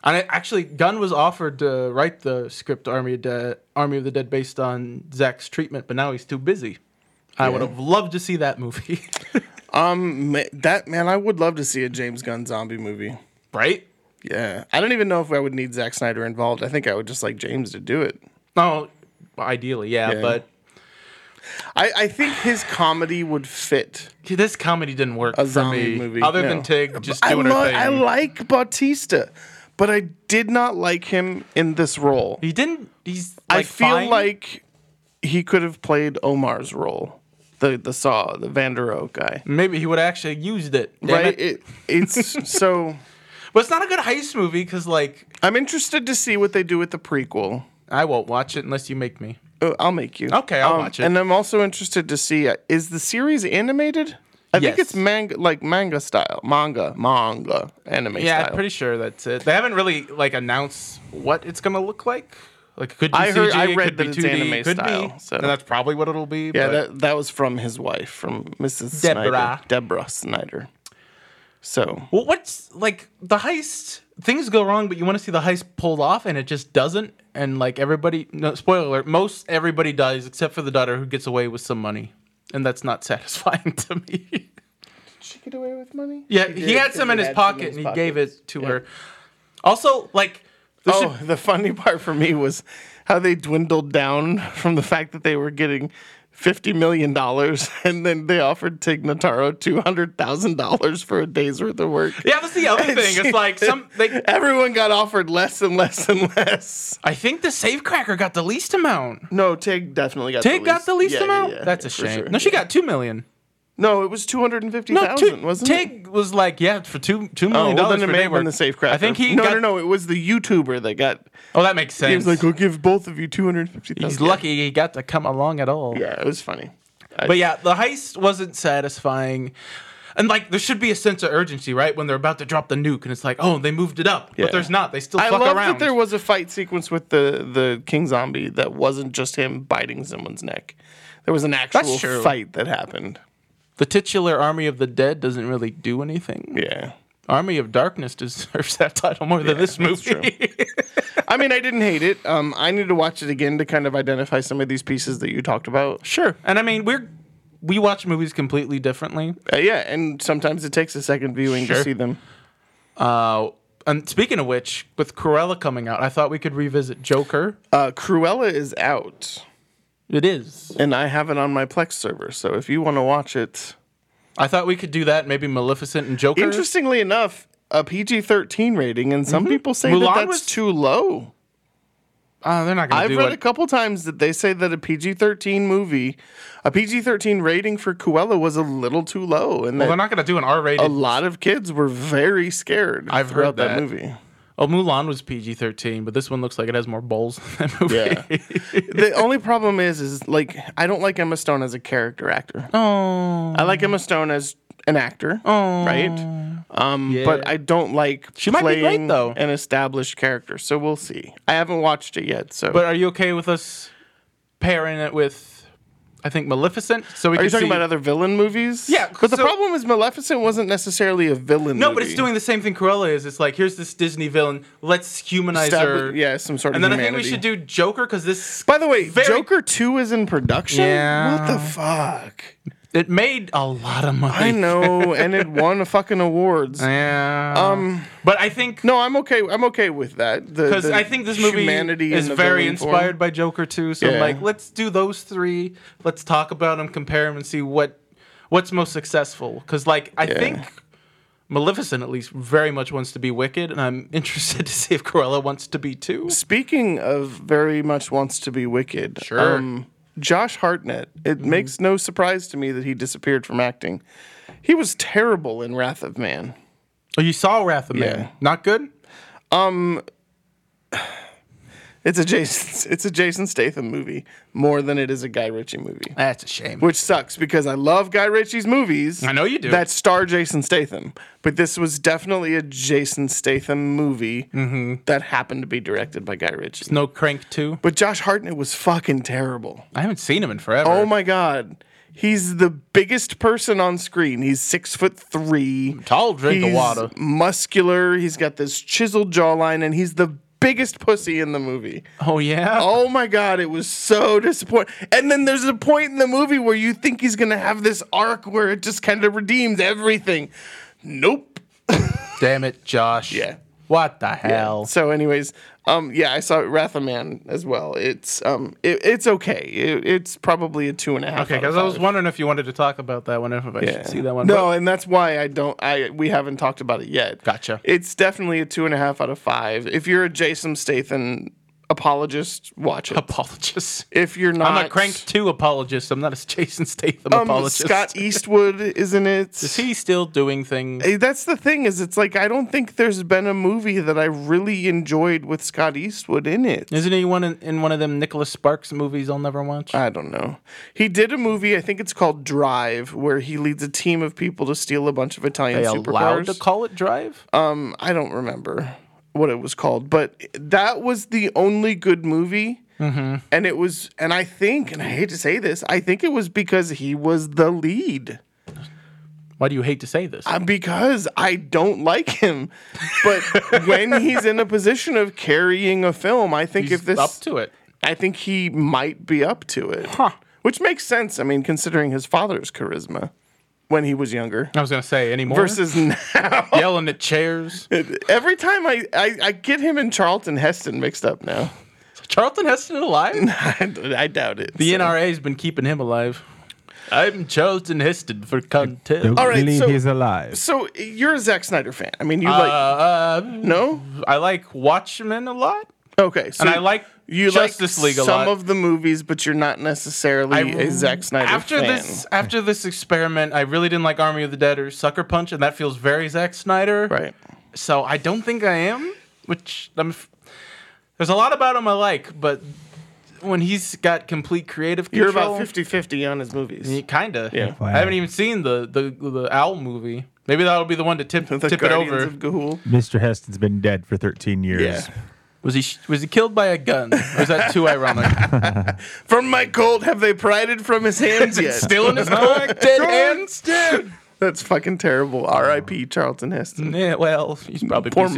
[SPEAKER 2] And I, actually, Gunn was offered to write the script Army of, De- Army of the Dead based on Zach's treatment, but now he's too busy. I would have loved to see that movie, <laughs>
[SPEAKER 1] Ma- That man, I would love to see a James Gunn zombie movie.
[SPEAKER 2] right?
[SPEAKER 1] Yeah, I don't even know if I would need Zack Snyder involved. I think I would just like James to do it.
[SPEAKER 2] No, ideally, yeah,
[SPEAKER 1] Yeah.
[SPEAKER 2] but
[SPEAKER 1] I, I think his comedy would fit
[SPEAKER 2] this comedy didn't work
[SPEAKER 1] a
[SPEAKER 2] for
[SPEAKER 1] zombie
[SPEAKER 2] me.
[SPEAKER 1] movie.
[SPEAKER 2] Other
[SPEAKER 1] no.
[SPEAKER 2] than Tig just
[SPEAKER 1] I,
[SPEAKER 2] doing
[SPEAKER 1] lo-
[SPEAKER 2] her thing,
[SPEAKER 1] I like Bautista, but I did not like him in this role.
[SPEAKER 2] he didn't. He's.
[SPEAKER 1] I
[SPEAKER 2] like,
[SPEAKER 1] feel
[SPEAKER 2] fine.
[SPEAKER 1] like he could have played Omar's role, the the Saw, the Vandero guy.
[SPEAKER 2] maybe he would have actually used it, damn
[SPEAKER 1] right?
[SPEAKER 2] it.
[SPEAKER 1] It,
[SPEAKER 2] <laughs>
[SPEAKER 1] it's so.
[SPEAKER 2] But it's not a good heist movie because, like,
[SPEAKER 1] I'm interested to see what they do with the prequel.
[SPEAKER 2] I won't watch it unless you make me.
[SPEAKER 1] Oh, I'll make you. Um,
[SPEAKER 2] Okay, I'll watch it.
[SPEAKER 1] And I'm also interested to see uh, is the series animated? I think
[SPEAKER 2] Yes.
[SPEAKER 1] it's manga, like manga style, manga, manga anime
[SPEAKER 2] Yeah,
[SPEAKER 1] style.
[SPEAKER 2] I'm pretty sure that's it. They haven't really like announced what it's gonna look like. Like it could be
[SPEAKER 1] I heard-
[SPEAKER 2] CG,
[SPEAKER 1] I
[SPEAKER 2] it
[SPEAKER 1] read
[SPEAKER 2] could be
[SPEAKER 1] that it's
[SPEAKER 2] 2D,
[SPEAKER 1] anime
[SPEAKER 2] could
[SPEAKER 1] style,
[SPEAKER 2] Be,
[SPEAKER 1] so-
[SPEAKER 2] and that's probably what it'll be.
[SPEAKER 1] yeah,
[SPEAKER 2] but
[SPEAKER 1] that that was from his wife, from Mrs.
[SPEAKER 2] Deborah.
[SPEAKER 1] Snyder, Deborah Snyder. So
[SPEAKER 2] well, what's like the heist? Things go wrong, but you want to see the heist pulled off, and it just doesn't. And like everybody, no spoiler alert, most everybody dies except for the daughter who gets away with some money, and that's not <laughs> satisfying to me.
[SPEAKER 1] did she get away with money?
[SPEAKER 2] yeah, he had some in his pocket, and he gave it to her. Also, like. there should
[SPEAKER 1] Oh, the funny part for me was how they dwindled down <laughs> from the fact that they were getting fifty million dollars, <laughs> and then they offered Tig Notaro two hundred thousand dollars for a day's worth of work.
[SPEAKER 2] Yeah, that's
[SPEAKER 1] <laughs>
[SPEAKER 2] the other thing. It's like some they,
[SPEAKER 1] Everyone got offered less and less and less.
[SPEAKER 2] I think the safecracker got the least amount.
[SPEAKER 1] No, Tig definitely got
[SPEAKER 2] Tig
[SPEAKER 1] the least.
[SPEAKER 2] got the least
[SPEAKER 1] Yeah, yeah,
[SPEAKER 2] amount.
[SPEAKER 1] yeah,
[SPEAKER 2] That's a
[SPEAKER 1] for
[SPEAKER 2] shame.
[SPEAKER 1] sure.
[SPEAKER 2] No, she got two million.
[SPEAKER 1] No, it was two hundred and fifty
[SPEAKER 2] No,
[SPEAKER 1] thousand,
[SPEAKER 2] two,
[SPEAKER 1] wasn't it?
[SPEAKER 2] Tig was like, yeah, for two two
[SPEAKER 1] Oh,
[SPEAKER 2] million
[SPEAKER 1] well,
[SPEAKER 2] dollars
[SPEAKER 1] then it
[SPEAKER 2] for
[SPEAKER 1] may
[SPEAKER 2] day
[SPEAKER 1] have been
[SPEAKER 2] work.
[SPEAKER 1] the safecracker.
[SPEAKER 2] I think he
[SPEAKER 1] No,
[SPEAKER 2] got,
[SPEAKER 1] no, no. It was the YouTuber that got.
[SPEAKER 2] Oh, that makes sense.
[SPEAKER 1] He was like, "We'll give both of you two hundred fifty thousand.
[SPEAKER 2] He's lucky he got to come along at all.
[SPEAKER 1] Yeah, it was funny. I-
[SPEAKER 2] But yeah, the heist wasn't satisfying. And like, there should be a sense of urgency, right? When they're about to drop the nuke, and it's like, oh, they moved it up,
[SPEAKER 1] Yeah.
[SPEAKER 2] but there's not. They still
[SPEAKER 1] I
[SPEAKER 2] fuck
[SPEAKER 1] love
[SPEAKER 2] around.
[SPEAKER 1] that there was a fight sequence with the the king zombie that wasn't just him biting someone's neck. There was an actual
[SPEAKER 2] true.
[SPEAKER 1] fight that happened.
[SPEAKER 2] the titular army of the dead doesn't really do anything.
[SPEAKER 1] Yeah.
[SPEAKER 2] Army of Darkness deserves <laughs> that title more than this movie.
[SPEAKER 1] I mean, I didn't hate it. Um, I need to watch it again to kind of identify some of these pieces that you talked about.
[SPEAKER 2] sure. And I mean, we're we watch movies completely differently.
[SPEAKER 1] Uh, yeah, and sometimes it takes a second viewing to
[SPEAKER 2] Sure.
[SPEAKER 1] see them.
[SPEAKER 2] Uh, and speaking of which, with Cruella coming out, I thought we could revisit Joker.
[SPEAKER 1] Uh, Cruella is out,
[SPEAKER 2] It is.
[SPEAKER 1] and I have it on my Plex server. So if you want to watch it,
[SPEAKER 2] I thought we could do that. Maybe Maleficent and Joker.
[SPEAKER 1] interestingly enough, a PG thirteen rating, and some people say that
[SPEAKER 2] Mm-hmm. Mulan
[SPEAKER 1] that's
[SPEAKER 2] was-
[SPEAKER 1] too low.
[SPEAKER 2] Uh, they're not going to
[SPEAKER 1] I've
[SPEAKER 2] do
[SPEAKER 1] read
[SPEAKER 2] what
[SPEAKER 1] a couple times that they say that a PG thirteen movie, a PG thirteen rating for Cruella was a little too low, and
[SPEAKER 2] Well,
[SPEAKER 1] that
[SPEAKER 2] they're not going to do an R-rated.
[SPEAKER 1] a lot of kids were very scared.
[SPEAKER 2] I've
[SPEAKER 1] throughout
[SPEAKER 2] heard
[SPEAKER 1] that
[SPEAKER 2] that.
[SPEAKER 1] movie.
[SPEAKER 2] oh, Mulan was PG-13, but this one looks like it has more balls <laughs> than that movie.
[SPEAKER 1] Yeah. the only problem is, is like I don't like Emma Stone as a character actor.
[SPEAKER 2] <laughs> oh,
[SPEAKER 1] I like Emma Stone as an actor, right? Um, But
[SPEAKER 2] Yeah.
[SPEAKER 1] I don't like
[SPEAKER 2] She might be
[SPEAKER 1] playing
[SPEAKER 2] great, though.
[SPEAKER 1] an established character. So we'll see. I haven't watched it yet. So
[SPEAKER 2] But are you okay with us pairing it with, I think Maleficent? So
[SPEAKER 1] are
[SPEAKER 2] we can
[SPEAKER 1] you talking
[SPEAKER 2] see-
[SPEAKER 1] about other villain movies?
[SPEAKER 2] Yeah,
[SPEAKER 1] But the
[SPEAKER 2] so-
[SPEAKER 1] problem is Maleficent wasn't necessarily a villain.
[SPEAKER 2] No, but it's
[SPEAKER 1] movie.
[SPEAKER 2] doing the same thing Cruella is. It's like here's this Disney villain. Let's humanize
[SPEAKER 1] Stab-
[SPEAKER 2] her.
[SPEAKER 1] yeah, some sort of
[SPEAKER 2] And then I think
[SPEAKER 1] humanity.
[SPEAKER 2] we should do Joker because this
[SPEAKER 1] By the way,
[SPEAKER 2] Very-
[SPEAKER 1] Joker Two is in production.
[SPEAKER 2] Yeah.
[SPEAKER 1] What the fuck?
[SPEAKER 2] it made a lot of money.
[SPEAKER 1] I
[SPEAKER 2] <laughs>
[SPEAKER 1] know, and it won fucking awards.
[SPEAKER 2] Yeah. Um. But I think
[SPEAKER 1] No, I'm okay. I'm okay with that.
[SPEAKER 2] because I think this movie is very inspired by Joker too. So
[SPEAKER 1] Yeah.
[SPEAKER 2] I'm like, let's do those three. Let's talk about them, compare them, and see what what's most successful. Because like I think Maleficent at least very much wants to be Wicked, and I'm <laughs> interested to see if Cruella wants to be too.
[SPEAKER 1] Speaking of very much wants to be wicked, um,
[SPEAKER 2] Sure. Mm-hmm.
[SPEAKER 1] Josh Hartnett. It makes no surprise to me that he disappeared from acting. He was terrible in Wrath of Man.
[SPEAKER 2] Oh, you saw Wrath of Man?
[SPEAKER 1] Yeah.
[SPEAKER 2] Not good.
[SPEAKER 1] It's a Jason. It's a Jason Statham movie more than it is a Guy Ritchie movie,
[SPEAKER 2] That's a shame.
[SPEAKER 1] which sucks because I love Guy Ritchie's movies.
[SPEAKER 2] I know you do.
[SPEAKER 1] That star Jason Statham, but this was definitely a Jason Statham movie
[SPEAKER 2] Mm-hmm.
[SPEAKER 1] that happened to be directed by Guy Ritchie.
[SPEAKER 2] no Crank Two.
[SPEAKER 1] But Josh Hartnett was fucking terrible.
[SPEAKER 2] I haven't seen him in forever.
[SPEAKER 1] Oh my god. He's the biggest person on screen. He's six foot three.
[SPEAKER 2] Tall drink
[SPEAKER 1] He's
[SPEAKER 2] of water.
[SPEAKER 1] muscular. He's got this chiseled jawline, and he's the biggest pussy in the movie.
[SPEAKER 2] Oh yeah.
[SPEAKER 1] Oh my god, it was so disappointing. And then there's a point in the movie where you think he's gonna have this arc where it just kind of redeems everything. Nope.
[SPEAKER 2] Damn it, Josh.
[SPEAKER 1] Yeah.
[SPEAKER 2] What the hell?
[SPEAKER 1] So, anyways, um, yeah, I saw Wrath of Man as well. It's um, it, it's okay. It, it's probably a two and a half.
[SPEAKER 2] Okay,
[SPEAKER 1] out of
[SPEAKER 2] because I was
[SPEAKER 1] five.
[SPEAKER 2] wondering if you wanted to talk about that one, if I should see that one.
[SPEAKER 1] No, and that's why I don't. I we haven't talked about it yet.
[SPEAKER 2] Gotcha.
[SPEAKER 1] It's definitely a two and a half out of five. If you're a Jason Statham apologist, watch it.
[SPEAKER 2] But <laughs> apologists.
[SPEAKER 1] If you're not,
[SPEAKER 2] I'm a Crank 2 apologist. I'm not a Jason Statham
[SPEAKER 1] Um,
[SPEAKER 2] apologist. <laughs>
[SPEAKER 1] Scott Eastwood is in it.
[SPEAKER 2] Is he still doing things?
[SPEAKER 1] Eh, That's the thing is, it's like I don't think there's been a movie that I really enjoyed with Scott Eastwood in it.
[SPEAKER 2] Isn't he one in, in one of them Nicholas Sparks movies I'll never watch?
[SPEAKER 1] I don't know. He did a movie, I think it's called Drive, where he leads a team of people to steal a bunch of Italian
[SPEAKER 2] They allowed
[SPEAKER 1] supercars.
[SPEAKER 2] to call it Drive?
[SPEAKER 1] um, I don't remember what it was called, but that was the only good movie.
[SPEAKER 2] Mm-hmm.
[SPEAKER 1] And it was, and I think, and I hate to say this, I think it was because he was the lead.
[SPEAKER 2] Why do you hate to say this?
[SPEAKER 1] Uh, Because I don't like him. But when he's in a position of carrying a film, I think
[SPEAKER 2] He's
[SPEAKER 1] if this
[SPEAKER 2] up to it.
[SPEAKER 1] I think he might be up to it.
[SPEAKER 2] Huh.
[SPEAKER 1] Which makes sense. I mean, considering his father's charisma when he was younger
[SPEAKER 2] I was going to say anymore.
[SPEAKER 1] versus
[SPEAKER 2] Uh-huh.
[SPEAKER 1] now.
[SPEAKER 2] <laughs>
[SPEAKER 1] <laughs>
[SPEAKER 2] yelling at chairs.
[SPEAKER 1] Every time I, I, I get him and Charlton Heston mixed up now. <laughs>
[SPEAKER 2] Charlton Heston alive?
[SPEAKER 1] I, I doubt it.
[SPEAKER 2] The
[SPEAKER 1] so.
[SPEAKER 2] NRA's been keeping him alive. I'm Charlton Heston for content.
[SPEAKER 1] All right,
[SPEAKER 3] believe
[SPEAKER 1] so-
[SPEAKER 3] he's alive.
[SPEAKER 1] So you're a Zack Snyder fan. I mean, you
[SPEAKER 2] Uh,
[SPEAKER 1] like
[SPEAKER 2] uh,
[SPEAKER 1] no?
[SPEAKER 2] I like Watchmen a lot.
[SPEAKER 1] Okay, so
[SPEAKER 2] and I like
[SPEAKER 1] you
[SPEAKER 2] Justice
[SPEAKER 1] like
[SPEAKER 2] League a
[SPEAKER 1] some
[SPEAKER 2] lot.
[SPEAKER 1] of the movies, but you're not necessarily a Zack Snyder
[SPEAKER 2] after
[SPEAKER 1] fan.
[SPEAKER 2] this after this experiment, I really didn't like Army of the Dead or Sucker Punch, and that feels very Zack Snyder.
[SPEAKER 1] right?
[SPEAKER 2] So I don't think I am. Which I'm. f- There's a lot about him I like, but when he's got complete creative control,
[SPEAKER 1] You're about 50-50 on his movies.
[SPEAKER 2] y- Kinda.
[SPEAKER 1] Yeah.
[SPEAKER 3] Wow.
[SPEAKER 2] I haven't even seen the the the Owl movie. Maybe that'll be the one to tip
[SPEAKER 1] The
[SPEAKER 2] tip it
[SPEAKER 1] Guardians
[SPEAKER 2] over.
[SPEAKER 1] of Ghoul.
[SPEAKER 3] Mr. Heston's been dead for 13 years.
[SPEAKER 1] Yeah.
[SPEAKER 2] was he sh- was he killed by a gun? Or
[SPEAKER 1] <laughs>
[SPEAKER 2] is that too ironic? <laughs>
[SPEAKER 1] From my gold, have they pried it from his hands yet? <laughs>
[SPEAKER 2] Still in his back, dead hands.
[SPEAKER 1] dead. That's fucking terrible. R.I.P. Charlton Heston.
[SPEAKER 2] Yeah, well, he's probably a
[SPEAKER 1] Poor
[SPEAKER 2] piece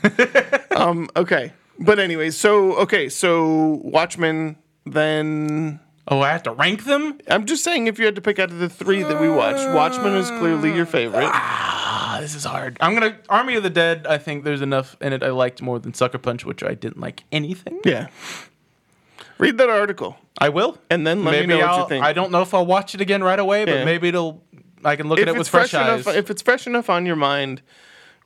[SPEAKER 1] Moses.
[SPEAKER 2] of shit. <laughs>
[SPEAKER 1] um. Okay. But anyway, so okay, so Watchmen. Then
[SPEAKER 2] Oh, I have to rank them?
[SPEAKER 1] I'm just saying, if you had to pick out of the three that we watched, Watchmen is clearly your favorite.
[SPEAKER 2] Ah, this is hard. I'm gonna Army of the Dead. I think there's enough in it I liked more than Sucker Punch, which I didn't like anything.
[SPEAKER 1] Yeah. Read that article.
[SPEAKER 2] I will,
[SPEAKER 1] And then let me
[SPEAKER 2] maybe
[SPEAKER 1] know what
[SPEAKER 2] I'll,
[SPEAKER 1] you think.
[SPEAKER 2] I don't know if I'll watch it again right away, but
[SPEAKER 1] Yeah.
[SPEAKER 2] maybe it'll. I can look at it with fresh, eyes.
[SPEAKER 1] enough, if it's fresh enough on your mind,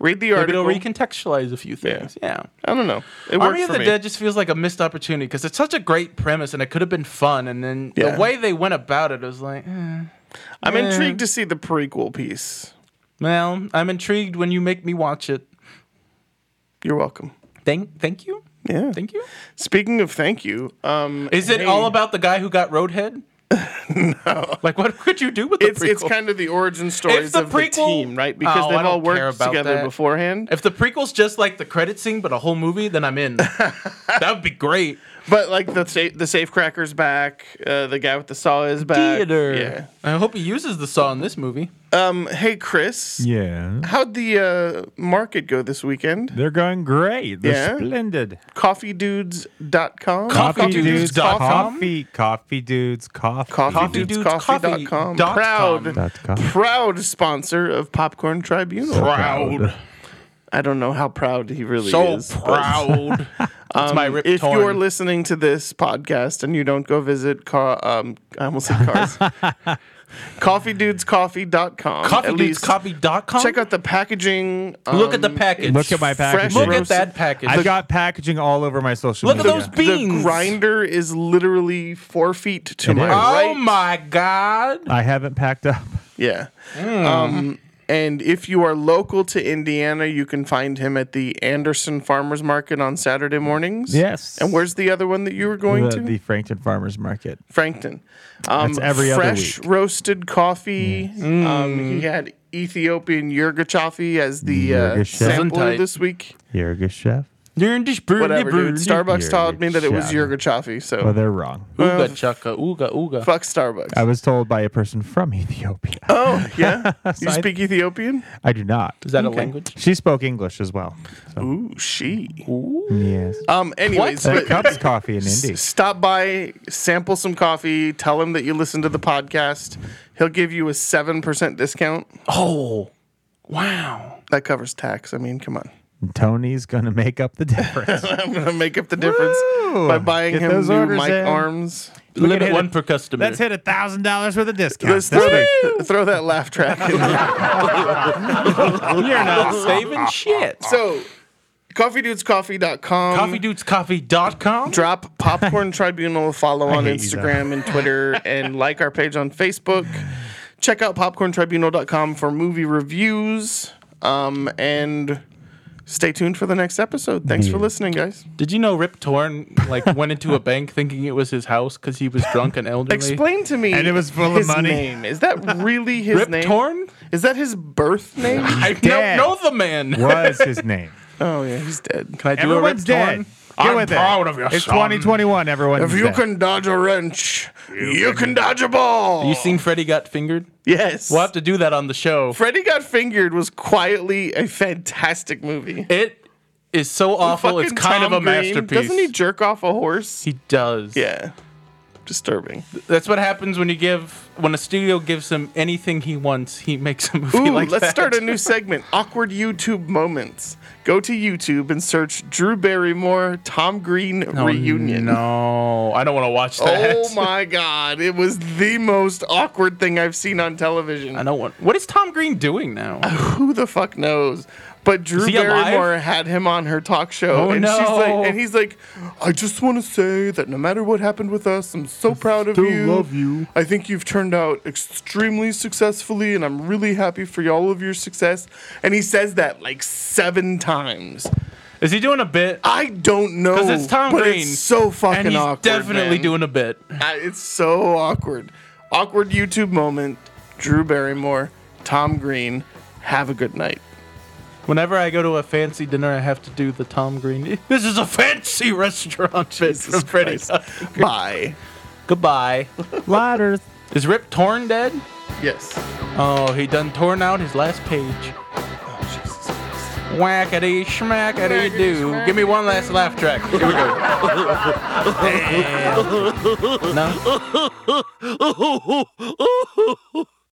[SPEAKER 1] read the
[SPEAKER 2] maybe
[SPEAKER 1] article.
[SPEAKER 2] it'll recontextualize a few things. Yeah.
[SPEAKER 1] I don't know. It worked
[SPEAKER 2] Army of
[SPEAKER 1] for
[SPEAKER 2] the
[SPEAKER 1] me.
[SPEAKER 2] Dead just feels like a missed opportunity because it's such a great premise and it could have been fun. And then
[SPEAKER 1] Yeah.
[SPEAKER 2] the way they went about it was like, eh.
[SPEAKER 1] I'm
[SPEAKER 2] Yeah.
[SPEAKER 1] intrigued to see the prequel piece.
[SPEAKER 2] well, I'm intrigued when you make me watch it.
[SPEAKER 1] You're welcome.
[SPEAKER 2] Thank, thank you,
[SPEAKER 1] Yeah.
[SPEAKER 2] thank you.
[SPEAKER 1] Speaking of thank you, um,
[SPEAKER 2] Is it
[SPEAKER 1] hey,
[SPEAKER 2] all about the guy who
[SPEAKER 1] <laughs>
[SPEAKER 2] got Roadhead? no. Like, what could you do with the
[SPEAKER 1] It's
[SPEAKER 2] prequel?
[SPEAKER 1] it's kind of the origin stories
[SPEAKER 2] the
[SPEAKER 1] of the
[SPEAKER 2] prequel-
[SPEAKER 1] team, right? Because
[SPEAKER 2] Oh, I
[SPEAKER 1] they've all
[SPEAKER 2] don't care
[SPEAKER 1] worked
[SPEAKER 2] about
[SPEAKER 1] together
[SPEAKER 2] that.
[SPEAKER 1] beforehand.
[SPEAKER 2] if the prequel's just like the credit scene, but a whole movie, then I'm
[SPEAKER 1] <laughs>
[SPEAKER 2] in. that would be great.
[SPEAKER 1] But like the sa- the safecracker's back, uh, the guy with the saw is back.
[SPEAKER 2] I hope he uses the saw in this movie.
[SPEAKER 1] Yeah. Um. Hey, Chris.
[SPEAKER 3] Yeah.
[SPEAKER 1] How'd the uh, market go this weekend?
[SPEAKER 3] They're going great. They're
[SPEAKER 1] Yeah?
[SPEAKER 3] splendid.
[SPEAKER 1] coffeedudes.com.
[SPEAKER 2] Coffee dudes dot com?
[SPEAKER 3] Coffee, coffee dudes, coffee.
[SPEAKER 1] Coffee
[SPEAKER 2] Coffee
[SPEAKER 1] dudes,
[SPEAKER 2] Dudes
[SPEAKER 1] coffee
[SPEAKER 2] Coffee
[SPEAKER 1] dot com.
[SPEAKER 2] dot com.
[SPEAKER 1] Proud,
[SPEAKER 3] Dot com.
[SPEAKER 1] proud sponsor of Popcorn Tribunal.
[SPEAKER 2] Proud.
[SPEAKER 1] I don't know how proud he really
[SPEAKER 2] So
[SPEAKER 1] is. but-
[SPEAKER 2] proud.
[SPEAKER 1] <laughs>
[SPEAKER 2] That's my rip
[SPEAKER 1] Um, If
[SPEAKER 2] torn.
[SPEAKER 1] you're listening to this podcast and you don't go visit car, um, I almost said cars.
[SPEAKER 2] <laughs>
[SPEAKER 1] CoffeeDudesCoffee.com.
[SPEAKER 2] Coffee
[SPEAKER 1] At
[SPEAKER 2] dudes
[SPEAKER 1] least
[SPEAKER 2] coffee dot com.
[SPEAKER 1] Check out the packaging.
[SPEAKER 2] Look
[SPEAKER 1] um,
[SPEAKER 2] at the package.
[SPEAKER 3] Look at my
[SPEAKER 1] Fresh
[SPEAKER 3] packaging.
[SPEAKER 2] Look
[SPEAKER 1] roasted-
[SPEAKER 2] at that package.
[SPEAKER 3] I've got packaging all over my social
[SPEAKER 2] Look at
[SPEAKER 3] media.
[SPEAKER 2] those
[SPEAKER 1] The
[SPEAKER 2] beans.
[SPEAKER 1] grinder is literally four feet to
[SPEAKER 3] It
[SPEAKER 1] my
[SPEAKER 3] is.
[SPEAKER 2] oh
[SPEAKER 1] right.
[SPEAKER 2] my god.
[SPEAKER 3] I haven't packed up.
[SPEAKER 1] Yeah.
[SPEAKER 3] Hmm.
[SPEAKER 1] Um, and if you are local to Indiana, you can find him at the Anderson Farmers Market on Saturday mornings.
[SPEAKER 3] Yes.
[SPEAKER 1] And where's the other one that you were going
[SPEAKER 3] The,
[SPEAKER 1] to?
[SPEAKER 3] the Frankton Farmers Market.
[SPEAKER 1] Frankton. Um,
[SPEAKER 3] That's every other Hmm.
[SPEAKER 1] fresh roasted coffee. Um, he had Ethiopian yurgachafi as the uh,
[SPEAKER 3] Yurgachev.
[SPEAKER 1] sampler
[SPEAKER 2] Gesundheit.
[SPEAKER 1] this week.
[SPEAKER 3] Yerga Chef.
[SPEAKER 2] You're in this birdie
[SPEAKER 1] Whatever, dude.
[SPEAKER 2] birdie.
[SPEAKER 1] Starbucks told me that it was
[SPEAKER 3] Yurgachev.
[SPEAKER 1] yurgachafi, so
[SPEAKER 3] Well, they're wrong.
[SPEAKER 2] Ooga chucka. Ooga ooga.
[SPEAKER 1] fuck Starbucks.
[SPEAKER 3] I was told by a person from Ethiopia.
[SPEAKER 1] oh,
[SPEAKER 3] <laughs>
[SPEAKER 1] yeah? you
[SPEAKER 3] I-
[SPEAKER 1] speak Ethiopian?
[SPEAKER 3] I do not.
[SPEAKER 2] Is that a language?
[SPEAKER 3] She spoke English as well. So,
[SPEAKER 1] Ooh, she.
[SPEAKER 3] yes.
[SPEAKER 1] Um, anyways,
[SPEAKER 3] That
[SPEAKER 1] but-
[SPEAKER 3] cups coffee in Indy.
[SPEAKER 1] S- Stop by, sample some coffee, tell him that you listen to the podcast. He'll give you a 7% discount.
[SPEAKER 2] Oh. Wow.
[SPEAKER 1] That covers tax. I mean, come on. <laughs>
[SPEAKER 3] Tony's gonna make up the difference.
[SPEAKER 1] I'm going to make up the difference
[SPEAKER 3] Woo!
[SPEAKER 1] by buying
[SPEAKER 3] Get
[SPEAKER 1] him
[SPEAKER 3] those
[SPEAKER 1] new
[SPEAKER 3] orders
[SPEAKER 1] mic
[SPEAKER 3] in.
[SPEAKER 1] arms.
[SPEAKER 3] can hit
[SPEAKER 2] Limit one
[SPEAKER 3] it.
[SPEAKER 2] per customer.
[SPEAKER 3] Let's hit a thousand dollars worth of discount.
[SPEAKER 1] Let's
[SPEAKER 3] this
[SPEAKER 1] throw,
[SPEAKER 3] week.
[SPEAKER 1] that, throw that laugh track in
[SPEAKER 3] <laughs>
[SPEAKER 1] there.
[SPEAKER 2] You're not saving shit.
[SPEAKER 1] So, coffeedudescoffee.com.
[SPEAKER 2] CoffeeDudesCoffee.com.
[SPEAKER 1] Drop
[SPEAKER 3] <laughs>
[SPEAKER 1] Popcorn Tribunal, follow on
[SPEAKER 3] hate you, Zach.
[SPEAKER 1] Instagram and
[SPEAKER 3] <laughs>
[SPEAKER 1] Twitter, and like our page on Facebook. Check out popcorntribunal.com for movie reviews. Um, and stay tuned for the next episode. Thanks for listening, guys.
[SPEAKER 2] Did you know Rip Torn like went into a bank thinking it was his house because he was drunk and elderly?
[SPEAKER 1] Explain to me.
[SPEAKER 3] And it was full of
[SPEAKER 1] his
[SPEAKER 3] money.
[SPEAKER 1] Name. Is that
[SPEAKER 3] <laughs>
[SPEAKER 1] really his
[SPEAKER 2] Rip
[SPEAKER 1] name?
[SPEAKER 2] Torn?
[SPEAKER 1] Is that his birth name?
[SPEAKER 2] I don't
[SPEAKER 3] Dead.
[SPEAKER 2] know the man.
[SPEAKER 3] Was his name?
[SPEAKER 1] oh yeah, he's dead.
[SPEAKER 2] Can I do
[SPEAKER 3] Everyone's
[SPEAKER 2] a Rip
[SPEAKER 3] dead.
[SPEAKER 2] Torn?
[SPEAKER 3] Get
[SPEAKER 2] I'm
[SPEAKER 3] with
[SPEAKER 2] proud
[SPEAKER 3] it.
[SPEAKER 2] of you,
[SPEAKER 3] It's
[SPEAKER 2] son.
[SPEAKER 3] 2021. Everyone.
[SPEAKER 1] If you can dodge a wrench, you, can, dodge a ball.
[SPEAKER 2] You seen Freddy Got Fingered?
[SPEAKER 1] yes.
[SPEAKER 2] We'll have to do that on the show.
[SPEAKER 1] Freddy Got Fingered was quietly a fantastic movie.
[SPEAKER 2] It is so awful. It's
[SPEAKER 1] Fucking
[SPEAKER 2] kind
[SPEAKER 1] Tom
[SPEAKER 2] of a
[SPEAKER 1] Green.
[SPEAKER 2] masterpiece.
[SPEAKER 1] Doesn't he jerk off a horse?
[SPEAKER 2] He does.
[SPEAKER 1] yeah. Disturbing.
[SPEAKER 2] That's what happens when you give when a studio gives him anything he wants. He makes a movie
[SPEAKER 1] Ooh, <laughs>
[SPEAKER 2] like
[SPEAKER 1] let's
[SPEAKER 2] that.
[SPEAKER 1] start a new segment. Awkward YouTube moments. Go to YouTube and search Drew Barrymore Tom Green reunion.
[SPEAKER 2] Oh, No, I don't want to watch that. <laughs>
[SPEAKER 1] Oh my god, it was the most awkward thing I've seen on television.
[SPEAKER 2] I don't want. What is Tom Green doing now?
[SPEAKER 1] Who the fuck knows? But Drew
[SPEAKER 2] he alive?
[SPEAKER 1] Barrymore had him on her talk show,
[SPEAKER 2] Oh,
[SPEAKER 1] and she's
[SPEAKER 2] no.
[SPEAKER 1] like, and he's like, I just want to say that no matter what happened with us, I'm so proud of
[SPEAKER 2] still
[SPEAKER 1] you.
[SPEAKER 2] love you."
[SPEAKER 1] I think you've turned out extremely successfully, and I'm really happy for y- all of your success. And he says that like seven times.
[SPEAKER 2] Is he doing a bit?
[SPEAKER 1] I don't know,
[SPEAKER 2] Because it's Tom
[SPEAKER 1] but
[SPEAKER 2] Green.
[SPEAKER 1] it's so fucking
[SPEAKER 2] and he's
[SPEAKER 1] awkward.
[SPEAKER 2] definitely
[SPEAKER 1] man.
[SPEAKER 2] doing a bit.
[SPEAKER 1] I- It's so awkward. Awkward YouTube moment. Drew Barrymore, Tom Green. Have a good night.
[SPEAKER 2] Whenever I go to a fancy dinner, I have to do the Tom Green. <laughs> This is a fancy
[SPEAKER 1] <laughs>
[SPEAKER 2] restaurant bit
[SPEAKER 1] Jesus
[SPEAKER 2] from Freddy.
[SPEAKER 1] Christ. Bye. <laughs>
[SPEAKER 2] Goodbye.
[SPEAKER 3] Ladders.
[SPEAKER 2] Is Rip Torn dead?
[SPEAKER 1] Yes.
[SPEAKER 2] Oh, he done torn out his last page. Whackity schmackity do. Give me one last laugh
[SPEAKER 1] <laughs>
[SPEAKER 2] track. Here we go. Damn. No.